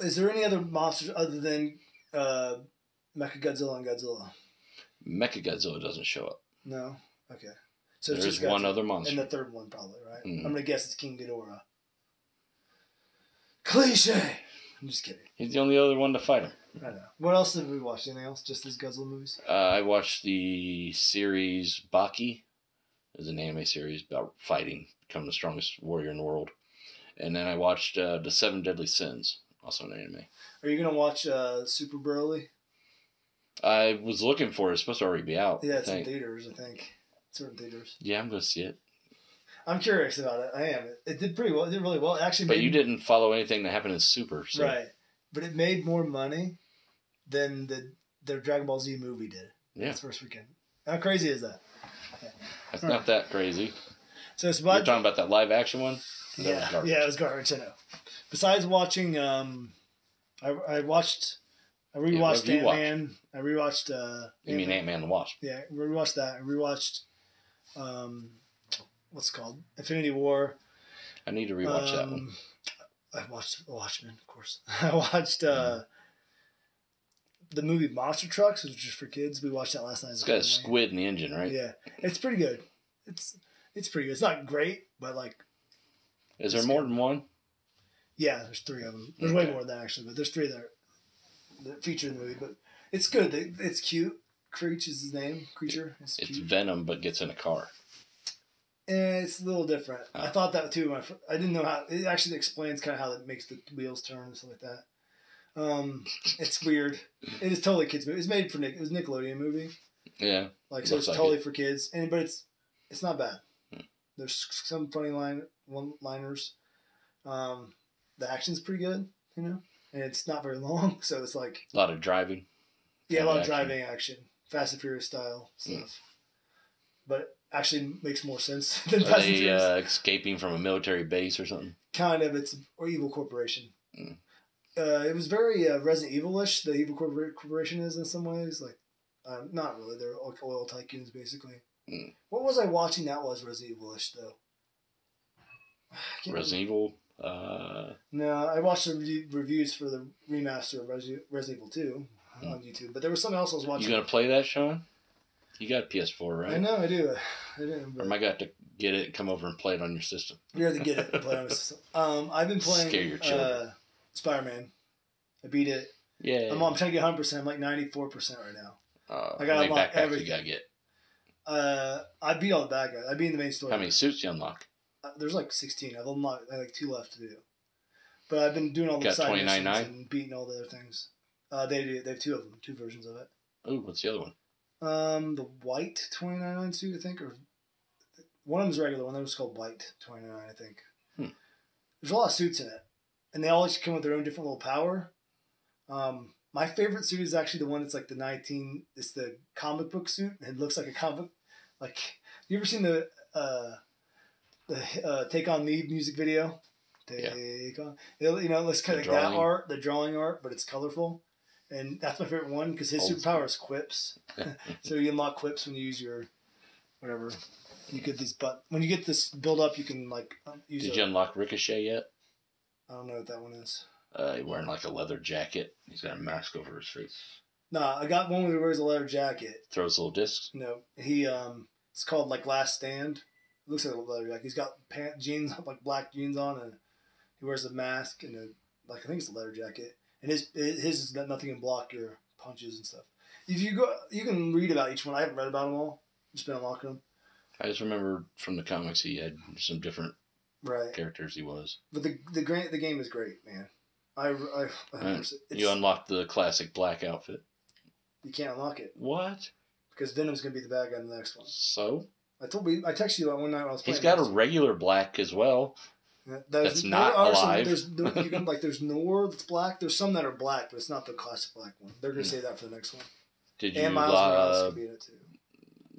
S1: Is there any other monsters other than uh, Mechagodzilla and Godzilla?
S2: Mechagodzilla doesn't show up.
S1: No. Okay. So it's
S2: There's
S1: just
S2: one
S1: Godzilla.
S2: other monster.
S1: and the third one probably right.
S2: Mhm.
S1: I'm gonna guess it's King Ghidorah. Cliche. I'm just kidding.
S2: He's the only other one to fight him.
S1: I know. What else did we watch? Anything else? Just these Godzilla movies?
S2: Uh, I watched the series Baki. It's an anime series about fighting, become the strongest warrior in the world. And then I watched uh, The Seven Deadly Sins, also an anime.
S1: Are you gonna watch uh, Super Broly?
S2: I was looking for it. It's supposed to already be out.
S1: Yeah,
S2: I
S1: it's in
S2: think.
S1: theaters. I think. It's in theaters.
S2: Yeah, I'm going to see it.
S1: I'm curious about it. I am. It, it did pretty well. It did really well. It actually,
S2: But
S1: made,
S2: you didn't follow anything that happened in Super. So.
S1: right? But it made more money than the the Dragon Ball Z movie did.
S2: Yeah.
S1: its first weekend. How crazy is that?
S2: That's not that crazy.
S1: So it's
S2: You're
S1: about
S2: talking about that live action one? That was
S1: yeah,
S2: garbage.
S1: yeah, it was garbage. I know. Besides watching, um, I, I watched, I
S2: Yeah, what
S1: rewatched
S2: have you watched?
S1: Ant Man. I rewatched. Uh,
S2: You mean
S1: Ant-Man.
S2: Ant Man and the Wasp?
S1: Yeah, rewatched that. I rewatched, um, what's it called Infinity War.
S2: I need to rewatch that one.
S1: Um, I watched Watchmen, of course. [LAUGHS] I watched uh, the movie Monster Trucks, which is for kids. We watched that last night. as
S2: Mm-hmm. It's
S1: a
S2: got a
S1: family.
S2: squid in the engine, right?
S1: Yeah, it's pretty good. It's it's pretty good. It's not great, but like
S2: Is there
S1: It's
S2: more
S1: good.
S2: than one?
S1: yeah, there's three of them. There's way
S2: Okay.
S1: more than that actually, but there's three that, are, that feature in the movie. But it's good. They- It's cute. Creech is his name. Creature. It's,
S2: It's
S1: cute.
S2: Venom, but gets in a car.
S1: Eh, it's a little different. I
S2: Oh.
S1: thought that too. My fr- I didn't know how. It actually explains kind of how it makes the wheels turn and stuff like that. Um, it's weird. It is totally kids movie. It's made for Nick. It was a Nickelodeon movie.
S2: Yeah.
S1: Like so,
S2: Looks
S1: it's
S2: like
S1: totally for kids. And but it's it's not bad.
S2: Hmm.
S1: There's s- some funny line one liners. Um, the action's pretty good. You know, and it's not very long, [LAUGHS] so it's like
S2: A lot
S1: [LAUGHS]
S2: of driving.
S1: yeah, a lot of
S2: Action. Hmm.
S1: driving action, Fast and Furious style stuff. But actually makes more sense [LAUGHS] than
S2: Are
S1: Fast and
S2: they
S1: Furious
S2: uh, escaping from a military base or something?
S1: kind of it's or evil corporation.
S2: Mm.
S1: Uh, it was very uh, Resident Evil-ish. The evil corpor- corporation is in some ways like um, not really. They're like oil tycoons basically.
S2: Mm.
S1: What was I watching? That was Resident Evil-ish though. [SIGHS] I can't
S2: Resident Evil. Uh,
S1: remember. No, I watched the re- reviews for the remaster of Resi- Resident Evil Two
S2: Mm.
S1: on YouTube, but there was something else I was
S2: you
S1: watching.
S2: gonna play that, Sean? You got PS4,
S1: I
S2: right?
S1: know, I do. [SIGHS] I do.
S2: Or
S1: But
S2: am I got to get it and come over and play it on your system?
S1: You have to get it. and play on the
S2: [LAUGHS]
S1: system. Um, I've been playing
S2: Scare your children.
S1: uh, Spider-Man. I beat it.
S2: Yeah.
S1: I'm, I'm trying to get 100. percent I'm like 94 percent right now.
S2: Uh,
S1: I gotta
S2: I got
S1: unlock
S2: backpacks
S1: everything.
S2: you gotta get.
S1: Uh, I beat all the bad guys. I beat the main story.
S2: How many suits you unlock?
S1: Uh, There's like 16. I've unlocked I have, like two left to do. But I've been doing all the
S2: Got
S1: side missions
S2: 29.9?
S1: and beating all the other things. Uh, they do. They have two of them, two versions of it.
S2: Ooh, what's the other one?
S1: Um, the white 29 suit, I think, or one of them's regular. One of them's called white 29, I think.
S2: Hmm.
S1: There's a lot of suits in it, and they all each come with their own different little power. Um, my favorite suit is actually the one that's like the 19. It's the comic book suit, and it looks like a comic. Like, you ever seen the uh, the uh, "Take on Me" music video?
S2: Yeah.
S1: Take on. It, you know, it looks kind of
S2: The
S1: like that
S2: drawing.
S1: art, the drawing art, but it's colorful. And that's my favorite one because his
S2: Old
S1: superpower is quips. [LAUGHS] So you unlock quips when you use your whatever. You get these but when you get this build up, you can like un- use.
S2: Did
S1: a-
S2: you unlock Ricochet yet?
S1: I don't know what that one is.
S2: Uh, he's wearing like a leather jacket. He's got a mask over his face.
S1: Nah, I got one where he wears a leather jacket.
S2: Throws little discs.
S1: No, he um, it's called like Last Stand. It looks like a leather jacket. He's got pant jeans, [LAUGHS] like black jeans on, and he wears a mask and a like I think it's a leather jacket. And his his is that nothing can block your punches and stuff. If you go, you can read about each one. I haven't read about them all. Just been unlocking them.
S2: I just remember from the comics he had some different
S1: Right.
S2: characters he was.
S1: But the the gra- the game is great, man. I, I, I
S2: Mm.
S1: it's,
S2: you unlocked the classic black outfit.
S1: you can't unlock it
S2: What?
S1: because Venom's gonna be the bad guy in the next one.
S2: So
S1: I told me I texted you that one night when I was playing.
S2: he's got a
S1: this.
S2: regular black as well.
S1: There's,
S2: That's not
S1: are some-
S2: alive.
S1: there's there, you
S2: [LAUGHS]
S1: can, like there's Nor that's black. There's some that are black, but it's not the classic black one. They're gonna say that for the next one.
S2: Did Mm. you
S1: And Miles Morales
S2: uh,
S1: could be in it too.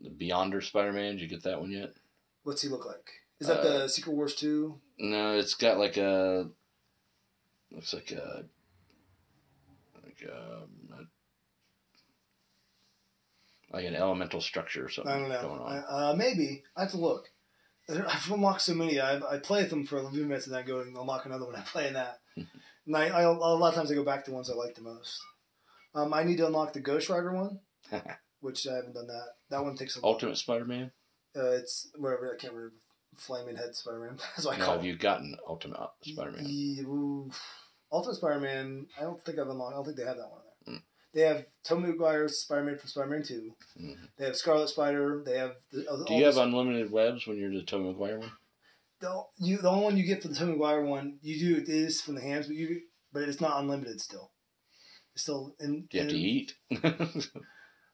S2: the Beyonder Spider-Man? Did you get that one yet?
S1: What's he look like? Is that the
S2: Uh,
S1: Secret Wars two?
S2: No, it's got like a looks like a like a, like an elemental structure or something
S1: I don't
S2: going
S1: know.
S2: on.
S1: I, uh, maybe I have to look. There- I've unlocked so many. I, I play them for a few minutes and then I go and unlock another one. [LAUGHS] I play in
S2: [LAUGHS]
S1: that. and I, I, a lot of times I go back to ones I like the most. Um, I need to unlock the Ghost Rider
S2: [LAUGHS]
S1: one, which I haven't done that. That one takes a while.
S2: Ultimate Spider-Man.
S1: Uh, it's whatever. I can't remember. Flaming Head Spider Man. [LAUGHS] That's what I
S2: Now,
S1: call
S2: have
S1: it.
S2: you gotten Ultimate Spider-Man?
S1: Yeah, ooh. Ultimate Spider Man. I don't think I've unlocked. I don't think they have that one there.
S2: Mm.
S1: They have Tobey Maguire's Spider Man from Spider Man Two.
S2: Mhm.
S1: They have Scarlet Spider. They have. The, uh,
S2: Do you have unlimited webs when you're the Tobey Maguire one?
S1: the, you, the only one you get for the Tobey Maguire one? You do it is from the hands, but you but it's not unlimited still. It's still in.
S2: Do you have to
S1: in-
S2: eat?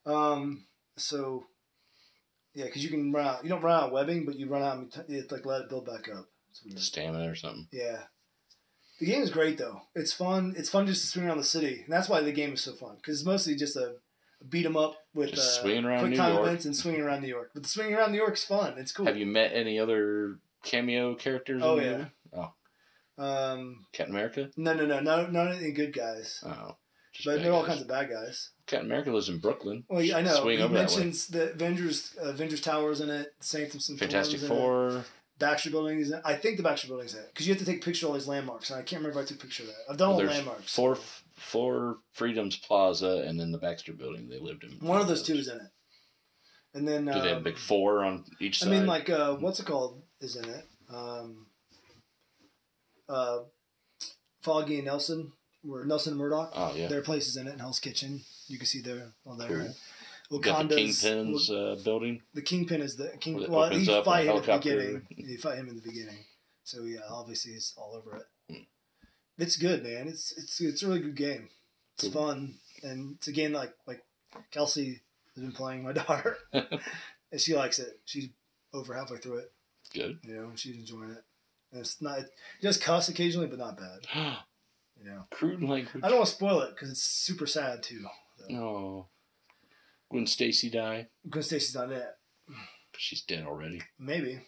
S1: Um. So. Yeah, because you can run out. You don't run out of webbing, but you run out. of- It's like let it build back up. It's weird.
S2: Stamina or something.
S1: Yeah. The game is great though. It's fun. It's fun just to swing around the city, and that's why the game is so fun because it's mostly just a beat 'em up with
S2: Just
S1: uh,
S2: swinging around
S1: quick
S2: New
S1: time
S2: York.
S1: events and swinging around New York. But the swinging around New York's fun. It's cool.
S2: Have you met any other cameo characters? in
S1: Oh,
S2: the
S1: yeah.
S2: movie?
S1: Um,
S2: Captain America.
S1: no, no, no, no, not any good guys,
S2: Oh, just
S1: but
S2: bad
S1: there are all
S2: guys.
S1: kinds of bad guys.
S2: Captain America lives in Brooklyn.
S1: Well, yeah, I know.
S2: Swing
S1: he
S2: over that way.
S1: mentions the Avengers, uh, Avengers Towers in it, Sanctum Sanctorum
S2: Fantastic
S1: is in it,
S2: Four.
S1: Baxter Building is. In, I think the Baxter Building's in it because you have to take picture of all these landmarks, and I can't remember if I took picture of that. I've done all the
S2: There's
S1: landmarks.
S2: Four, four Freedoms Plaza, and then the Baxter Building they lived in.
S1: One of those two is in it, and then
S2: Do
S1: um,
S2: they have big four on
S1: I
S2: each side?
S1: mean, like, uh, what's it called? Is in it? Um, uh, Foggy and Nelson, where Nelson and Murdoch,
S2: oh yeah,
S1: their place is in it in Hell's Kitchen. You can see their all their
S2: Cool. got the
S1: Wakanda's.
S2: Kingpin's uh, building.
S1: the Kingpin is the King.
S2: Where it
S1: Well,
S2: opens
S1: you
S2: up
S1: fight
S2: in a
S1: him at the
S2: helicopter.
S1: beginning. You fight him in the beginning. So yeah, obviously he's all over it.
S2: Hmm.
S1: It's good, man. It's it's it's a really good game. It's
S2: Cool.
S1: fun, and it's a game like like Kelsey has been playing my [LAUGHS]
S2: [LAUGHS]
S1: daughter, and she likes it. She's over halfway through it.
S2: Good. [GASPS]
S1: You know, she's enjoying it. And it's not it does cuss occasionally, but not bad. You know,
S2: Crude language.
S1: I don't want to spoil it because it's super sad too.
S2: Oh, when Stacy die,
S1: Gwen Stacy's not in it.
S2: but she's dead already.
S1: Maybe.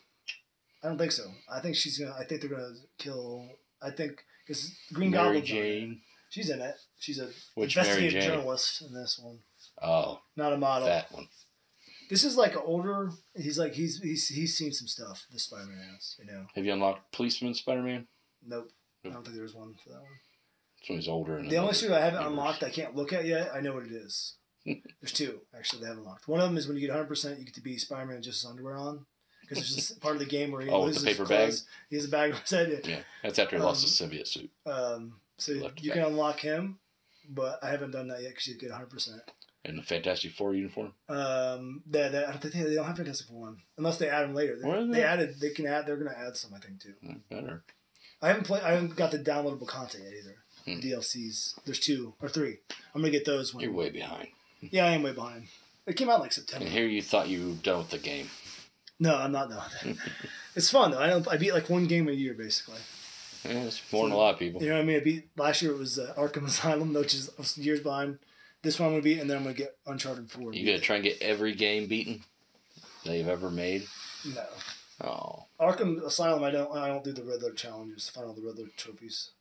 S1: I don't think so. I think she's gonna. I think they're gonna kill. I think because Green
S2: Mary
S1: Goblin.
S2: Jane.
S1: She's in it. She's a
S2: Which Mary
S1: investigative
S2: Jane?
S1: journalist in this one,
S2: Oh,
S1: not a model.
S2: that one.
S1: This is like an older. He's like he's he's he's seen some stuff. This Spider-Man has, you know.
S2: Have you unlocked Policeman Spider-Man?
S1: Nope. I
S2: Nope.
S1: don't think there was one for that one.
S2: This one's older. And
S1: The only
S2: another
S1: suit I haven't
S2: universe.
S1: unlocked, I can't look at yet. I know what it
S2: [LAUGHS]
S1: is. There's two actually. They haven't unlocked. One of them is when you get 100, percent you get to be Spider-Man with just his underwear on, because there's this part of the game where he
S2: Oh, with the
S1: loses
S2: paper
S1: his clothes. He has a bag on his head.
S2: Yeah, that's after he lost his
S1: Um,
S2: symbiote suit.
S1: Um, so
S2: Left
S1: you can unlock him, but I haven't done that yet because you get 100. percent
S2: And the Fantastic Four uniform.
S1: Um, that that- I don't think they, they don't have Fantastic Four one unless they add them later. They,
S2: Where are
S1: they
S2: they?
S1: added they can add they're gonna add some I think too.
S2: Oh, Better.
S1: I haven't played I haven't got the downloadable content yet either.
S2: Hmm.
S1: DLCs there's two or three. I'm gonna get those when
S2: You're way behind.
S1: yeah I am way behind. It came out like September.
S2: And here you thought you were done with the game.
S1: No, I'm not done.
S2: [LAUGHS]
S1: with it. it's fun though. I don't. I beat like one game a year basically.
S2: Yeah, it's more than a lot of people.
S1: You know what I mean? I beat last year. It was uh, Arkham Asylum, which is I was years behind. This one I'm gonna beat, and then I'm gonna get Uncharted Four.
S2: You gonna try and get every game beaten that you've ever made?
S1: No,
S2: Oh,
S1: Arkham Asylum. I don't. I don't do the Riddler challenges. Find all the Riddler trophies.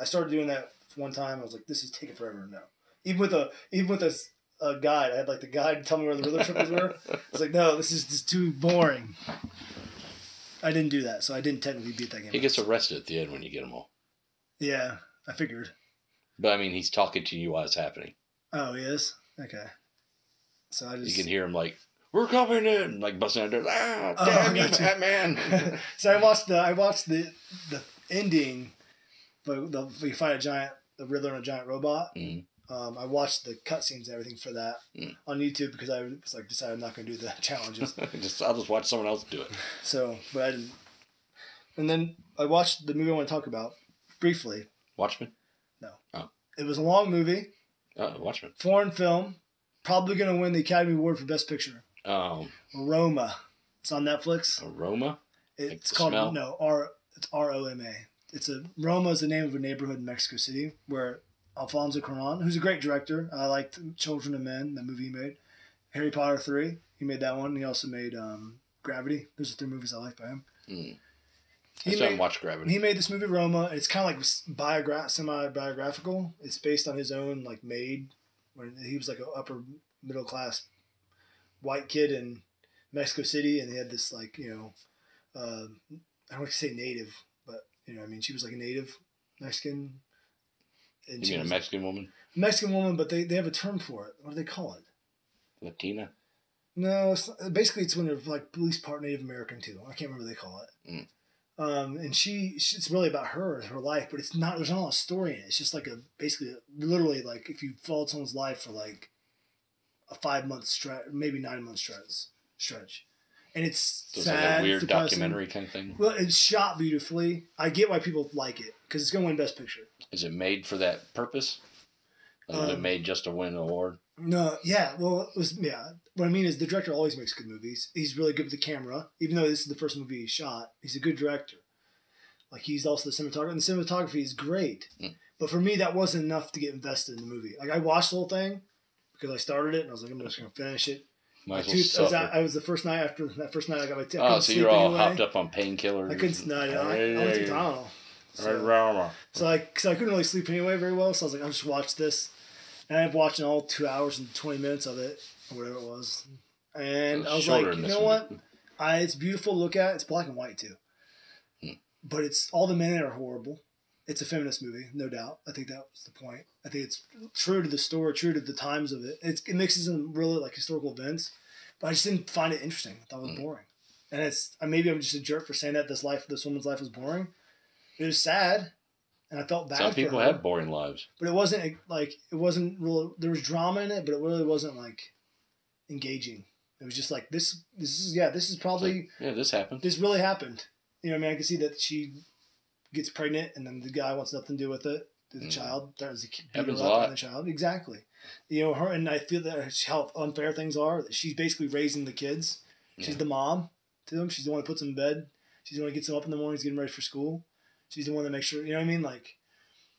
S1: I started doing that one time. I was like, this is taking forever. No, even with a even with a, s- a guide, I had like the guide tell me where the Riddler trophies were. It's like, no, this is just too boring. I didn't do that, so I didn't technically beat that game.
S2: he gets arrested at the end when you get them all.
S1: yeah, I figured.
S2: But I mean, he's talking to you while it's happening.
S1: Oh, he is? Okay. So I
S2: You
S1: just.
S2: can hear him like, "We're coming in!" Like busting out doors. Ah,
S1: Oh,
S2: damn
S1: I
S2: you,
S1: gotcha. [LAUGHS]
S2: Batman!
S1: so I watched the I watched the the ending, but the, we fight a giant the Riddler and a giant robot.
S2: Mhm.
S1: Um, I watched the cutscenes and everything for that
S2: Mm.
S1: on YouTube because I was like decided I'm not going to do the [LAUGHS] challenges.
S2: [LAUGHS] just I'll just watch someone else do it.
S1: so, but I didn't. And then I watched the movie I want to talk about briefly.
S2: Watchmen.
S1: It was a long movie,
S2: Uh, Watchmen.
S1: foreign film, probably going to win the Academy Award for Best Picture.
S2: Um,
S1: Roma. It's on Netflix.
S2: aroma.
S1: It's
S2: Like the
S1: called
S2: smell?
S1: no R. It's R O M A. It's a Roma is the name of a neighborhood in Mexico City where Alfonso Cuarón, who's a great director, I liked Children of Men, that movie he made. Harry Potter three, he made that one. He also made um, Gravity. Those are three movies I like by him.
S2: Mm. I
S1: He
S2: still haven't
S1: made,
S2: watched Gravity.
S1: he made this movie Roma. It's kind of like biogra- semi biographical. It's based on his own like maid, when he was like an upper middle class white kid in Mexico City, and he had this like you know, uh, I don't want to say native, but you know, I mean, she was like a native Mexican. And
S2: You
S1: she
S2: mean a
S1: was
S2: Mexican woman?
S1: Mexican woman, but they, they have a term for it. What do they call it?
S2: Latina?
S1: No, it's, basically it's when they're like police part Native American too. I can't remember what they call it.
S2: Mm.
S1: Um, and she, she, it's really about her, her life, but it's not. There's not a story in it. It's just like a basically, literally like if you followed someone's life for like a five month stretch, maybe nine month stretch, stretch, and it's
S2: So it's
S1: sad,
S2: like a weird
S1: depressing.
S2: documentary kind of thing.
S1: Well, it's shot beautifully. I get why people like it because it's gonna win Best Picture.
S2: Is it made for that purpose? Like, was it
S1: Um,
S2: made just to win an award?
S1: No, yeah, well, it was yeah. What I mean is the director always makes good movies. He's really good with the camera, even though this is the first movie he shot. He's a good director. Like he's also the cinematographer, and the cinematography is great.
S2: Mm.
S1: But for me, that wasn't enough to get invested in the movie. Like I watched the whole thing because I started it, and I was like, I'm just gonna finish it.
S2: Might as
S1: My
S2: well
S1: tooth- I, was out-
S2: suffer.
S1: I was the first night after that first night I got my tooth.
S2: Oh, so you're all hopped up on
S1: I
S2: painkillers.
S1: couldn't. No, I, I, I went to Tylenol. So- so I, cause I couldn't really sleep anyway very well, so I was like, I'll just watch this. And I ended up watching all two hours and 20 minutes of it, or whatever it was. And
S2: It was
S1: I was
S2: shorter
S1: like,
S2: in
S1: you
S2: this
S1: know
S2: one.
S1: what? I, it's beautiful to look at. It's black and white, too.
S2: Hmm.
S1: But it's all the men in it are horrible. It's a feminist movie, no doubt. I think that was the point. I think it's true to the story, true to the times of it. It's, it mixes in really like historical events, but I just didn't find it interesting. I thought it was
S2: Hmm.
S1: boring. And it's uh, maybe I'm just a jerk for saying that this life, this woman's life was boring. It was sad, and I felt bad.
S2: Some
S1: for
S2: people
S1: her
S2: have boring lives.
S1: but it wasn't like it wasn't real. There was drama in it, but it really wasn't like engaging. It was just like this. This is yeah. This is probably
S2: Like, yeah, this happened.
S1: this really happened. You know, what I mean, I can see that she gets pregnant, and then the guy wants nothing to do with it. The
S2: Mm.
S1: child threatens to keep
S2: Happens
S1: her
S2: a
S1: up
S2: lot.
S1: on the child. Exactly. You know her, and I feel that how unfair things are. that She's basically raising the kids. She's
S2: Yeah.
S1: the mom to them. She's the one who puts them in bed. She's the one who gets them up in the mornings, getting ready for school. She's the one that makes sure. You know what I mean? Like,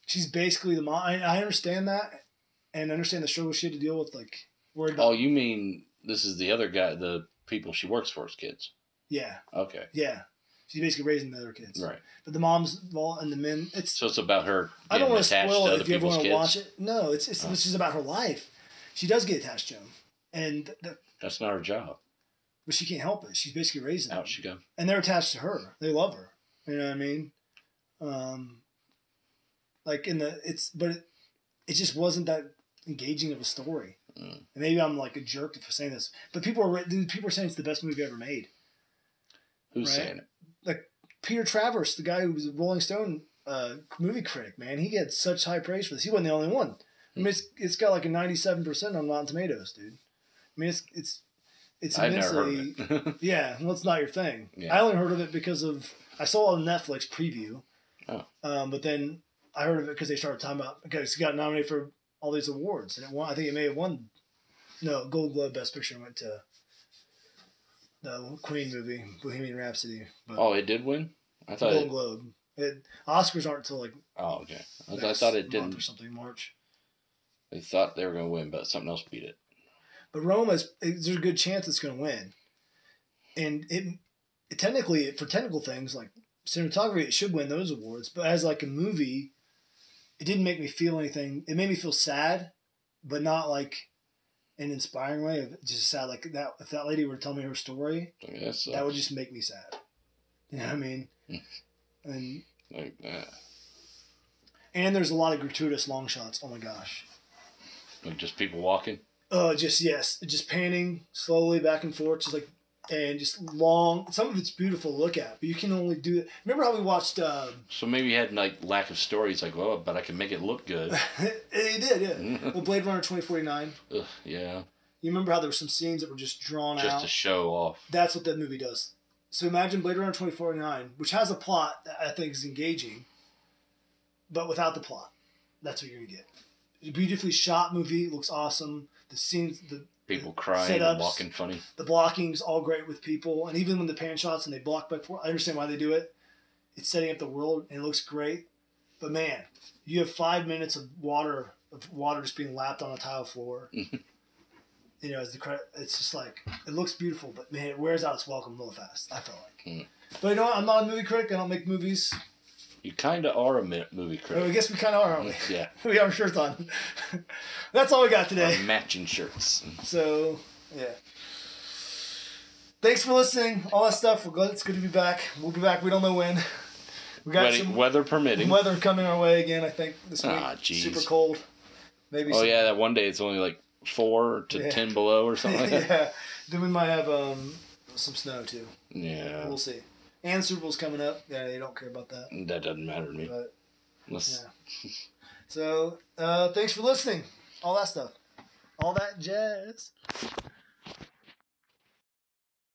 S1: she's basically the mom. I, I understand that, and understand the struggle she had to deal with. Like, worried about.
S2: Oh, you mean this is the other guy, the people she works for's kids?
S1: Yeah,
S2: Okay,
S1: yeah. She's basically raising the other kids.
S2: right.
S1: But the moms well, and the men. It's.
S2: So it's about her
S1: I
S2: getting
S1: don't want to
S2: attached
S1: spoil
S2: to
S1: it
S2: other
S1: if you ever
S2: people's
S1: want to
S2: kids.
S1: watch it. No, it's it's,
S2: Oh.
S1: it's just about her life. She does get attached to him, and th- th-
S2: That's not her job.
S1: but she can't help it. She's basically raising him.
S2: Out Oh, she go.
S1: and they're attached to her. They love her. You know what I mean? Um, like in the it's, but it, it just wasn't that engaging of a story.
S2: Mm.
S1: And maybe I'm like a jerk for saying this, but people are re- dude, people are saying it's the best movie ever made.
S2: Who's
S1: Right.
S2: saying it?
S1: Peter Travers, the guy who was a Rolling Stone uh, movie critic, man, he had such high praise for this. He wasn't the only one. I mean, it's, it's got like a 97% on Rotten Tomatoes, dude. I mean, it's it's it's
S2: I've
S1: immensely
S2: never heard of it.
S1: yeah, well, it's not your thing.
S2: Yeah.
S1: I only heard of it because of I saw a Netflix preview.
S2: Oh.
S1: Um, but then I heard of it because they started talking about because it got nominated for all these awards and it won. I think it may have won. No, Gold Globe Best Picture went to the Queen movie, Bohemian Rhapsody. But
S2: [LAUGHS] oh, it did win. I thought.
S1: Golden
S2: It,
S1: Globe. It, Oscars aren't till like
S2: oh, okay. I, th- I
S1: next
S2: thought it
S1: month
S2: didn't.
S1: or something March.
S2: They thought they were going to win, but something else beat it.
S1: But Roma's there's a good chance it's going to win, and it, it technically for technical things like cinematography it should win those awards. But as like a movie, it didn't make me feel anything. It made me feel sad, but not like an inspiring way. Of just sad like that. If that lady were to tell me her story,
S2: I mean, that's, uh,
S1: that would just make me sad. You know what I mean?
S2: Hmm.
S1: and
S2: like, uh,
S1: and there's a lot of gratuitous long shots. Oh my gosh.
S2: like just people walking.
S1: Uh, just yes, just panning slowly back and forth, just like and just long. Some of it's beautiful to look at, but you can only do it. Remember how we watched? [LAUGHS] Uh,
S2: So maybe you had like lack of stories, like well, but I can make it
S1: [LAUGHS]
S2: look good.
S1: they did, yeah. well, Blade Runner twenty forty nine.
S2: Ugh, yeah,
S1: You remember how there were some scenes that were just drawn
S2: just
S1: out.
S2: to show off.
S1: That's what that movie does. So imagine Blade Runner twenty forty nine, which has a plot that I think is engaging, but without the plot, that's what you're gonna get. It's a beautifully shot movie, looks awesome. The scenes, the
S2: People crying
S1: Setups.
S2: and walking funny.
S1: The blocking's all great with people, and even when the pan shots and they block back forth, I understand why they do it. It's setting up the world and it looks great. But man, you have five minutes of water of water just being lapped on a tile floor. you know, as the credit, it's just like it looks beautiful, but man, it wears out its welcome real fast. I feel like.
S2: Mm.
S1: But you know what? I'm not a movie critic. I don't make movies.
S2: You kind of are a mi- movie
S1: I, mean, I
S2: critic.
S1: guess we kind of are, aren't we? [LAUGHS]
S2: [LAUGHS] yeah.
S1: we got our shirts on. [LAUGHS] That's all we got today.
S2: Or matching shirts.
S1: So yeah. Thanks for listening. All that stuff. We're glad it's good to be back. We'll be back. We don't know when. We got
S2: Wedding-
S1: some
S2: weather permitting.
S1: weather coming our way again. I think this week.
S2: Ah, jeez.
S1: Super cold. Maybe.
S2: Oh
S1: some-
S2: yeah, that one day it's only like four to
S1: Yeah.
S2: ten below
S1: [LAUGHS]
S2: or something. Like
S1: [LAUGHS]
S2: that.
S1: yeah. Then we might have um, some snow too.
S2: Yeah,
S1: We'll see. And Super Bowl's coming up. Yeah, they don't care about that.
S2: that doesn't matter to me.
S1: But
S2: Unless-
S1: yeah. So uh, thanks for listening. All that stuff. All that jazz.